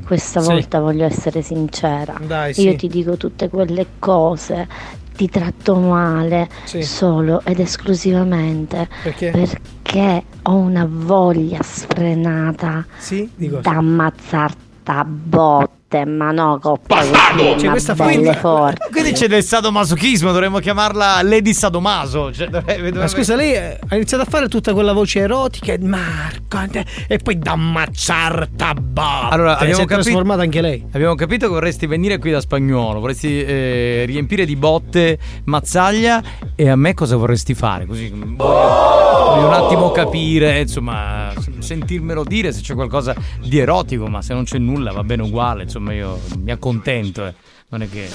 Speaker 40: Questa
Speaker 8: Sì.
Speaker 40: volta voglio essere sincera.
Speaker 9: Mm, Dai,
Speaker 40: Io
Speaker 9: sì.
Speaker 40: ti dico tutte quelle cose, ti tratto male
Speaker 9: Sì.
Speaker 40: solo ed esclusivamente
Speaker 9: Perché?
Speaker 40: perché ho una voglia sfrenata
Speaker 9: sì, di cosa?
Speaker 40: ammazzarti a botte, ma no, coppa
Speaker 8: Bastardo!
Speaker 40: così,
Speaker 9: Cioè,
Speaker 8: C'è
Speaker 40: ma
Speaker 8: questa
Speaker 40: belle
Speaker 8: fine.
Speaker 40: forti.
Speaker 8: Quindi c'è del sadomasochismo, dovremmo chiamarla Lady Sadomaso. Cioè, dovrebbe-
Speaker 9: Ma
Speaker 8: dovrebbe-
Speaker 9: scusa, lei eh, ha iniziato a fare tutta quella voce erotica e Marco eh, e poi da ammazzar tabà.
Speaker 8: Allora,
Speaker 9: Cioè,
Speaker 8: abbiamo
Speaker 9: si è
Speaker 8: capi-
Speaker 9: trasformata anche lei.
Speaker 8: Abbiamo capito che vorresti venire qui da spagnolo, vorresti eh, riempire di botte Mazzaglia e a me cosa vorresti fare? Così voglio, voglio un attimo capire, insomma, sentirmelo dire se c'è qualcosa di erotico, ma se non c'è nulla va bene uguale, insomma io mi accontento, eh. non è che...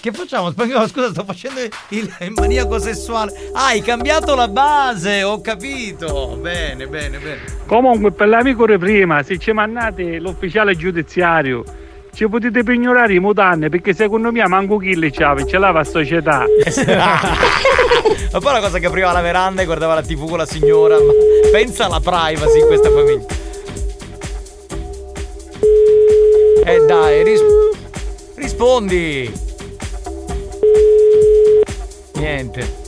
Speaker 8: Che facciamo? Spagnolo, scusa, sto facendo il il maniaco sessuale. Ah, hai cambiato la base, ho capito. Bene, bene, bene.
Speaker 23: Comunque, per l'amico di prima, se ci mandate l'ufficiale giudiziario, ci potete pignorare i mutanni perché secondo me manco chi le c'ha, ce l'ha la società.
Speaker 8: Ma poi la cosa che apriva la veranda e guardava la tv con la signora. ma Pensa alla privacy in questa famiglia. Eh dai, ris- rispondi. Niente.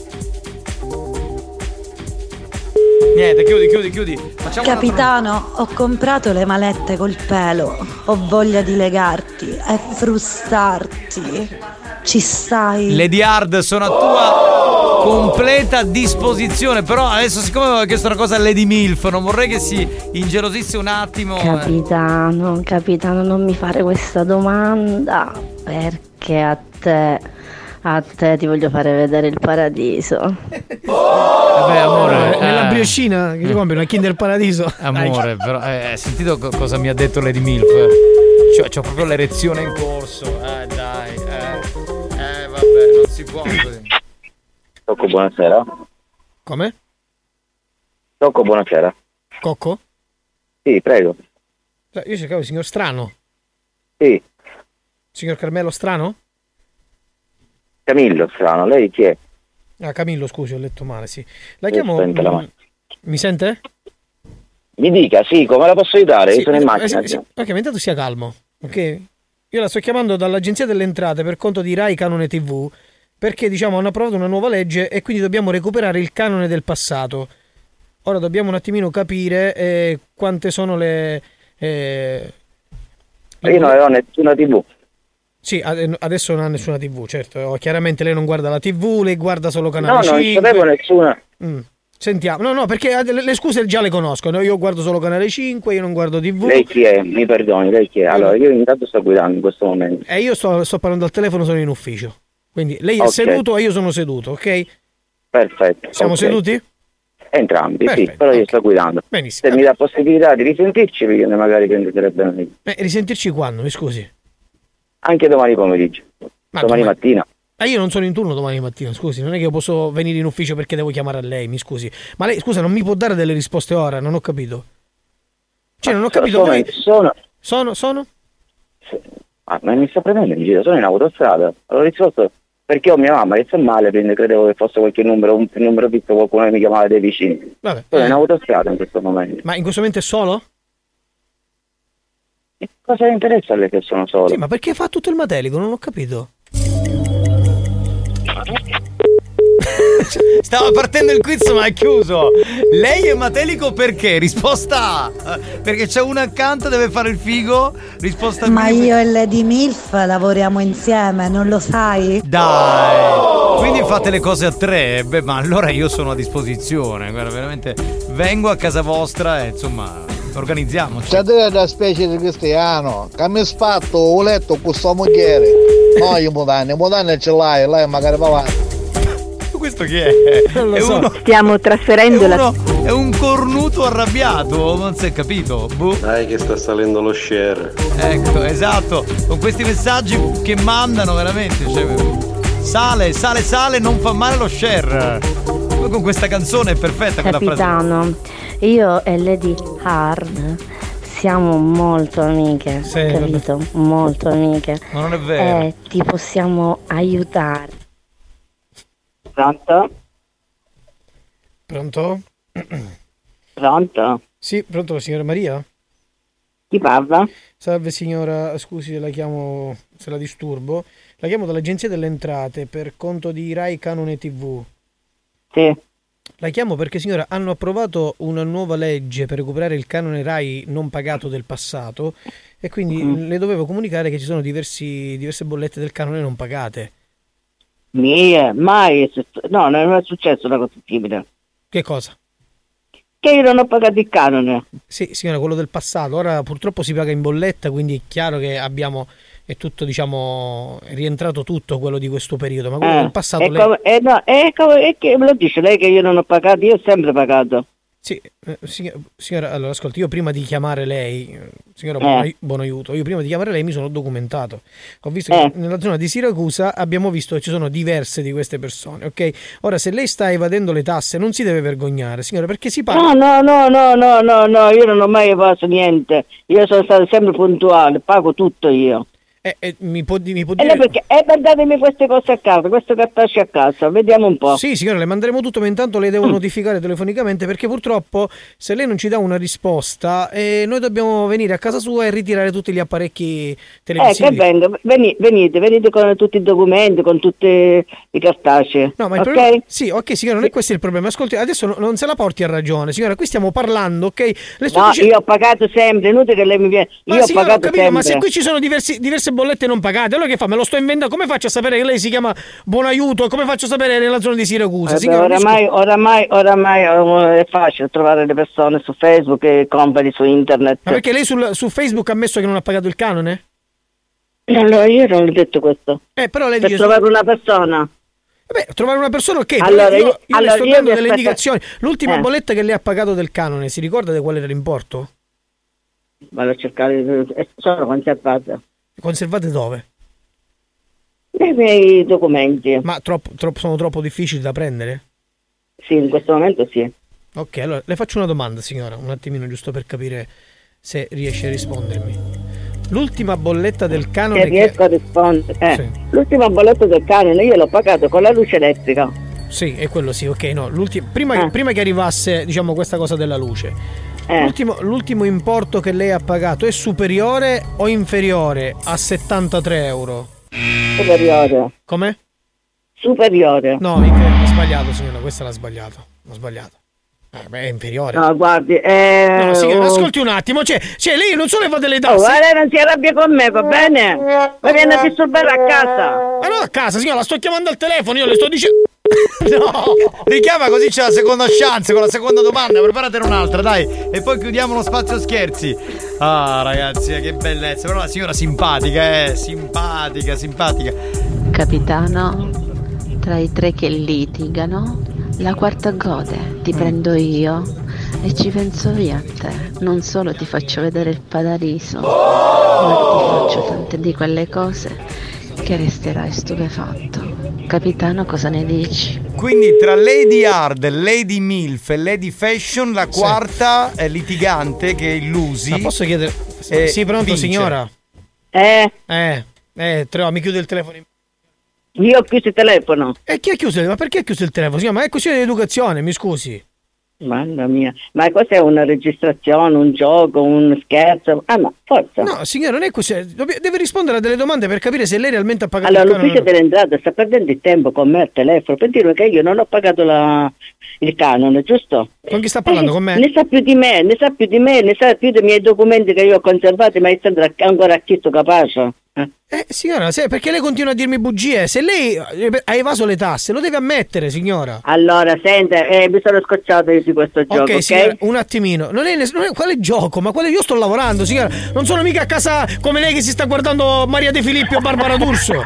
Speaker 8: Niente, chiudi, chiudi, chiudi. Facciamo una-
Speaker 4: Capitano, ho comprato le malette col pelo. Ho voglia di legarti e frustarti. Ci stai?
Speaker 8: Lady Hard sono a tua completa disposizione. Però adesso, siccome avevo chiesto una cosa a Lady Milf, non vorrei che si ingelosisse un attimo. eh.
Speaker 40: Capitano, capitano, non mi fare questa domanda perché a te, a te ti voglio fare vedere il paradiso.
Speaker 8: Eh, Vabbè, amore.
Speaker 9: Eh, Nella
Speaker 8: eh.
Speaker 9: brioscina che ti compri una Kinder Paradiso.
Speaker 8: Amore, però eh, hai sentito co- cosa mi ha detto Lady Milf? Cioè, c'ho proprio l'erezione in corso. Eh, dai, eh. Eh, vabbè, non si può così.
Speaker 22: Tocco, buonasera.
Speaker 9: Come?
Speaker 22: Tocco, buonasera.
Speaker 9: Cocco?
Speaker 22: Sì, prego.
Speaker 9: Cioè, Io cercavo il signor Strano.
Speaker 22: Sì,
Speaker 9: Signor Carmelo Strano?
Speaker 22: Camillo, strano, lei chi è?
Speaker 9: Ah, Camillo, scusi, ho letto male, sì. La
Speaker 22: Mi
Speaker 9: chiamo. mm,
Speaker 22: spenta la macchina.
Speaker 9: Mi sente?
Speaker 22: Mi dica, sì, come la posso aiutare? Io sono in
Speaker 9: eh,
Speaker 22: macchina.
Speaker 9: sì, sì. Ok, ma intanto sia calmo, ok? Io la sto chiamando dall'Agenzia delle Entrate per conto di Rai Canone TV perché diciamo hanno approvato una nuova legge e quindi dobbiamo recuperare il canone del passato. Ora dobbiamo un attimino capire eh, quante sono le. eh,
Speaker 22: Io non avevo nessuna tv.
Speaker 9: Sì, ad- adesso non ha nessuna TV, certo. Oh, Chiaramente lei non guarda la TV, lei guarda solo
Speaker 22: No,
Speaker 9: Canale 5.
Speaker 22: non sapevo nessuna.
Speaker 9: Mm. Sentiamo, no, no, perché eh, le, le scuse già le conosco. no? Io guardo solo Canale 5, io non guardo TV.
Speaker 22: Lei chi è? Mi perdoni, lei chi è? Allora, io intanto sto guidando in questo momento.
Speaker 9: E io sto, sto parlando al telefono, sono in ufficio. Quindi lei è
Speaker 22: Ok.
Speaker 9: seduto e io sono seduto, ok?
Speaker 22: Perfetto.
Speaker 9: Siamo
Speaker 22: ok.
Speaker 9: seduti?
Speaker 22: Entrambi, sì,
Speaker 9: Perfetto,
Speaker 22: però io sto guidando.
Speaker 9: Benissimo.
Speaker 22: Se mi dà possibilità di risentirci, perché magari prenderebbe meglio.
Speaker 9: Eh, risentirci quando, mi scusi?
Speaker 22: Anche domani pomeriggio.
Speaker 9: Ma
Speaker 22: domani,
Speaker 9: domani-
Speaker 22: mattina.
Speaker 9: Eh, io non sono in turno domani mattina, scusi, non è che io posso venire in ufficio perché devo chiamare a lei, mi scusi. Ma lei, scusa, non mi può dare delle risposte ora, non ho capito. Cioè, non ho capito.
Speaker 22: sono,
Speaker 9: voi-
Speaker 22: sono-
Speaker 9: Sono, sono?
Speaker 22: Ah, ma mi sta prendendo in giro, sono in autostrada. Allora ho risposto perché ho mia mamma che sta male, quindi credevo che fosse qualche numero, un numero visto qualcuno che mi chiamava dei vicini.
Speaker 9: Vabbè.
Speaker 22: Sono in autostrada in questo momento.
Speaker 9: Ma in questo momento è solo?
Speaker 22: Cosa le interessa a lei che sono solo?
Speaker 9: Sì, ma perché fa tutto il matelico? Non ho capito.
Speaker 8: Stava partendo il quiz, ma è chiuso. Lei è matelico perché? Risposta A. eh, Perché c'è uno accanto, deve fare il figo. Risposta B.
Speaker 4: Ma io e Lady Milf lavoriamo insieme, non lo sai? Oh!
Speaker 8: Dai. Quindi fate le cose a tre. eh, Beh, ma allora io sono a disposizione. Guarda, veramente vengo a casa vostra e insomma, organizziamoci.
Speaker 6: C'è una specie di cristiano che mi sfatto ho letto con sua moglie. No, i modanni, i modanni ce l'hai, lei magari va avanti.
Speaker 8: Questo chi è? È uno-
Speaker 10: Stiamo trasferendo la...
Speaker 8: uno- è un cornuto arrabbiato, non si è capito. Boh.
Speaker 51: Dai che sta salendo lo share.
Speaker 8: Ecco, esatto, con questi messaggi che mandano veramente, cioè, sale, sale, sale, non fa male lo share. Poi con questa canzone è perfetta quella frase.
Speaker 40: Capitano, io e Lady Hard siamo molto amiche,
Speaker 8: Sì,
Speaker 40: capito? Molto amiche.
Speaker 8: Ma non è vero.
Speaker 40: E ti possiamo aiutare.
Speaker 31: Pronto?
Speaker 9: Pronto?
Speaker 31: Pronto?
Speaker 9: Sì, pronto, signora Maria?
Speaker 31: Chi parla?
Speaker 9: Salve signora, scusi se la chiamo, se la disturbo. La chiamo dall'Agenzia delle Entrate per conto di Rai Canone TV.
Speaker 31: Sì.
Speaker 9: La chiamo perché signora hanno approvato una nuova legge per recuperare il canone Rai non pagato del passato e quindi le dovevo comunicare che ci sono diversi, diverse bollette del canone non pagate.
Speaker 31: Mia, mai. è succe- No, non è successo una cosa simile.
Speaker 9: Che cosa?
Speaker 31: Che io non ho pagato il canone.
Speaker 9: Sì, signora, quello del passato. Ora purtroppo si paga in bolletta, quindi è chiaro che abbiamo è tutto, diciamo, è rientrato tutto quello di questo periodo, ma quello
Speaker 31: Eh,
Speaker 9: del passato
Speaker 31: e
Speaker 9: lei-
Speaker 31: come- eh, no, e come- e che me lo dice lei che io non ho pagato, io ho sempre pagato.
Speaker 9: Sì, eh, signor- signora, allora ascolti, io prima di chiamare lei, eh, signora,
Speaker 31: Eh.
Speaker 9: buon, ai- buon aiuto, io prima di chiamare lei mi sono documentato. Ho visto che
Speaker 31: Eh.
Speaker 9: nella zona di Siracusa abbiamo visto che ci sono diverse di queste persone, ok? Ora, se lei sta evadendo le tasse, non si deve vergognare, signora, perché si paga...
Speaker 31: No, no, no, no, no, no, no, io non ho mai fatto niente. Io sono stato sempre puntuale, pago tutto io.
Speaker 9: Eh, eh, mi può, di- mi può
Speaker 31: E
Speaker 9: dire...
Speaker 31: lei perché? E mandatemi queste cose a casa, questo cartaceo a casa, vediamo un po'. Eh,
Speaker 9: Sì, signora, le manderemo tutto, ma intanto le
Speaker 31: Mm.
Speaker 9: devo notificare telefonicamente perché purtroppo se lei non ci dà una risposta, eh, noi dobbiamo venire a casa sua e ritirare tutti gli apparecchi
Speaker 31: Eh,
Speaker 9: televisivi.
Speaker 31: che vengo, veni- venite, venite con tutti i documenti, con tutti i cartacei.
Speaker 9: No, ma il
Speaker 31: ok?
Speaker 9: problema... Sì, ok, signora, non è questo il problema. Ascolti, adesso no- non se la porti a ragione, signora. Qui stiamo parlando, ok? Le sto
Speaker 31: No,
Speaker 9: dice-
Speaker 31: io ho pagato sempre, inutile che lei mi viene.
Speaker 9: Ma
Speaker 31: io ho
Speaker 9: signora, ho
Speaker 31: pagato
Speaker 9: capito, ma
Speaker 31: sempre.
Speaker 9: se qui ci sono diversi- diverse bollette non pagate, allora che fa? Me lo sto inventando? Come faccio a sapere che lei si chiama Buon Aiuto? Come faccio a sapere nella zona di Siracusa?
Speaker 31: Vabbè,
Speaker 9: Signora, mi
Speaker 31: oramai,
Speaker 9: scusi.
Speaker 31: oramai, oramai eh, è facile trovare le persone su Facebook e compagni su internet.
Speaker 9: Ma perché lei sul- su Facebook ha messo che non ha pagato il canone?
Speaker 31: Allora, io non ho detto questo.
Speaker 9: Eh, però lei
Speaker 31: per
Speaker 9: dice- Eh
Speaker 31: trovare una persona.
Speaker 9: Beh, trovare una persona ok, però
Speaker 31: Allora,
Speaker 9: io,
Speaker 31: io-
Speaker 9: io le
Speaker 31: allora,
Speaker 9: sto
Speaker 31: io
Speaker 9: dando
Speaker 31: mi
Speaker 9: delle
Speaker 31: aspetta-
Speaker 9: indicazioni. L'ultima
Speaker 31: Eh.
Speaker 9: bolletta che lei ha pagato del canone, si ricorda di qual era l'importo?
Speaker 31: Vado a cercare, eh, sono conservata.
Speaker 9: Conservate dove?
Speaker 31: Nei miei documenti.
Speaker 9: Ma troppo- troppo- sono troppo difficili da prendere?
Speaker 31: Sì, in questo momento sì.
Speaker 9: Ok, allora le faccio una domanda, signora, un attimino giusto per capire se riesce a rispondermi. L'ultima bolletta del canone
Speaker 31: Se
Speaker 9: che...
Speaker 31: riesco a rispondere. Eh,
Speaker 9: Sì.
Speaker 31: L'ultima bolletta del canone io l'ho pagato con la luce elettrica.
Speaker 9: Sì, è quello sì, ok, no, l'ulti- prima,
Speaker 31: Eh.
Speaker 9: che- prima che arrivasse, diciamo, questa cosa della luce. L'ultimo, l'ultimo importo che lei ha pagato è superiore o inferiore a 73 euro?
Speaker 31: Superiore.
Speaker 9: Come?
Speaker 31: Superiore.
Speaker 9: No, infer- ho sbagliato, signora, questa l'ha sbagliato. Ho sbagliato. Eh, beh, è inferiore.
Speaker 31: No, guardi, eh,
Speaker 9: No, signora,
Speaker 31: oh.
Speaker 9: ascolti un attimo, cioè, cioè lei non solo fa delle
Speaker 31: Oh,
Speaker 9: tasse.
Speaker 31: guarda, non si arrabbia con me, va bene? Ma viene a disturbare a casa.
Speaker 9: Ma non a casa, signora, la sto chiamando al telefono, io le sto dicendo. No!
Speaker 8: Richiama così c'è la seconda chance con la seconda domanda, preparatene un'altra, dai. E poi chiudiamo lo spazio scherzi. Ah, ragazzi, eh, che bellezza. Però la signora simpatica, eh, simpatica, simpatica.
Speaker 10: Capitano, tra i tre che litigano, la quarta gode, ti prendo io e ci penso io a te. Non solo ti faccio vedere il paradiso, ma ti faccio tante di quelle cose che resterai stupefatto. Capitano, cosa ne dici?
Speaker 9: Eh,
Speaker 8: Quindi tra Lady Hard, Lady Milf e Lady Fashion, la quarta è litigante che è illusi.
Speaker 9: Ma posso chiedere?
Speaker 8: Eh,
Speaker 9: sì, pronto,
Speaker 8: vince.
Speaker 9: signora?
Speaker 31: Eh?
Speaker 9: Eh, eh, Treo, mi chiude il telefono.
Speaker 31: Io ho chiuso il telefono.
Speaker 9: E chi ha chiuso? Ma perché ha chiuso il telefono? Signora, ma è questione di educazione, mi scusi.
Speaker 31: Mamma mia, ma cos'è una registrazione, un gioco, un scherzo? Ah, ma forza.
Speaker 9: No, signora, non è questione. dobb- Deve rispondere a delle domande per capire se lei realmente ha pagato
Speaker 31: Allora,
Speaker 9: il canone. o
Speaker 31: l'ufficio
Speaker 9: no.
Speaker 31: dell'entrata sta perdendo il tempo con me al telefono per dire che io non ho pagato la- il canone, giusto?
Speaker 9: Con chi sta parlando? Con me?
Speaker 31: Ne sa più di me, ne sa più di me, ne sa più dei miei documenti che io ho conservati, ma è sempre ancora a chi sto capace. Eh?
Speaker 9: Eh, signora, se- perché lei continua a dirmi bugie? Se lei eh, ha evaso le tasse, lo deve ammettere, signora.
Speaker 31: Allora, senta, eh, mi sono scocciato io di questo gioco, ok?
Speaker 9: Ok, signora, un attimino. Non è, ness- non è- quale gioco? Ma quale io sto lavorando, signora? Non sono mica a casa come lei che si sta guardando Maria De Filippi o Barbara D'Urso.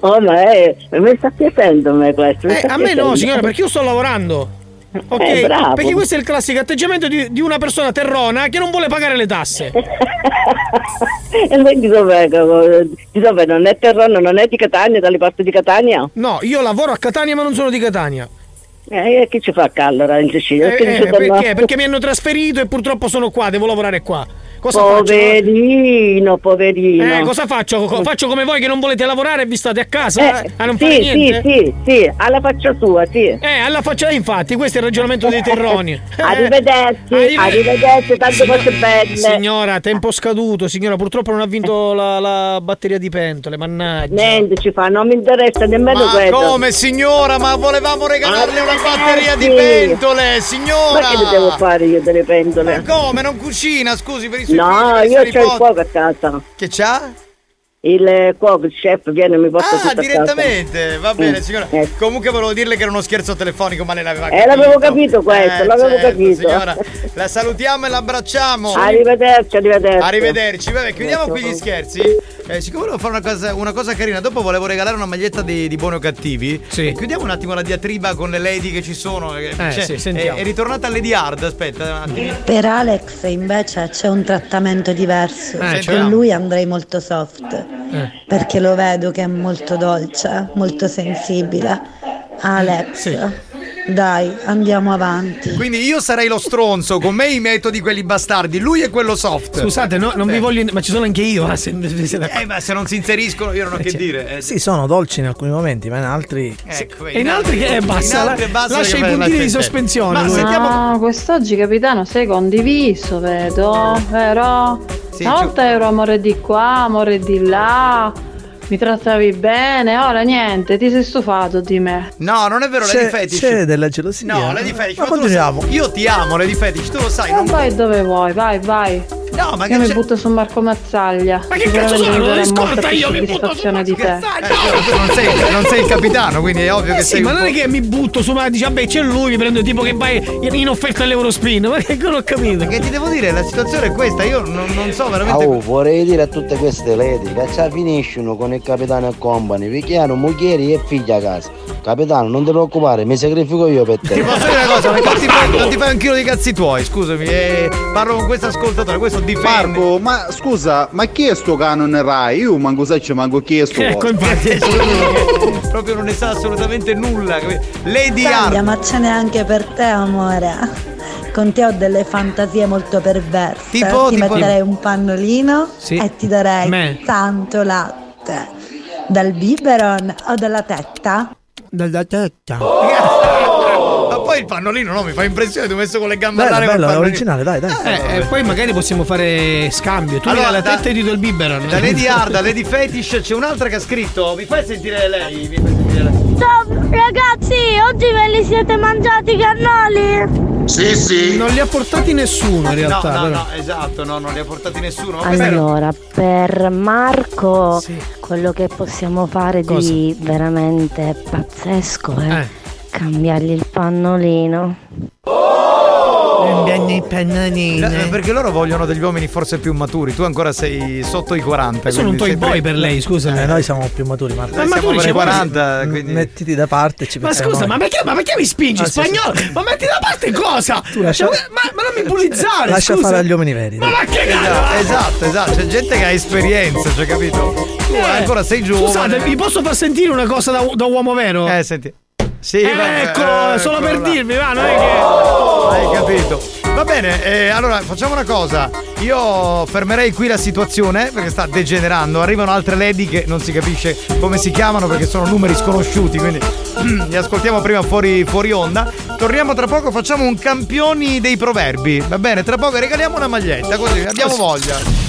Speaker 31: Oh, ma eh, mi sta piacendo a me questo. mi
Speaker 9: Eh,
Speaker 31: sta
Speaker 9: a me no,
Speaker 31: piacendo.
Speaker 9: Eh, signora, perché io sto lavorando. Ok,
Speaker 31: Eh, bravo.
Speaker 9: perché questo è il classico atteggiamento di, di una persona terrona che non vuole pagare le tasse.
Speaker 31: E lui di dove, di dove non è Terrano, non è di Catania, dalle parti di Catania?
Speaker 9: No, io lavoro a Catania ma non sono di Catania.
Speaker 31: Eh, e chi ci fa qua allora in Sicilia?
Speaker 9: Eh,
Speaker 31: Che
Speaker 9: eh,
Speaker 31: dice da no?
Speaker 9: perché? Perché mi hanno trasferito e purtroppo sono qua, devo lavorare qua. Cosa faccio?
Speaker 31: poverino, poverino.
Speaker 9: Eh, cosa faccio? Co- Faccio come voi che non volete lavorare e vi state a casa eh, a non
Speaker 31: sì,
Speaker 9: fare
Speaker 31: sì,
Speaker 9: niente?
Speaker 31: sì, sì, alla faccia sua, sì.
Speaker 9: Eh, alla faccia, infatti, questo è il ragionamento dei terroni. Eh,
Speaker 31: Arrivederci, arrivederci, tante cose belle.
Speaker 9: Signora, tempo scaduto, signora, purtroppo non ha vinto la, la batteria di pentole, mannaggia.
Speaker 31: Niente ci fa, non mi interessa nemmeno
Speaker 9: Ma
Speaker 31: quello.
Speaker 9: come, signora, ma volevamo regalarle una batteria di pentole, signora!
Speaker 31: Ma che le devo fare io delle pentole?
Speaker 8: Come non cucina, scusi, per i suoi figli,
Speaker 31: No,
Speaker 8: per i
Speaker 31: io
Speaker 8: suoi
Speaker 31: c'ho il
Speaker 8: nipoti?
Speaker 31: cuoco a casa.
Speaker 8: Che c'ha?
Speaker 31: Il cuoco, il chef viene e mi porta tutto
Speaker 8: Ah,
Speaker 31: a casa.
Speaker 8: direttamente, va bene
Speaker 31: Mm,
Speaker 8: signora.
Speaker 31: ecco.
Speaker 8: Comunque volevo dirle che era uno scherzo telefonico, ma lei l'aveva
Speaker 31: Eh, l'avevo capito questo,
Speaker 8: Eh,
Speaker 31: l'avevo
Speaker 8: certo,
Speaker 31: capito.
Speaker 8: Signora, la salutiamo e la abbracciamo.
Speaker 31: Arrivederci, arrivederci.
Speaker 8: Arrivederci, vabbè, chiudiamo qui gli scherzi. Eh, siccome volevo fare una cosa, una cosa carina, dopo volevo regalare una maglietta di, di buoni o cattivi. Eh, Chiudiamo un attimo la diatriba con le lady che ci sono. Eh, cioè,
Speaker 9: sì, sentiamo.
Speaker 8: È, è ritornata Lady Hard, aspetta un attimo.
Speaker 4: Per Alex invece c'è un trattamento diverso.
Speaker 8: Eh,
Speaker 4: Per
Speaker 8: cioè?
Speaker 4: lui andrei molto soft
Speaker 9: Eh.
Speaker 4: perché lo vedo che è molto dolce, molto sensibile. Alex, dai, andiamo avanti.
Speaker 8: Quindi io sarei lo stronzo, con me i metodi quelli bastardi, lui è quello soft.
Speaker 9: Scusate, no, non vi voglio. Ma ci sono anche io. eh, se- se- se-
Speaker 8: Eh, ma se non si inseriscono io non ho che dire. eh.
Speaker 6: Sì, sono dolci in alcuni momenti, ma in altri.
Speaker 9: Eh,
Speaker 8: Ecco,
Speaker 9: E in altri che è bassa,
Speaker 6: in
Speaker 9: la-
Speaker 6: altri è bassa
Speaker 9: lascia i
Speaker 6: che fai
Speaker 9: puntini
Speaker 6: la
Speaker 9: di
Speaker 6: stessa.
Speaker 9: sospensione.
Speaker 6: Ma
Speaker 9: lui.
Speaker 5: Ah, quest'oggi capitano sei condiviso, vedo, vero?
Speaker 9: Sì,
Speaker 5: Una volta ero amore di qua, amore di là, mi trattavi bene, ora niente, ti sei stufato di me.
Speaker 8: No, non è vero, Lady
Speaker 6: c'è,
Speaker 8: Fetish.
Speaker 6: c'è della gelosia.
Speaker 8: No, Lady Fetish,
Speaker 6: Ma
Speaker 8: tu lo
Speaker 6: continuiamo.
Speaker 8: sai- Io ti amo, Lady Fetish, tu lo sai.
Speaker 5: Ma
Speaker 8: Non...
Speaker 5: Eh, vai dove vuoi, vai, vai.
Speaker 8: No, ma
Speaker 5: Io mi butto su Marco Mazzaglia. Ma che
Speaker 8: cazzo sono? Non
Speaker 5: molta
Speaker 8: ascolta,
Speaker 5: più
Speaker 8: io mi butto su
Speaker 5: soddisfazione di te.
Speaker 8: Eh, Tu non sei, non sei il capitano, quindi è ovvio
Speaker 9: Eh
Speaker 8: che
Speaker 9: sì,
Speaker 8: sei.
Speaker 9: ma
Speaker 8: un
Speaker 9: non è
Speaker 8: po'-
Speaker 9: che mi butto su, ma dici, vabbè, c'è lui, mi prendo il tipo che va in offerta all'Eurospin. Ma che cosa ho capito?
Speaker 8: Che ti devo dire? La situazione è questa, io non, non so veramente.
Speaker 18: Oh, vorrei dire a tutte queste lady che ci finiscono con il capitano e company, perché hanno moglieri e figli a casa. Capitano, non ti preoccupare, mi sacrifico io per te.
Speaker 8: Posso dire una cosa? Ma non ti, fai, non ti fai un chilo di cazzi tuoi, scusami. eh, parlo con questo ascoltatore, questo difende.
Speaker 1: Marco, ma scusa, ma chi è sto canon Rai? Io manco sai c'è manco chi è sto
Speaker 8: Ecco,
Speaker 1: coso.
Speaker 8: infatti, proprio- proprio non ne sa assolutamente nulla. capi- Lady Hard.
Speaker 4: Taglia, ma ce n'è anche per te, amore. Con te ho delle fantasie molto perverse.
Speaker 8: Tipo-
Speaker 4: ti
Speaker 8: tipo-
Speaker 4: metterei un pannolino e ti darei
Speaker 9: Me.
Speaker 4: tanto latte. Dal biberon o dalla tetta?
Speaker 6: Dalla tetta.
Speaker 8: Ma poi il pannolino no, mi fa impressione, ti ho messo con le gambe
Speaker 6: Bella,
Speaker 8: all'aria col
Speaker 6: bella, è
Speaker 8: pannolino.
Speaker 6: originale, dai, dai.
Speaker 9: Eh, e poi magari possiamo fare scambio. Tu
Speaker 8: Allora,
Speaker 9: allora, la
Speaker 8: da-
Speaker 9: testa e io ti do il biberon.
Speaker 8: Da Lady Hard, da Lady Fetish c'è un'altra che ha scritto. Mi fai sentire lei? Mi fai sentire lei?
Speaker 44: Ciao ragazzi, oggi ve li siete mangiati i cannoli?
Speaker 8: Sì, sì.
Speaker 9: Non li ha portati nessuno in realtà.
Speaker 8: No, no,
Speaker 9: però.
Speaker 8: no, esatto, no, non li ha portati nessuno.
Speaker 6: Ah,
Speaker 8: ma questa era-
Speaker 40: Allora, per Marco, quello che possiamo fare
Speaker 8: Cosa? Eh.
Speaker 40: di veramente pazzesco è cambiargli il pannolino.
Speaker 6: Cambiano i pannolini.
Speaker 8: Eh, perché loro vogliono degli uomini forse più maturi, tu ancora sei sotto i 40.
Speaker 6: Io sono
Speaker 8: quindi
Speaker 6: un toy
Speaker 8: sei
Speaker 6: boy
Speaker 8: pre- Eh,
Speaker 6: per lei, scusa. Eh, noi siamo più maturi, Marco.
Speaker 8: Ma maturi
Speaker 6: siamo Eh,
Speaker 8: ci vuole-
Speaker 6: 40, quindi mettiti da parte e ci
Speaker 9: Ma scusa, ma perché, ma perché mi spingi? spagnolo? Ma metti da parte cosa?
Speaker 6: Ah, Tu lascia-
Speaker 9: Ma, ma- ma non mi bullizzare!
Speaker 6: Lascia
Speaker 9: scusa.
Speaker 6: fare agli uomini veri. dai.
Speaker 8: Esatto, esatto, esatto, c'è gente che ha esperienza, cioè capito? Tu
Speaker 9: Eh,
Speaker 8: ancora sei giovane.
Speaker 9: Scusate, vi posso far sentire una cosa da, da uomo vero? Eh,
Speaker 8: senti. Sì, vabbè,
Speaker 9: ecco,
Speaker 8: eh,
Speaker 9: solo per
Speaker 8: eccolo là. Oh!
Speaker 9: dirvi, va, non è che.
Speaker 8: Hai capito? Va bene, eh, allora facciamo una cosa. Io fermerei qui la situazione perché sta degenerando. Arrivano altre lady che non si capisce come si chiamano perché sono numeri sconosciuti. Quindi li ascoltiamo prima fuori, fuori onda. Torniamo tra poco, facciamo un campioni dei proverbi. Va bene, tra poco regaliamo una maglietta così abbiamo voglia.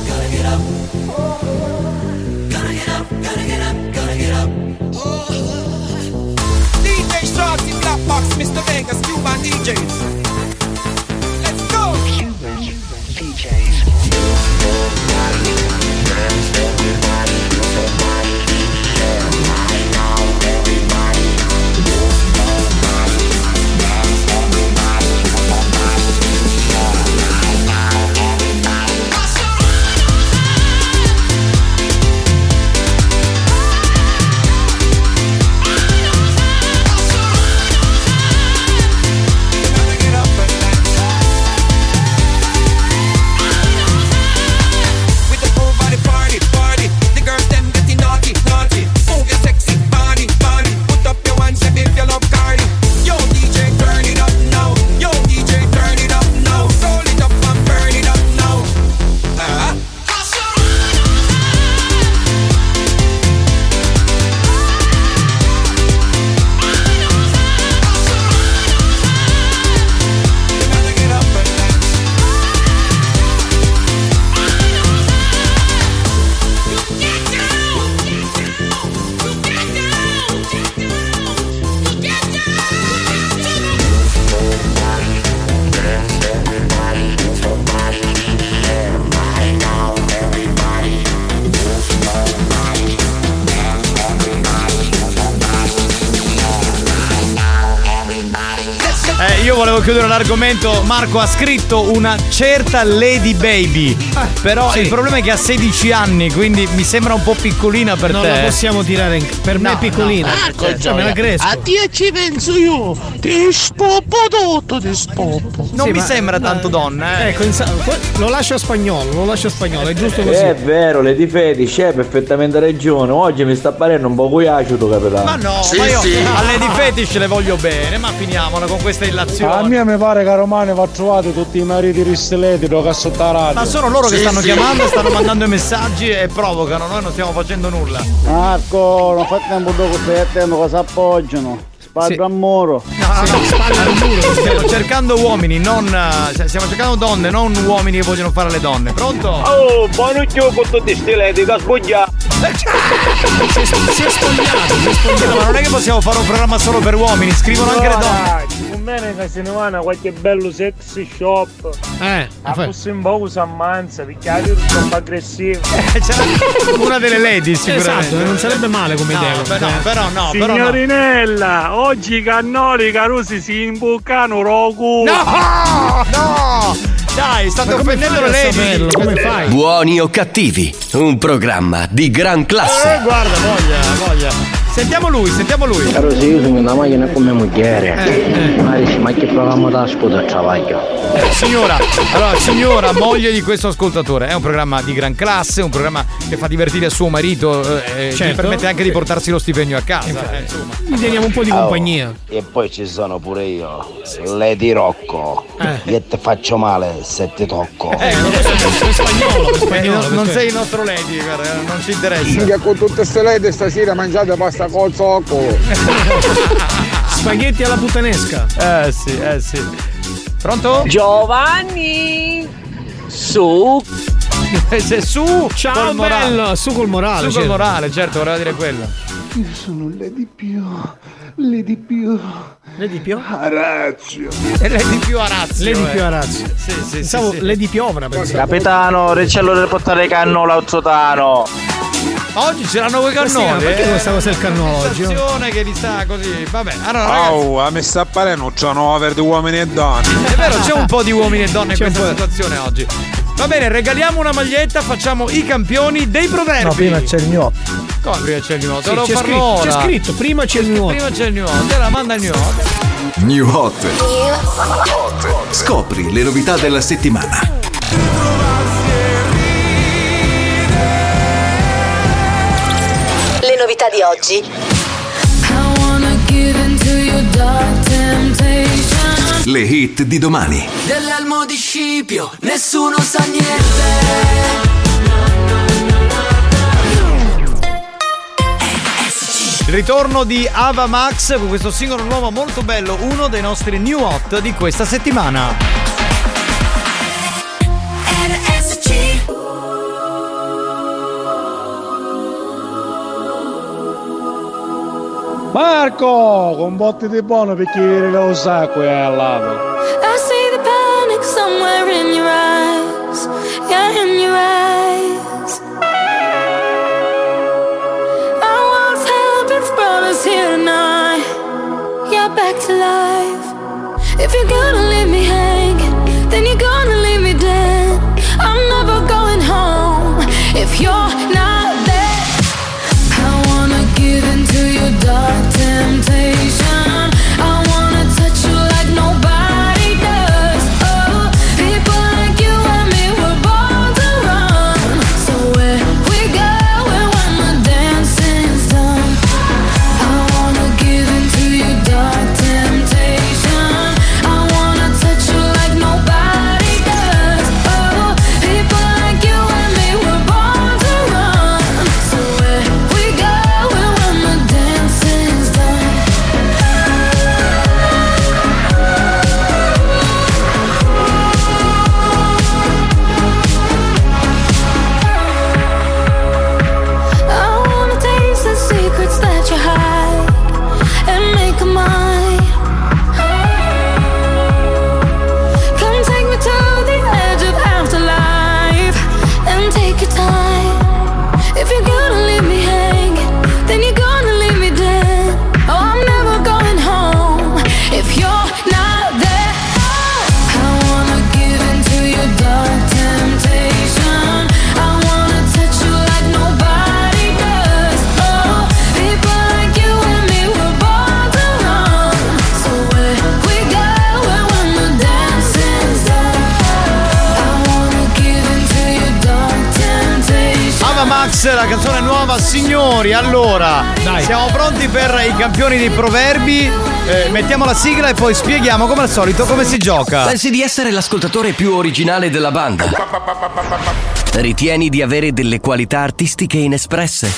Speaker 39: DJ Shorty, Black Box, Mr. Vegas, Cuban DJs. Let's go! Cuban DJs. With the whole body party, party. The girls them getting naughty, naughty. Move your sexy body, body. Put up your hands and if you love Cardi. Yo DJ, turn it up now. Yo DJ, turn it up now. Roll it up and burn it up now. Uh-huh.
Speaker 8: Eh, io volevo chiudere l'argomento. Marco ha scritto una certa Lady Baby. Però il problema è che ha 16 anni, quindi mi sembra un po' piccolina per
Speaker 9: Non
Speaker 8: te. Ah,
Speaker 9: la possiamo tirare in. Per me è piccolina. Cioè, me la cresco.
Speaker 39: te ci penso io. Ti spoppo tutto, ti spoppo.
Speaker 8: Non mi sembra tanto donna, eh.
Speaker 9: Ecco, insa- que- lo lascio a spagnolo, lo lascio a spagnolo, è giusto così.
Speaker 41: Eh,
Speaker 8: Eh,
Speaker 41: È vero, Lady Fetish è perfettamente ragione. Oggi mi sta parendo un po' acido, capitano.
Speaker 8: Ma no, ma io alle di fetish le voglio bene, ma finiamola con queste
Speaker 12: A
Speaker 8: illazioni.
Speaker 12: me mi pare che a Romano va trovato tutti i mariti ristelleti, lo cassotta radio.
Speaker 8: Ma sono loro che stanno chiamando, stanno mandando i messaggi e provocano, noi non stiamo facendo nulla.
Speaker 6: Marco, non fate un buco stai attento cosa appoggiano. Spadro a muro.
Speaker 8: Stiamo cercando uomini, non. eh, Stiamo cercando donne, non uomini che vogliono fare le donne. Pronto?
Speaker 23: Oh, buono gioco con tutti sti ledi, da sbogliato.
Speaker 8: Eh, Si è spogliato, si è spogliato. Ma non è che possiamo fare un programma solo per uomini, scrivono anche le donne.
Speaker 23: Conviene che se ne vanno a qualche bello sexy shop.
Speaker 9: Eh,
Speaker 23: A fosse un po' si ammanza, perché la virus è un po' aggressiva.
Speaker 8: Eh, Una delle lady, sicuramente.
Speaker 9: Esatto, non sarebbe male come idea. eh.
Speaker 8: beh, no, però no, però no.
Speaker 23: Signorinella, oggi i cannoni i carusi si imbucano rogu.
Speaker 8: No! No! Dai, state offendendo le lady.
Speaker 9: Come fai?
Speaker 2: Buoni o cattivi, un programma di gran classe.
Speaker 8: Eh, guarda, voglia, voglia. Sentiamo lui, sentiamo lui.
Speaker 6: Caro, se io sono una macchina come moglie, ma dici, ma che programma da sputa travaglio?
Speaker 8: Signora, allora, signora, moglie di questo ascoltatore, è un programma di gran classe, un programma che fa divertire suo marito eh, e gli
Speaker 9: Certo.
Speaker 8: permette anche di portarsi lo stipendio a casa. eh, insomma.
Speaker 9: Gli teniamo un po' di
Speaker 1: Oh,
Speaker 9: compagnia.
Speaker 1: E poi ci sono pure io, Lady Rocco. Io ti faccio male se ti tocco.
Speaker 8: Eh,
Speaker 1: spagnolo,
Speaker 8: non, non
Speaker 1: questo è.
Speaker 8: sei il nostro lady, guarda, non ci interessa.
Speaker 16: con tutte queste lede stasera mangiate pasta col zocco.
Speaker 8: Ah,
Speaker 9: Spaghetti alla puttanesca.
Speaker 8: Eh sì, eh sì. Pronto?
Speaker 39: Giovanni! Su!
Speaker 8: Se su!
Speaker 9: Ciao
Speaker 8: col morale.
Speaker 9: bello, su col morale.
Speaker 8: Su col morale, certo, voleva dire quello.
Speaker 39: Io sono le di più, le di più.
Speaker 9: Le di più?
Speaker 39: Arazio.
Speaker 8: E lei di più a razzo.
Speaker 9: Lei di
Speaker 8: eh.
Speaker 9: più a razzo.
Speaker 8: Sì, sì,
Speaker 9: Pensavo
Speaker 8: sì, sì.
Speaker 9: lei di piovra, pensavo.
Speaker 41: Capitano, Ricciello deve portare cannola al sotano.
Speaker 8: Oggi ce l'hanno quei
Speaker 9: Questa
Speaker 8: cannoni.
Speaker 9: sera, perché
Speaker 8: eh?
Speaker 9: non stavo sul cannone
Speaker 8: Una
Speaker 9: oggi, oh?
Speaker 8: sensazione che li sta così. Vabbè, allora Ah, ragazzi.
Speaker 12: Au, a me sta parendo c'è un over di uomini e donne.
Speaker 8: È vero, c'è un po' di uomini e donne in questa situazione oggi. Va bene, regaliamo una maglietta, facciamo i campioni dei proverbi.
Speaker 52: No, prima c'è il gnocco.
Speaker 8: Come prima c'è il nuoto?
Speaker 9: Sì, c'è, scritto, c'è scritto, prima c'è il nuoto.
Speaker 8: Prima c'è il nuoto, te la manda il nuoto.
Speaker 2: New Hot. Scopri le novità della settimana.
Speaker 4: Le novità di oggi.
Speaker 39: I wanna give into your dark temptation.
Speaker 11: Le hit di domani.
Speaker 12: Dell'elmo di Scipio, nessuno sa niente.
Speaker 8: Il ritorno di Ava Max con questo singolo nuovo molto bello, uno dei nostri new hot di questa settimana.
Speaker 24: Marco, con botti di buono perché lo sa quella.
Speaker 29: I see the panic somewhere in your eyes. Yeah, in your eyes. I once held it brought us here tonight. You're back to life. If you're gonna leave me hanging, then you're gonna leave me dead. I'm never going home if you're not there. I wanna give in to your dark temptation. I wanna touch you like nobody does. Oh, people like you and me were born to run. So where we going when the dancing's done? I wanna give in to your dark temptation. I wanna touch you like nobody does. Oh, people like you and me were born to run. So where we going when the dancing's done? I wanna taste the secrets that you hide and make 'em mine. Come take me to the edge of afterlife and take your time. If you're gonna leave me hanging, then you're gonna leave me dead. Oh, I'm never going home if you're not there. I wanna give in to your dark temptation. I wanna touch you like nobody does. Oh, people like you and me were born to run. So where we going when the dancing's done? I wanna give in to your dark temptation.
Speaker 8: Ava Max, la canzone nuova, signori. Allora, siamo pronti per i campioni dei proverbi. Eh, mettiamo la sigla e poi spieghiamo come al solito come si gioca.
Speaker 2: Pensi di essere l'ascoltatore più originale della banda? Ritieni di avere delle qualità artistiche inespresse?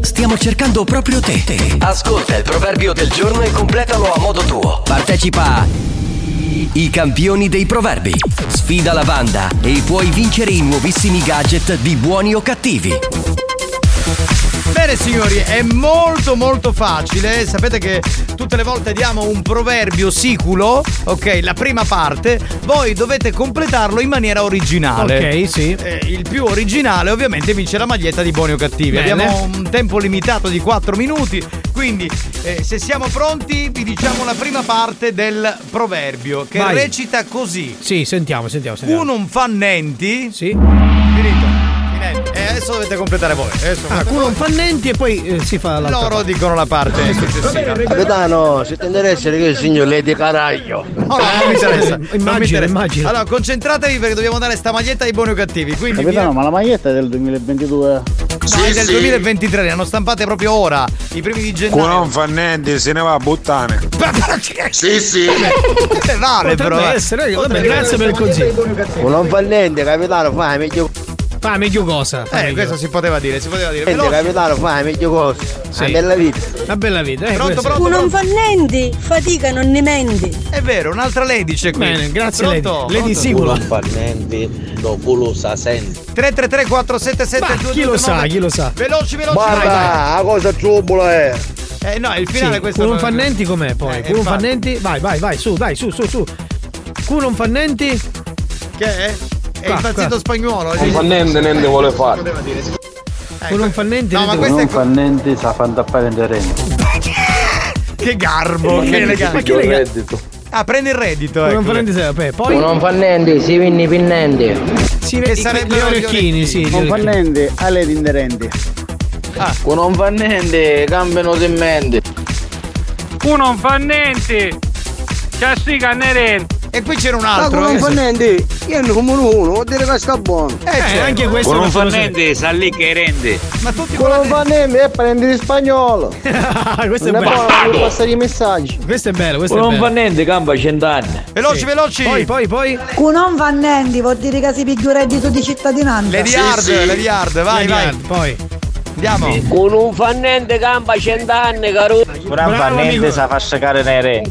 Speaker 2: Stiamo cercando proprio te. Ascolta il proverbio del giorno e completalo a modo tuo. Partecipa a I campioni dei proverbi. Sfida la banda e puoi vincere i nuovissimi gadget di buoni o cattivi.
Speaker 8: Bene signori, è molto molto facile. Sapete che tutte le volte diamo un proverbio siculo, ok, la prima parte, voi dovete completarlo in maniera originale.
Speaker 9: Ok, sì.
Speaker 8: Eh, il più originale ovviamente vince la maglietta di buoni o cattivi.
Speaker 9: Bene.
Speaker 8: Abbiamo un tempo limitato di 4 minuti, quindi eh, se siamo pronti vi diciamo la prima parte del proverbio che
Speaker 9: Vai.
Speaker 8: recita così.
Speaker 9: Sì, sentiamo, sentiamo,
Speaker 8: Tu
Speaker 9: sentiamo.
Speaker 8: non fa nenti. Sì. Finito. Finito. E adesso dovete completare voi. Adesso
Speaker 9: Ah, culo un fannenti e poi eh, si fa l'altra.
Speaker 8: Loro
Speaker 9: parte.
Speaker 8: dicono la parte successiva.
Speaker 18: Capitano, se ti interessa che il signor Lady Caraglio.
Speaker 9: Oh, Eh,
Speaker 8: No, no, non mi interessa.
Speaker 18: Immagino,
Speaker 8: Non mi interessa.
Speaker 18: immagino.
Speaker 8: Allora, concentratevi perché dobbiamo dare sta maglietta ai buoni o cattivi. Quindi
Speaker 30: Capitano, ma la maglietta è del 2022.
Speaker 8: vi- no, è del 2023, le hanno stampate proprio ora, i primi di
Speaker 24: Con
Speaker 8: gennaio.
Speaker 24: non fa niente, se ne va a buttare.
Speaker 8: Sì, sì. vale,
Speaker 24: Potrebbe
Speaker 8: però. eh.
Speaker 9: essere, eh,
Speaker 8: Potrebbe
Speaker 9: vabbè, grazie per il consiglio.
Speaker 18: Non fa niente, capitano, fai meglio.
Speaker 9: Fa meglio cosa? Fa
Speaker 8: Eh,
Speaker 9: meglio.
Speaker 8: questo si poteva dire, si poteva dire.
Speaker 18: Niente,
Speaker 8: Veloce.
Speaker 18: capitano, fai meglio cosa. Una bella vita.
Speaker 9: Una bella vita, eh.
Speaker 8: Pronto,
Speaker 9: questo-
Speaker 8: pronto, pronto.
Speaker 32: fa niente, fatica non ne mendi.
Speaker 8: È vero, un'altra lei dice qui.
Speaker 9: Bene, grazie, lady.
Speaker 8: Pronto?
Speaker 9: Lady
Speaker 8: Pronto?
Speaker 9: Sicula. Non
Speaker 18: fa niente, lo culo sa sente.
Speaker 8: 333 477
Speaker 9: Ma chi lo sa, chi lo sa?
Speaker 8: Veloci, veloci. vai, vai.
Speaker 18: Guarda, la cosa giubola è.
Speaker 8: Eh no, il finale
Speaker 9: Sì,
Speaker 8: è questo.
Speaker 9: Culo un fannenti com'è poi?
Speaker 8: Eh,
Speaker 9: culo un
Speaker 8: infatti.
Speaker 9: fannenti? Vai, vai, vai, su, vai, su, su, su. Culo un fannenti?
Speaker 8: Che è? Eh, È
Speaker 9: Qua,
Speaker 8: impazzito
Speaker 9: qua.
Speaker 8: spagnolo. Eh,
Speaker 9: Non fa
Speaker 8: niente,
Speaker 24: niente vuole fare.
Speaker 9: Culo un fannenti?
Speaker 8: No, ma
Speaker 9: Eh, niente-
Speaker 8: questo è-
Speaker 30: fa niente, sa fanta fare in terreno.
Speaker 8: Che garbo, che
Speaker 9: Ma chi
Speaker 8: elegante.
Speaker 9: le ga-
Speaker 8: Ah, prendi il reddito.
Speaker 9: Culo
Speaker 8: ecco.
Speaker 9: un fannenti? se- vabbè,
Speaker 30: Tu non
Speaker 9: Poi
Speaker 30: fa niente, si vinni pinnente.
Speaker 9: si
Speaker 8: che
Speaker 9: vede gli
Speaker 8: sarebbero gli
Speaker 9: orecchini, sì. gli
Speaker 30: Non fa
Speaker 9: orecchini.
Speaker 30: niente, alle tinderenti.
Speaker 8: Ah.
Speaker 30: Tu non fa niente, cambiano in mente.
Speaker 41: Tu non fa niente. C'è sti cannerenti.
Speaker 8: E qui c'era un
Speaker 1: Ma
Speaker 8: altro.
Speaker 1: come un
Speaker 8: eh.
Speaker 1: fannente, io ne come uno, vuol dire che sta buono.
Speaker 8: Eh, certo. anche questo
Speaker 16: Con
Speaker 8: è
Speaker 16: un
Speaker 8: una soluzione.
Speaker 16: fannente sa lì che rende.
Speaker 8: Ma tutti
Speaker 1: Con un fannente e eh, prendi in spagnolo.
Speaker 9: Ah, questo
Speaker 1: è
Speaker 8: bello.
Speaker 1: Non passare i messaggi.
Speaker 9: Questo è bello,
Speaker 1: questo
Speaker 53: non fa niente, campa cent'anni.
Speaker 8: Veloci, veloci.
Speaker 53: Poi, poi,
Speaker 8: poi.
Speaker 4: Cu non vannendi vuol dire che si piglia il reddito di cittadinanza.
Speaker 8: Lady Hard, Lady Hard, vai, vai.
Speaker 9: poi.
Speaker 8: Andiamo.
Speaker 1: Con un fannente campa cent'anni, caro.
Speaker 9: Con un fannente
Speaker 1: sa fa sciacare nei re.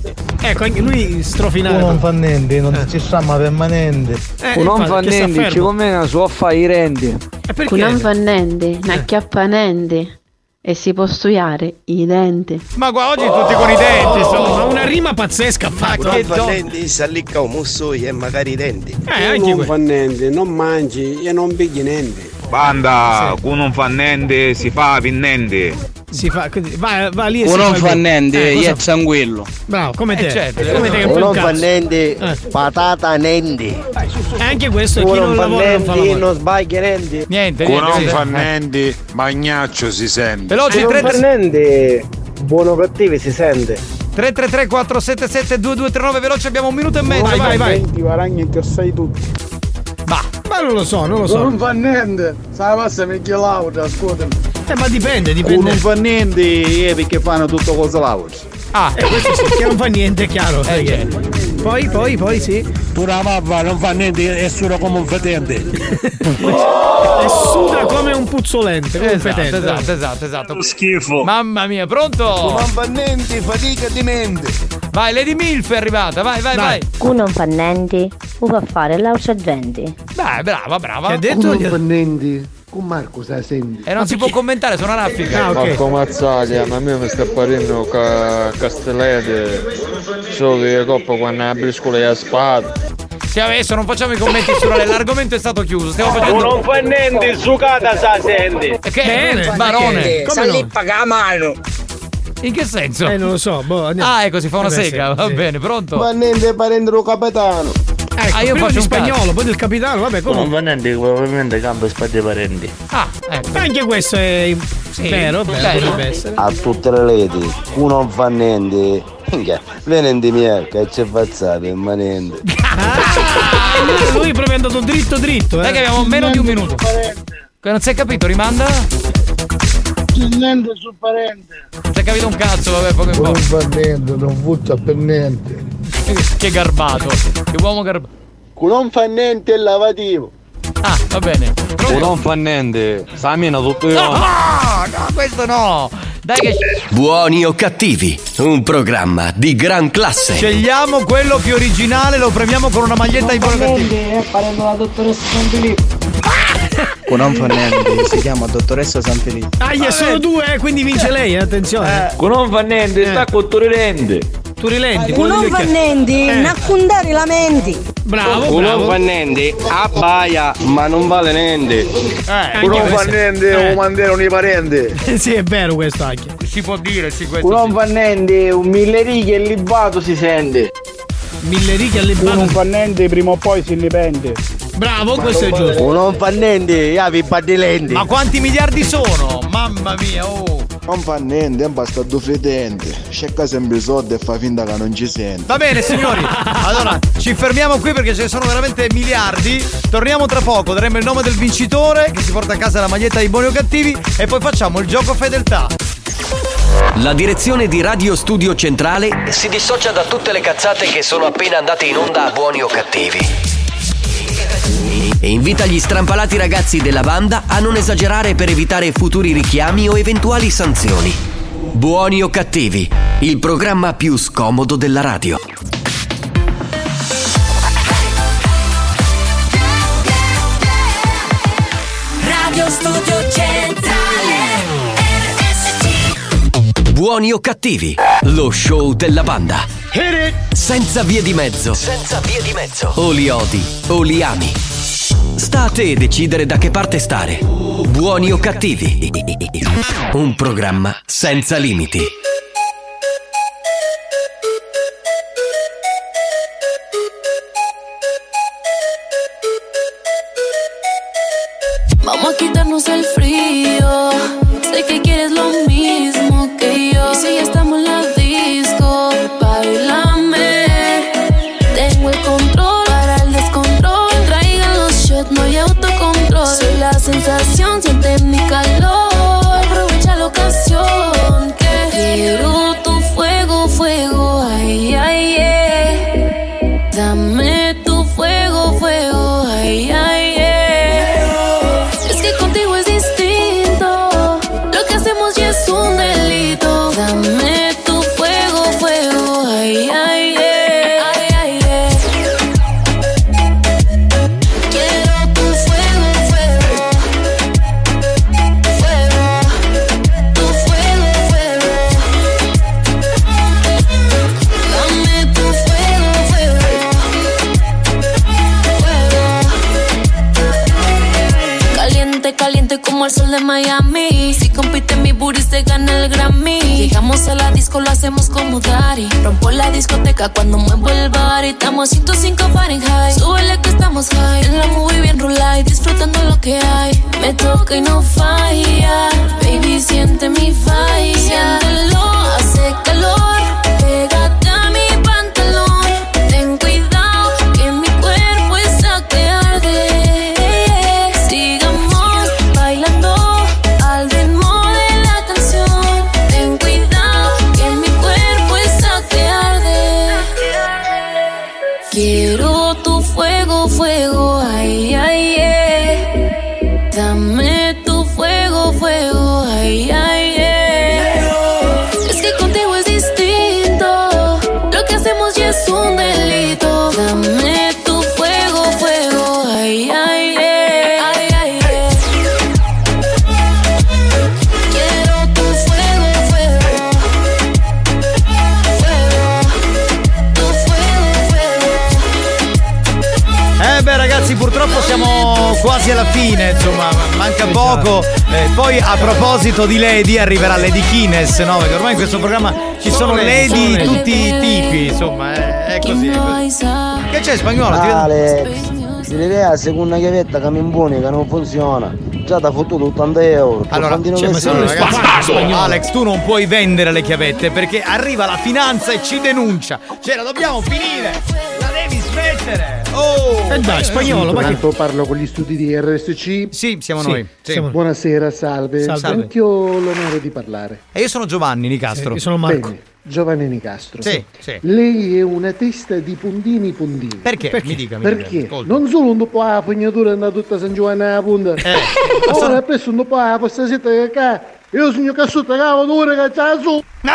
Speaker 9: Ecco, anche lui strofinale.
Speaker 10: non fa niente, non ci stiamo permanente.
Speaker 9: Eh, infatti, che sta fermo.
Speaker 1: una sua fai i rendi.
Speaker 8: Eh,
Speaker 10: Con non fa niente, non acchiappa niente e si può studiare i denti.
Speaker 8: Ma guarda, oggi tutti con i denti, sono-
Speaker 9: Ma una rima pazzesca ha fatto.
Speaker 54: Non
Speaker 9: Ah, Che
Speaker 54: fa
Speaker 9: do-
Speaker 54: niente, sallicca un musso e magari i denti.
Speaker 9: Eh,
Speaker 16: non fa niente, non mangi e non pigli niente. Banda, uno non fa niente, si fa vinnente.
Speaker 9: Si fa, quindi, va, va lì e
Speaker 16: Uno
Speaker 9: si
Speaker 16: non
Speaker 9: il-
Speaker 16: fa niente,
Speaker 9: Eh,
Speaker 16: io
Speaker 9: cosa-
Speaker 16: sanguello.
Speaker 9: Bravo, come te.
Speaker 16: Eh, certo.
Speaker 9: come te che
Speaker 1: Uno
Speaker 9: poi un
Speaker 1: non fa
Speaker 9: cazzo. Eh.
Speaker 1: niente, patata nendi.
Speaker 9: E anche questo chi
Speaker 1: Uno
Speaker 9: non
Speaker 1: non fa
Speaker 9: lavora non fa
Speaker 1: niente,
Speaker 9: lavoro.
Speaker 1: non sbaglia nendi.
Speaker 8: Niente,
Speaker 55: Con
Speaker 9: Eh,
Speaker 55: un
Speaker 8: niente. niente.
Speaker 55: fannente, magnaccio si sente.
Speaker 8: Veloci,
Speaker 1: Uno non
Speaker 8: 30
Speaker 1: fa niente, buono o cattivo si sente.
Speaker 8: 333 477 2239 veloce abbiamo un minuto e mezzo
Speaker 1: Vai,
Speaker 8: vai vai,
Speaker 1: senti,
Speaker 8: varagni ti assai tutti ma
Speaker 9: ma non lo so non lo so
Speaker 12: Mm.
Speaker 1: Non
Speaker 8: fa niente
Speaker 1: Sai, passa Michio Laura, scusami.
Speaker 9: Eh, ma dipende,
Speaker 12: Con
Speaker 9: dipende.
Speaker 12: un fa niente, eh, perché fanno tutto cosa lauri.
Speaker 8: Ah,
Speaker 9: e Eh, questo sì, che non fa niente, è chiaro.
Speaker 7: Eh, certo.
Speaker 9: Poi, poi, poi sì.
Speaker 10: Pura mamma non fa niente, è solo come un fetente.
Speaker 9: È suda come un puzzolente, come
Speaker 8: Esatto,
Speaker 9: un fetente.
Speaker 8: esatto,
Speaker 9: dai.
Speaker 8: esatto, esatto. Schifo. Mamma mia, pronto?
Speaker 10: Non
Speaker 8: fa niente, fatica di mente. Vai, Lady Milf è arrivata, vai, vai, vai.
Speaker 40: Cu non fa niente, u fa fare l'arciagenti.
Speaker 8: Dai, brava, brava.
Speaker 10: Come un fannente, con Marco sa senti.
Speaker 8: E non si può commentare, sono
Speaker 9: Ah,
Speaker 8: raffica.
Speaker 7: Marco Mazzaglia, ma a me mi sta parendo che Castellete solo che la coppa quando la briscola è a spada.
Speaker 9: Ecco,
Speaker 8: Sì, adesso non facciamo i commenti su Lale, l'argomento è stato chiuso. Stiamo facendo.
Speaker 1: Non fa niente, il sucata sa senti.
Speaker 8: Che
Speaker 1: Eh,
Speaker 8: Bene, barone. Come no?
Speaker 1: paga mano.
Speaker 8: In che senso?
Speaker 9: Eh, non lo so, boh, andiamo.
Speaker 8: Ah, ecco, si fa una
Speaker 9: Eh, beh,
Speaker 8: sega,
Speaker 9: sì,
Speaker 8: va
Speaker 9: sì.
Speaker 8: bene, pronto?
Speaker 1: Fa niente per rendere un capitano.
Speaker 9: Ecco,
Speaker 8: ah, io
Speaker 9: prima
Speaker 8: faccio
Speaker 9: di
Speaker 8: un cazzo.
Speaker 9: spagnolo, poi del capitano, vabbè,
Speaker 10: Non
Speaker 9: come.
Speaker 10: fa niente, probabilmente campo e spade parenti.
Speaker 8: Ah, ecco.
Speaker 9: Anche questo è vero,
Speaker 10: Dai.
Speaker 9: vero, dovrebbe essere.
Speaker 56: A tutte le leti, cu non fa niente. Minchia, venendo mia, che c'è fazzate, ma niente.
Speaker 9: Ah, lui è proprio andato dritto dritto, eh.
Speaker 8: Dai che abbiamo meno di un minuto. Che Non si è capito, rimanda?
Speaker 10: Niente su parente.
Speaker 8: Non si è capito un cazzo, vabbè, poco in
Speaker 10: Non
Speaker 8: poco.
Speaker 10: fa niente, non butta per niente.
Speaker 8: Che garbato. Che uomo garbato.
Speaker 1: Non fa niente il lavativo.
Speaker 8: Ah, va bene.
Speaker 55: Con non fa niente, samina tutto io.
Speaker 8: Ah, no, questo no. Dai che
Speaker 2: Buoni o cattivi, un programma di gran classe.
Speaker 8: scegliamo quello più originale, lo premiamo con una maglietta di buono cattivo.
Speaker 1: parendo la eh, dottoressa San
Speaker 7: Con non fa niente, si chiama dottoressa Santilli.
Speaker 8: Ah,
Speaker 9: Aia, sono due, eh, quindi vince lei, eh, attenzione.
Speaker 53: Con non fa niente,
Speaker 8: Eh.
Speaker 53: sta con Torirende.
Speaker 9: Tu rilenti,
Speaker 57: Con non
Speaker 9: quello che-
Speaker 57: vannendi,
Speaker 9: Eh.
Speaker 57: naccundare i lamenti.
Speaker 9: Bravo,
Speaker 7: Con
Speaker 9: bravo.
Speaker 7: non fa niente, abbaia, ma non vale niente.
Speaker 9: anche
Speaker 7: Con non fa
Speaker 9: questo.
Speaker 7: niente,
Speaker 9: Eh.
Speaker 7: o mandano i parenti.
Speaker 9: sì, è vero questo anche. Ah,
Speaker 8: Si può dire, sì, questo.
Speaker 1: Non fa niente, un mille righe e libato si sente.
Speaker 9: Mille righe alle
Speaker 1: Non fa niente, prima o poi si ripende.
Speaker 9: Bravo, questo è giusto.
Speaker 1: Non fa niente, avi badilenti.
Speaker 8: Ma quanti miliardi sono? Mamma mia, oh.
Speaker 7: Non fa niente, è un bastardo fedente. Cerca sempre i soldi e fa finta che non ci sente.
Speaker 8: Va bene signori, allora ci fermiamo qui perché ce ne sono veramente miliardi. Torniamo tra poco, daremo il nome del vincitore che si porta a casa la maglietta di buoni o cattivi e poi facciamo il gioco fedeltà.
Speaker 2: La direzione di Radio Studio Centrale si dissocia da tutte le cazzate che sono appena andate in onda a buoni o cattivi. E invita gli strampalati ragazzi della banda a non esagerare per evitare futuri richiami o eventuali sanzioni. Buoni o cattivi, il programma più scomodo della radio.
Speaker 58: Radio Studio Centrale RSC
Speaker 2: Buoni o cattivi, lo show della banda. Senza vie di mezzo. Senza vie di mezzo. O li odi o li ami. Sta a te decidere da che parte stare. Buoni o cattivi. Un programma senza limiti.
Speaker 29: Vamos a quitarnos el frío. Sé que quieres lo mismo que yo. Y si ya estamos en la disco, bailame. Tengo el control. pasión, siente mi calor. Aprovecha la ocasión que quiero tu fuego, fuego, ay, ay, yeah. Dame tu fuego, fuego, ay, ay, yeah. Es que contigo es distinto. Lo que hacemos ya es un delito. Dame tu fuego, fuego, ay, ay, yeah. Ay, ay, yeah. Quiero tu fuego, fuego. Fuego. Tu fuego, fuego. Dame tu fuego, fuego. Fuego. Caliente, caliente como el sol de Miami. Si compite mi booty se gana el Grammy. Llegamos a la disco, lo hacemos como Dari. Rompo la discoteca cuando muevo el bar. Estamos a 105 Fahrenheit. Súbele que estamos high. En la movie bien rulay, disfrutando lo que hay. Me toca y no falla. Baby, siente mi falla. Siéntelo, hace calor. Pégate a mi pantalón. Ten cuidado que mi cuerpo está que arde. Sigamos bailando al ritmo de la canción. Ten cuidado que mi cuerpo está que arde. Quiero tu fuego, fuego, ay, ay, yeah. Dame tu fuego, fuego, ay, ay, eh. yeah. Es que contigo es distinto. Lo que hacemos ya es un delito. Dame tu fuego, fuego, ay, ay, yeah. Ay, ay, yeah. Quiero tu fuego, fuego.
Speaker 8: Eh beh ragazzi purtroppo siamo quasi alla fine, insomma manca poco. Eh, poi a proposito di Lady arriverà Lady Guinness, no? Perché ormai in questo programma ci sono Lady di tutti i tipi, insomma eh, è, è così. è così.
Speaker 39: ah.
Speaker 8: Che c'è spagnolo? Ti vedo-
Speaker 18: Alex, si vede la seconda chiavetta che mi impone che non funziona. Già ti ha fottuto 80 euro.
Speaker 8: Allora,
Speaker 18: Quanti
Speaker 8: cioè, ma
Speaker 18: ne
Speaker 8: se non
Speaker 18: sei?
Speaker 8: ragazzi, Alex, tu non puoi vendere le chiavette perché arriva la finanza e ci denuncia. Cioè, la dobbiamo finire. La devi smettere. Oh!
Speaker 6: Intanto parlo con gli studi di RSC.
Speaker 8: Sì, siamo noi. Sì. Siamo noi.
Speaker 6: Buonasera, salve.
Speaker 8: Salve. Salve.
Speaker 6: Senti, ho l'onore di parlare.
Speaker 8: E io sono Giovanni Nicastro.
Speaker 6: Bene, Giovanni Nicastro.
Speaker 8: Sì, sì.
Speaker 6: Lei è una testa di puntini puntini.
Speaker 8: Perché?
Speaker 6: Perché?
Speaker 8: Mi dica, mi dica,
Speaker 6: Perché?
Speaker 8: ascolto.
Speaker 6: non solo un dopo la fognatura è andata tutta San Giovanni alla punta.
Speaker 8: Eh,
Speaker 6: Ora è preso un dopo la posta setta che ca- Io sono cassuto cavolo, che c'ha su.
Speaker 8: Oh, No,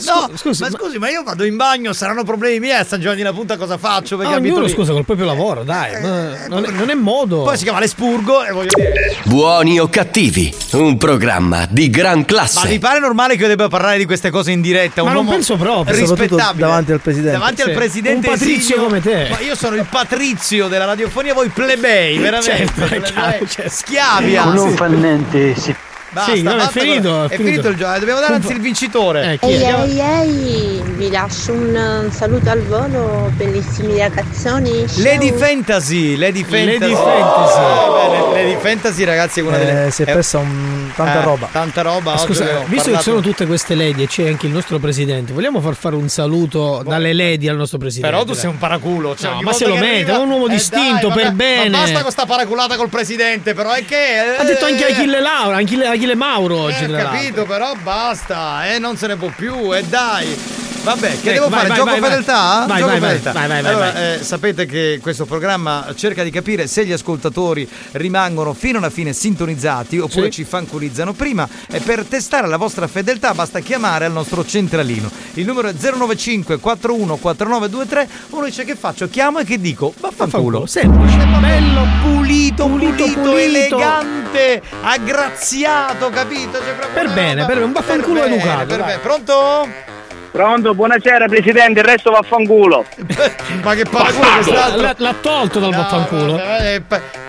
Speaker 8: no, ma, scusi, ma io vado in bagno, saranno problemi miei a San Giovanni la Punta cosa faccio? Perché
Speaker 9: Ah,
Speaker 8: abito
Speaker 9: ognuno
Speaker 8: lì. Eh,
Speaker 9: scusa col proprio lavoro, dai. ma non, è, non è modo.
Speaker 8: Poi si chiama L'Espurgo e voglio dire.
Speaker 2: Buoni o cattivi, un programma di gran
Speaker 8: Ma vi
Speaker 2: classe.
Speaker 8: pare normale che io debba parlare di queste cose in diretta? Un
Speaker 2: Ma non
Speaker 8: uomo
Speaker 2: penso proprio.
Speaker 8: rispettabile.
Speaker 2: Soprattutto davanti al
Speaker 9: presidente.
Speaker 8: Davanti al
Speaker 9: Sì.
Speaker 8: presidente
Speaker 9: Un patrizio
Speaker 8: Silvio.
Speaker 9: come te.
Speaker 8: Ma io sono il patrizio della radiofonia, voi plebei, veramente.
Speaker 9: Certo, è chiaro,
Speaker 8: Plebei. Schiavia.
Speaker 9: Non fa
Speaker 6: niente, sì.
Speaker 8: Basta,
Speaker 9: Sì, no, è
Speaker 8: basta con-
Speaker 9: finito, è
Speaker 8: È finito
Speaker 9: finito. Eh,
Speaker 8: il gioco. Dobbiamo dare anzi il vincitore.
Speaker 23: Ehi, ehi, ehi, vi lascio un eh, saluto al volo, bellissimi ragazzoni. ciao.
Speaker 8: Lady Fantasy, Lady Fantasy.
Speaker 23: Lady
Speaker 9: Fantasy.
Speaker 8: Oh, bene, Lady Fantasy, ragazzi, è una delle.
Speaker 9: Eh, si è
Speaker 8: è-
Speaker 9: persa un- tanta
Speaker 8: eh,
Speaker 9: roba.
Speaker 8: Tanta roba.
Speaker 9: Ma
Speaker 8: oggi
Speaker 9: scusa,
Speaker 8: abbiamo
Speaker 9: visto che
Speaker 8: parlato-
Speaker 9: sono tutte queste lady e c'è anche il nostro presidente, vogliamo far fare un saluto dalle lady al nostro presidente?
Speaker 8: Boh. Però tu sei
Speaker 9: dai.
Speaker 8: un paraculo. Cioè,
Speaker 9: No,
Speaker 8: ogni
Speaker 9: ma se
Speaker 8: volta
Speaker 9: lo
Speaker 8: che
Speaker 9: merita,
Speaker 8: arriva-
Speaker 9: è un uomo
Speaker 8: Eh,
Speaker 9: distinto,
Speaker 8: dai,
Speaker 9: per
Speaker 8: vabbè,
Speaker 9: bene.
Speaker 8: Ma basta con sta paraculata col presidente, però è che.
Speaker 9: Ha detto anche
Speaker 8: eh,
Speaker 9: Achille Laura, Achille, Achille Mauro
Speaker 8: eh,
Speaker 9: oggi.
Speaker 8: ho
Speaker 9: tra l'altro.
Speaker 8: capito, però basta, eh, non se ne può più, e dai. Vabbè, che
Speaker 9: Ecco,
Speaker 8: devo fare?
Speaker 9: vai, vai,
Speaker 8: Gioco
Speaker 9: vai, vai.
Speaker 8: fedeltà?
Speaker 9: Vai,
Speaker 8: Gioco
Speaker 9: vai, vai,
Speaker 8: fedeltà.
Speaker 9: vai, vai, vai,
Speaker 8: Allora,
Speaker 9: vai.
Speaker 8: eh, sapete che questo programma cerca di capire se gli ascoltatori rimangono fino alla fine sintonizzati oppure
Speaker 9: Sì.
Speaker 8: ci fanculizzano prima e per testare la vostra fedeltà basta chiamare al nostro centralino. Il numero è 095 41 4923. Uno dice che faccio? Chiamo e che dico? Vaffanculo.
Speaker 9: Semplice.
Speaker 8: Bello, pulito, pulito,
Speaker 9: pulito.
Speaker 8: elegante, aggraziato, capito? Cioè, proprio
Speaker 9: Per
Speaker 8: una
Speaker 9: bene,
Speaker 8: roba-
Speaker 9: per un vaffanculo
Speaker 8: per bene,
Speaker 9: educato,
Speaker 8: per
Speaker 9: dai.
Speaker 8: bene. Pronto?
Speaker 33: Pronto, buonasera presidente, il resto vaffanculo.
Speaker 8: Ma che paraculo
Speaker 33: Bastardo.
Speaker 8: quest'altro?
Speaker 33: L'ha-
Speaker 9: tolto dal
Speaker 33: vaffanculo.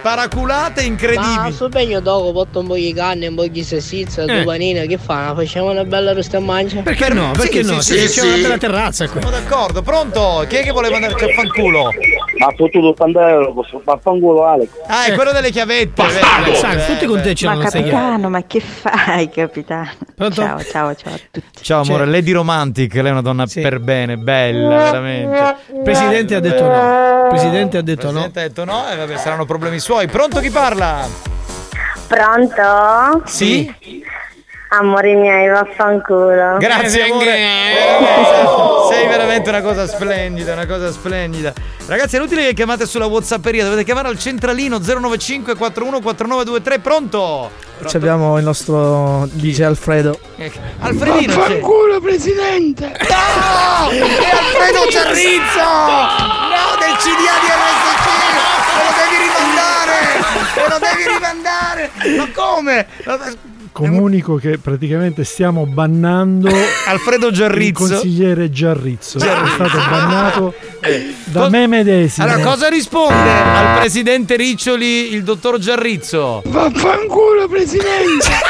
Speaker 8: Paraculate
Speaker 23: Ma
Speaker 8: incredibili.
Speaker 23: sto pegno dopo, porto un po' di carne, un po' di salsiccia,
Speaker 8: Eh.
Speaker 23: due panini, che fa? Facciamo una bella rosta e mangia?
Speaker 9: Perché no? Perché no? Sì, c'è una bella terrazza qui.
Speaker 8: Sono d'accordo, pronto? Chi è che voleva andare a fanculo?
Speaker 33: Ma ha fottuto 80 euro, posso- vaffanculo Alex.
Speaker 8: Ah, è quello delle chiavette. vedi, eh, beh.
Speaker 44: ma capitano, ma che fai, capitano? Ciao, ciao, ciao a tutti.
Speaker 8: Ciao amore, Lady Romantic, lei è una donna per bene, bella, veramente.
Speaker 9: Il presidente ha detto no. Il presidente ha detto no.
Speaker 8: Eh, Presidente ha detto no, e vabbè, saranno problemi suoi. Pronto chi parla?
Speaker 40: Pronto?
Speaker 8: Sì?
Speaker 40: Amori miei, vaffanculo.
Speaker 8: Grazie amore. Veramente, Sei veramente una cosa splendida, una cosa splendida. Ragazzi, è inutile che chiamate sulla WhatsApperia, dovete chiamare al centralino 095 41 4923. Pronto?
Speaker 59: Ci abbiamo il nostro DJ Alfredo.
Speaker 8: Ecco. Alfredino c'è. Ah!
Speaker 60: culo presidente! No!
Speaker 8: È Oh, Alfredo Cerrizzo! No, del CDA di RSC! Me lo devi rimandare! Me lo devi rimandare! Ma come?
Speaker 12: Comunico che praticamente stiamo bannando
Speaker 8: Alfredo Giarrizzo.
Speaker 12: Il consigliere Giarrizzo.
Speaker 8: Giarrizzo.
Speaker 12: È stato bannato
Speaker 8: Eh,
Speaker 12: da me medesimo.
Speaker 8: Allora, cosa risponde al presidente Riccioli il dottor Giarrizzo?
Speaker 60: Vaffanculo presidente!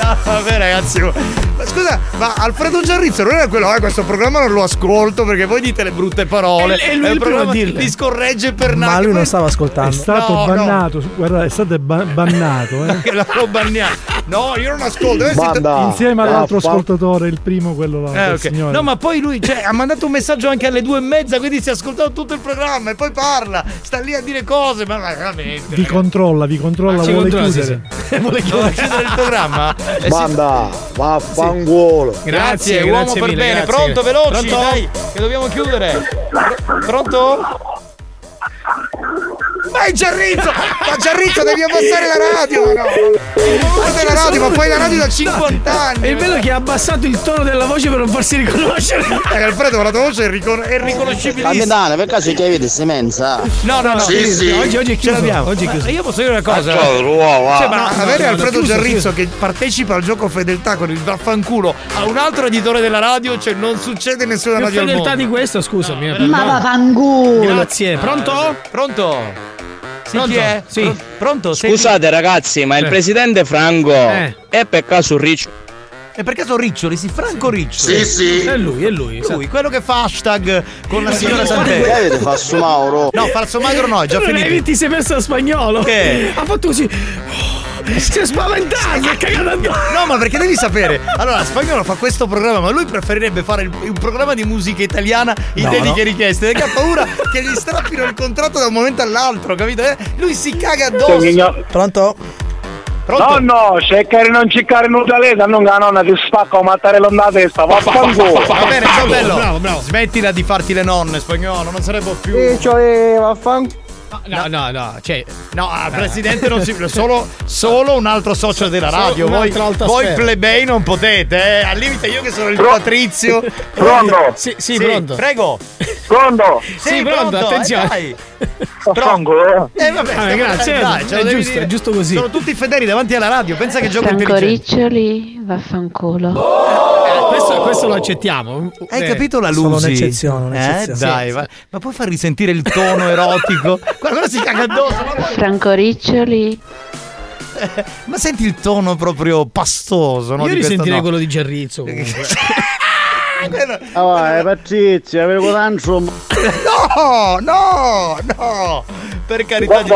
Speaker 8: No, vabbè, ragazzi. Ma scusa, ma Alfredo Giarrizzo non era quello, eh, questo programma non lo ascolto perché voi dite le brutte parole.
Speaker 59: E- e lui
Speaker 8: È un
Speaker 59: il primo a
Speaker 8: programma che
Speaker 59: dirle.
Speaker 8: vi scorregge per
Speaker 59: Ma
Speaker 8: naso.
Speaker 59: lui non stava ascoltando.
Speaker 12: È stato
Speaker 8: No, no.
Speaker 12: bannato, guarda, è stato ba- bannato. eh.
Speaker 8: Che la lo banniamo. No, io non ascolto. eh, si-
Speaker 12: Insieme all'altro ascoltatore, il primo quello là.
Speaker 8: Eh,
Speaker 12: del
Speaker 8: ok.
Speaker 12: signore.
Speaker 8: No, ma poi lui cioè, ha mandato un messaggio anche alle due e mezza, quindi si è ascoltato tutto il programma e poi parla, sta lì a dire cose, ma ma veramente.
Speaker 12: Vi controlla, vi controlla,
Speaker 8: Ma ci
Speaker 12: vuole
Speaker 8: controlla, sì,
Speaker 12: chiudere.
Speaker 8: eh, Vuole chiudere chiudere il programma? Eh, sì.
Speaker 1: Banda, vaffanculo.
Speaker 8: Grazie, uomo per bene. Pronto, veloci, dai, che dobbiamo chiudere. Pr- Pronto? Ma è Giarrizzo! Ma Giarrizzo devi abbassare la radio! ma No. Il valore della radio, ma fai la radio da 50 anni!
Speaker 9: E il bello è che ha abbassato il tono della voce per non farsi riconoscere. Oh,
Speaker 8: Eh, Alfredo, la tua voce è, ricon- è riconoscibilissima.
Speaker 1: Capitano, per caso chi avete semenza?
Speaker 8: No, no, no,
Speaker 1: Sì, sì.
Speaker 8: oggi, oggi è
Speaker 1: Ce
Speaker 8: chiuso.
Speaker 1: l'abbiamo.
Speaker 8: Oggi è chiuso. Eh, io posso dire una cosa?
Speaker 1: Ah, ciao, uova.
Speaker 8: Cioè, ma
Speaker 1: No, no,
Speaker 8: avere
Speaker 1: no, no,
Speaker 8: Alfredo
Speaker 1: chiuso,
Speaker 8: Giarrizzo che partecipa al gioco fedeltà con il vaffanculo a un altro editore della radio, cioè non succede in nessuna
Speaker 9: Più
Speaker 8: radio al
Speaker 9: fedeltà
Speaker 8: mondo.
Speaker 9: di questo, scusami. eh.
Speaker 8: Ma
Speaker 9: vaffanculo. Grazie. Pronto?
Speaker 8: eh, Pronto? Sì,
Speaker 9: Pronto?
Speaker 8: chi è?
Speaker 9: Sì.
Speaker 8: Pro- Pronto? Sei-
Speaker 30: Scusate ragazzi, ma il
Speaker 8: Eh.
Speaker 30: presidente Franco
Speaker 8: Eh.
Speaker 30: è per caso riccio.
Speaker 8: E per caso Eh, Riccioli, sì, Franco
Speaker 30: Sì,
Speaker 8: Riccioli.
Speaker 30: sì.
Speaker 8: È lui, è lui. Lui, quello che fa hashtag con la signora
Speaker 1: Che
Speaker 8: Sant'E.
Speaker 1: avete falso Mauro?
Speaker 8: No, falso magro no, è già
Speaker 9: Allora,
Speaker 8: finito.
Speaker 9: Levi ti sei messo a spagnolo.
Speaker 8: Che?
Speaker 9: Ha fatto così. Oh, si è spaventato, si è cagato addosso.
Speaker 8: No, ma perché devi sapere? Allora, Spagnolo fa questo programma, ma lui preferirebbe fare il, un programma di musica italiana in
Speaker 30: No,
Speaker 8: dediche
Speaker 30: no.
Speaker 8: richieste. Perché ha paura che gli strappino il contratto da un momento all'altro, capito? Eh, Lui si caga addosso.
Speaker 59: Pronto?
Speaker 8: Pronto?
Speaker 61: Nonno, cercare non cercare nulla lei, non la nonna ti spacca o mattare l'onda testa, vaffanculo.
Speaker 8: Va bene, ciao bello. Smettila di farti le nonne, spagnolo, non sarebbe più.
Speaker 1: cioè, vaffanculo.
Speaker 8: No, no, no, cioè, no,
Speaker 9: ah,
Speaker 8: al presidente non si. Solo, solo un altro socio della
Speaker 9: solo
Speaker 8: radio. Voi,
Speaker 9: un'altra alta
Speaker 8: voi
Speaker 9: sfera.
Speaker 8: plebei non potete, eh. Al limite io che sono il patrizio.
Speaker 61: Pronto?
Speaker 8: Sì, sì,
Speaker 61: Sì,
Speaker 8: pronto. Prego.
Speaker 61: Pronto?
Speaker 8: Sì, pronto, attenzione.
Speaker 61: Vaffanculo.
Speaker 8: Eh vabbè, stiamo-
Speaker 9: grazie,
Speaker 8: eh, dai, ce lo
Speaker 9: è
Speaker 8: devi
Speaker 9: giusto,
Speaker 8: dire.
Speaker 9: è giusto così.
Speaker 8: Sono tutti fedeli davanti alla radio, pensa che gioco
Speaker 10: Franco
Speaker 8: intelligente. Eh,
Speaker 10: Riccioli, vaffanculo.
Speaker 9: Questo, questo lo accettiamo.
Speaker 8: Hai
Speaker 9: Eh,
Speaker 8: capito la
Speaker 9: sono
Speaker 8: luce?
Speaker 9: un'eccezione, un'eccezione.
Speaker 8: Eh, dai,
Speaker 9: Sì,
Speaker 8: va- ma puoi far risentire il tono erotico? Guarda, guarda, si caga addosso. ma-
Speaker 10: Franco Riccioli,
Speaker 8: Ma senti il tono proprio pastoso, no?
Speaker 9: Io
Speaker 8: di questa
Speaker 9: risentirei
Speaker 8: no-
Speaker 9: quello di Gerrizzo comunque.
Speaker 6: Ah, vai, Patrizia, avevo tanto.
Speaker 8: No, no, no. Per carità. di-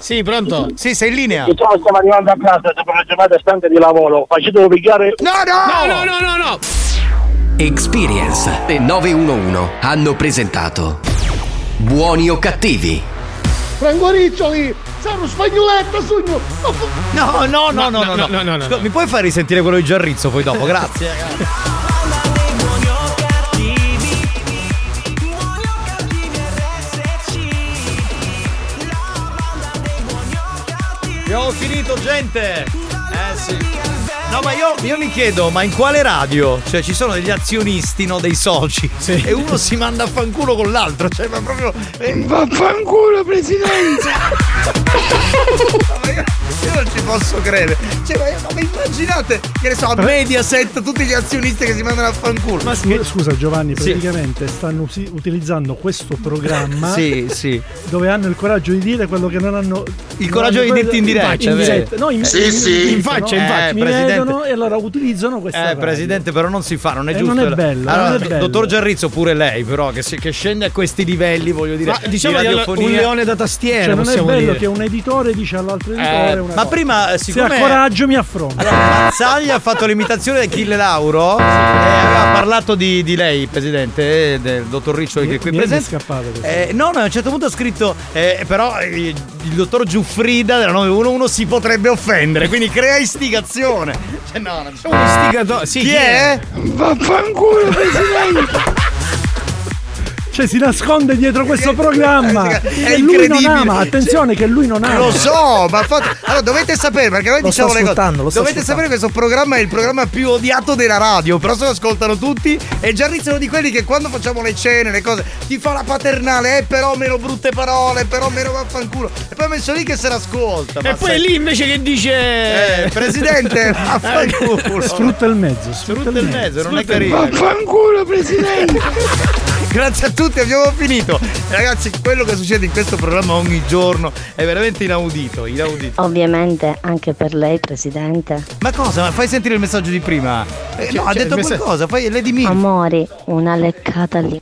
Speaker 8: Sì, pronto? Sì, sei in linea.
Speaker 61: Purtroppo stiamo arrivando a casa, dopo una giornata stanca di lavoro, facetevo pigliare...
Speaker 8: No, no!
Speaker 9: No, no, no.
Speaker 2: Experience e 911 hanno presentato Buoni o cattivi?
Speaker 6: Franco Riccioli, sei uno spagnoletto, sogno.
Speaker 8: No, no, no, no, no, no,
Speaker 9: no, no, no.
Speaker 8: Scusa, Mi puoi far risentire quello di Giarrizzo poi dopo? Grazie. Abbiamo finito, gente. Eh sì. No, ma io, io mi chiedo, ma in quale radio? Cioè, ci sono degli azionisti, no? Dei soci. E uno si manda a fanculo con l'altro. Cioè, ma proprio. eh,
Speaker 60: Vaffanculo presidente!
Speaker 8: Io non ci posso credere. Cioè, ma, io- ma immaginate, che ne so, a Mediaset, tutti gli azionisti che si mandano a fanculo. Ma
Speaker 12: Scusa, scusa, Giovanni, praticamente stanno usi- utilizzando questo programma
Speaker 8: Sì, sì.
Speaker 12: dove hanno il coraggio di dire quello che non hanno
Speaker 8: Il
Speaker 12: non
Speaker 8: coraggio
Speaker 12: hanno
Speaker 8: di dirti in diretta, è vero.
Speaker 12: diretta. no in,
Speaker 8: Sì,
Speaker 12: in-
Speaker 8: sì.
Speaker 12: in faccia
Speaker 8: Eh,
Speaker 12: in faccia mi
Speaker 8: presidente.
Speaker 12: vedono e allora utilizzano questa
Speaker 8: Eh,
Speaker 12: radio.
Speaker 8: presidente, però non si fa, non è
Speaker 12: Eh,
Speaker 8: giusto.
Speaker 12: non è bello,
Speaker 8: Allora,
Speaker 12: non è
Speaker 8: do-
Speaker 12: bello.
Speaker 8: dottor Giarrizzo, pure lei, però, che, si- che scende a questi livelli, voglio dire.
Speaker 9: Ma diciamo
Speaker 8: di
Speaker 9: di un
Speaker 8: radiofonia.
Speaker 9: leone da tastiera,
Speaker 12: Cioè, non è
Speaker 9: possiamo
Speaker 12: bello
Speaker 9: dire.
Speaker 12: che un editore dice all'altro editore
Speaker 8: Vabbè, Eh, ma prima, eh, siccome.
Speaker 4: Se ha coraggio mi affronta.
Speaker 8: Allora, Mazzaglia ha fatto l'imitazione di Achille Lauro e aveva parlato di, di lei, presidente, eh, del dottor Riccioli che è qui
Speaker 4: Mi è
Speaker 8: presente.
Speaker 4: scappato questo.
Speaker 8: Eh, no, no, a un certo punto ha scritto, eh, però eh, il dottor Giuffrida della 911 si potrebbe offendere, quindi crea istigazione. Cioè, no, non c'è un
Speaker 9: istigatore. Sì,
Speaker 8: chi, è?
Speaker 4: Vaffanculo, presidente! Cioè, si nasconde dietro questo
Speaker 8: È
Speaker 4: programma. E lui non
Speaker 8: incredibile. Cioè,
Speaker 4: ama. Attenzione, che lui non ama.
Speaker 8: Lo so, ma fate- allora dovete sapere, perché noi
Speaker 4: Lo
Speaker 8: diciamo
Speaker 4: sto
Speaker 8: le cose.
Speaker 4: ascoltando, lo sto
Speaker 8: Dovete sapere
Speaker 4: ascoltando.
Speaker 8: che questo programma è il programma più odiato della radio, però se lo ascoltano tutti e Giarrizzi è uno di quelli che quando facciamo le cene, le cose, ti fa la paternale, eh, però meno brutte parole, però meno vaffanculo. E poi è messo lì che se l'ascolta.
Speaker 9: E poi è lì invece che dice.
Speaker 8: Eh, presidente, vaffanculo.
Speaker 4: Sfrutta il mezzo. Sfrutta
Speaker 8: il mezzo, non è carino.
Speaker 4: Vaffanculo, presidente!
Speaker 8: Grazie a tutti, abbiamo finito. Ragazzi, quello che succede in questo programma ogni giorno è veramente inaudito, inaudito.
Speaker 40: Ovviamente anche per lei, presidente.
Speaker 8: Ma cosa? Ma fai sentire il messaggio di prima. Eh, no, ha detto qualcosa, fai Lady Milf.
Speaker 40: Amori, una leccata lì.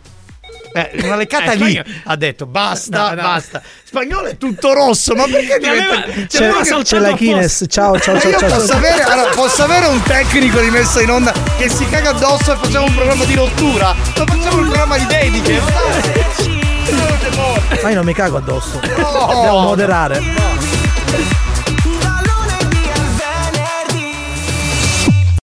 Speaker 8: Eh, una leccata
Speaker 40: Eh,
Speaker 8: lì
Speaker 40: spagnolo-
Speaker 8: ha detto basta, basta. Spagnolo è tutto rosso, ma perché diventa cioè,
Speaker 30: C'è,
Speaker 8: perché-
Speaker 30: c'è la Kines. Ciao, ciao, ciao.
Speaker 8: Ma Cioè, io
Speaker 30: ciao,
Speaker 8: posso
Speaker 30: ciao.
Speaker 8: avere, allora, posso avere un tecnico rimesso in onda che si caga addosso e facciamo un programma di rottura? Non facciamo un programma di dediche.
Speaker 30: Ma io non mi cago addosso.
Speaker 8: No.
Speaker 30: Devo moderare.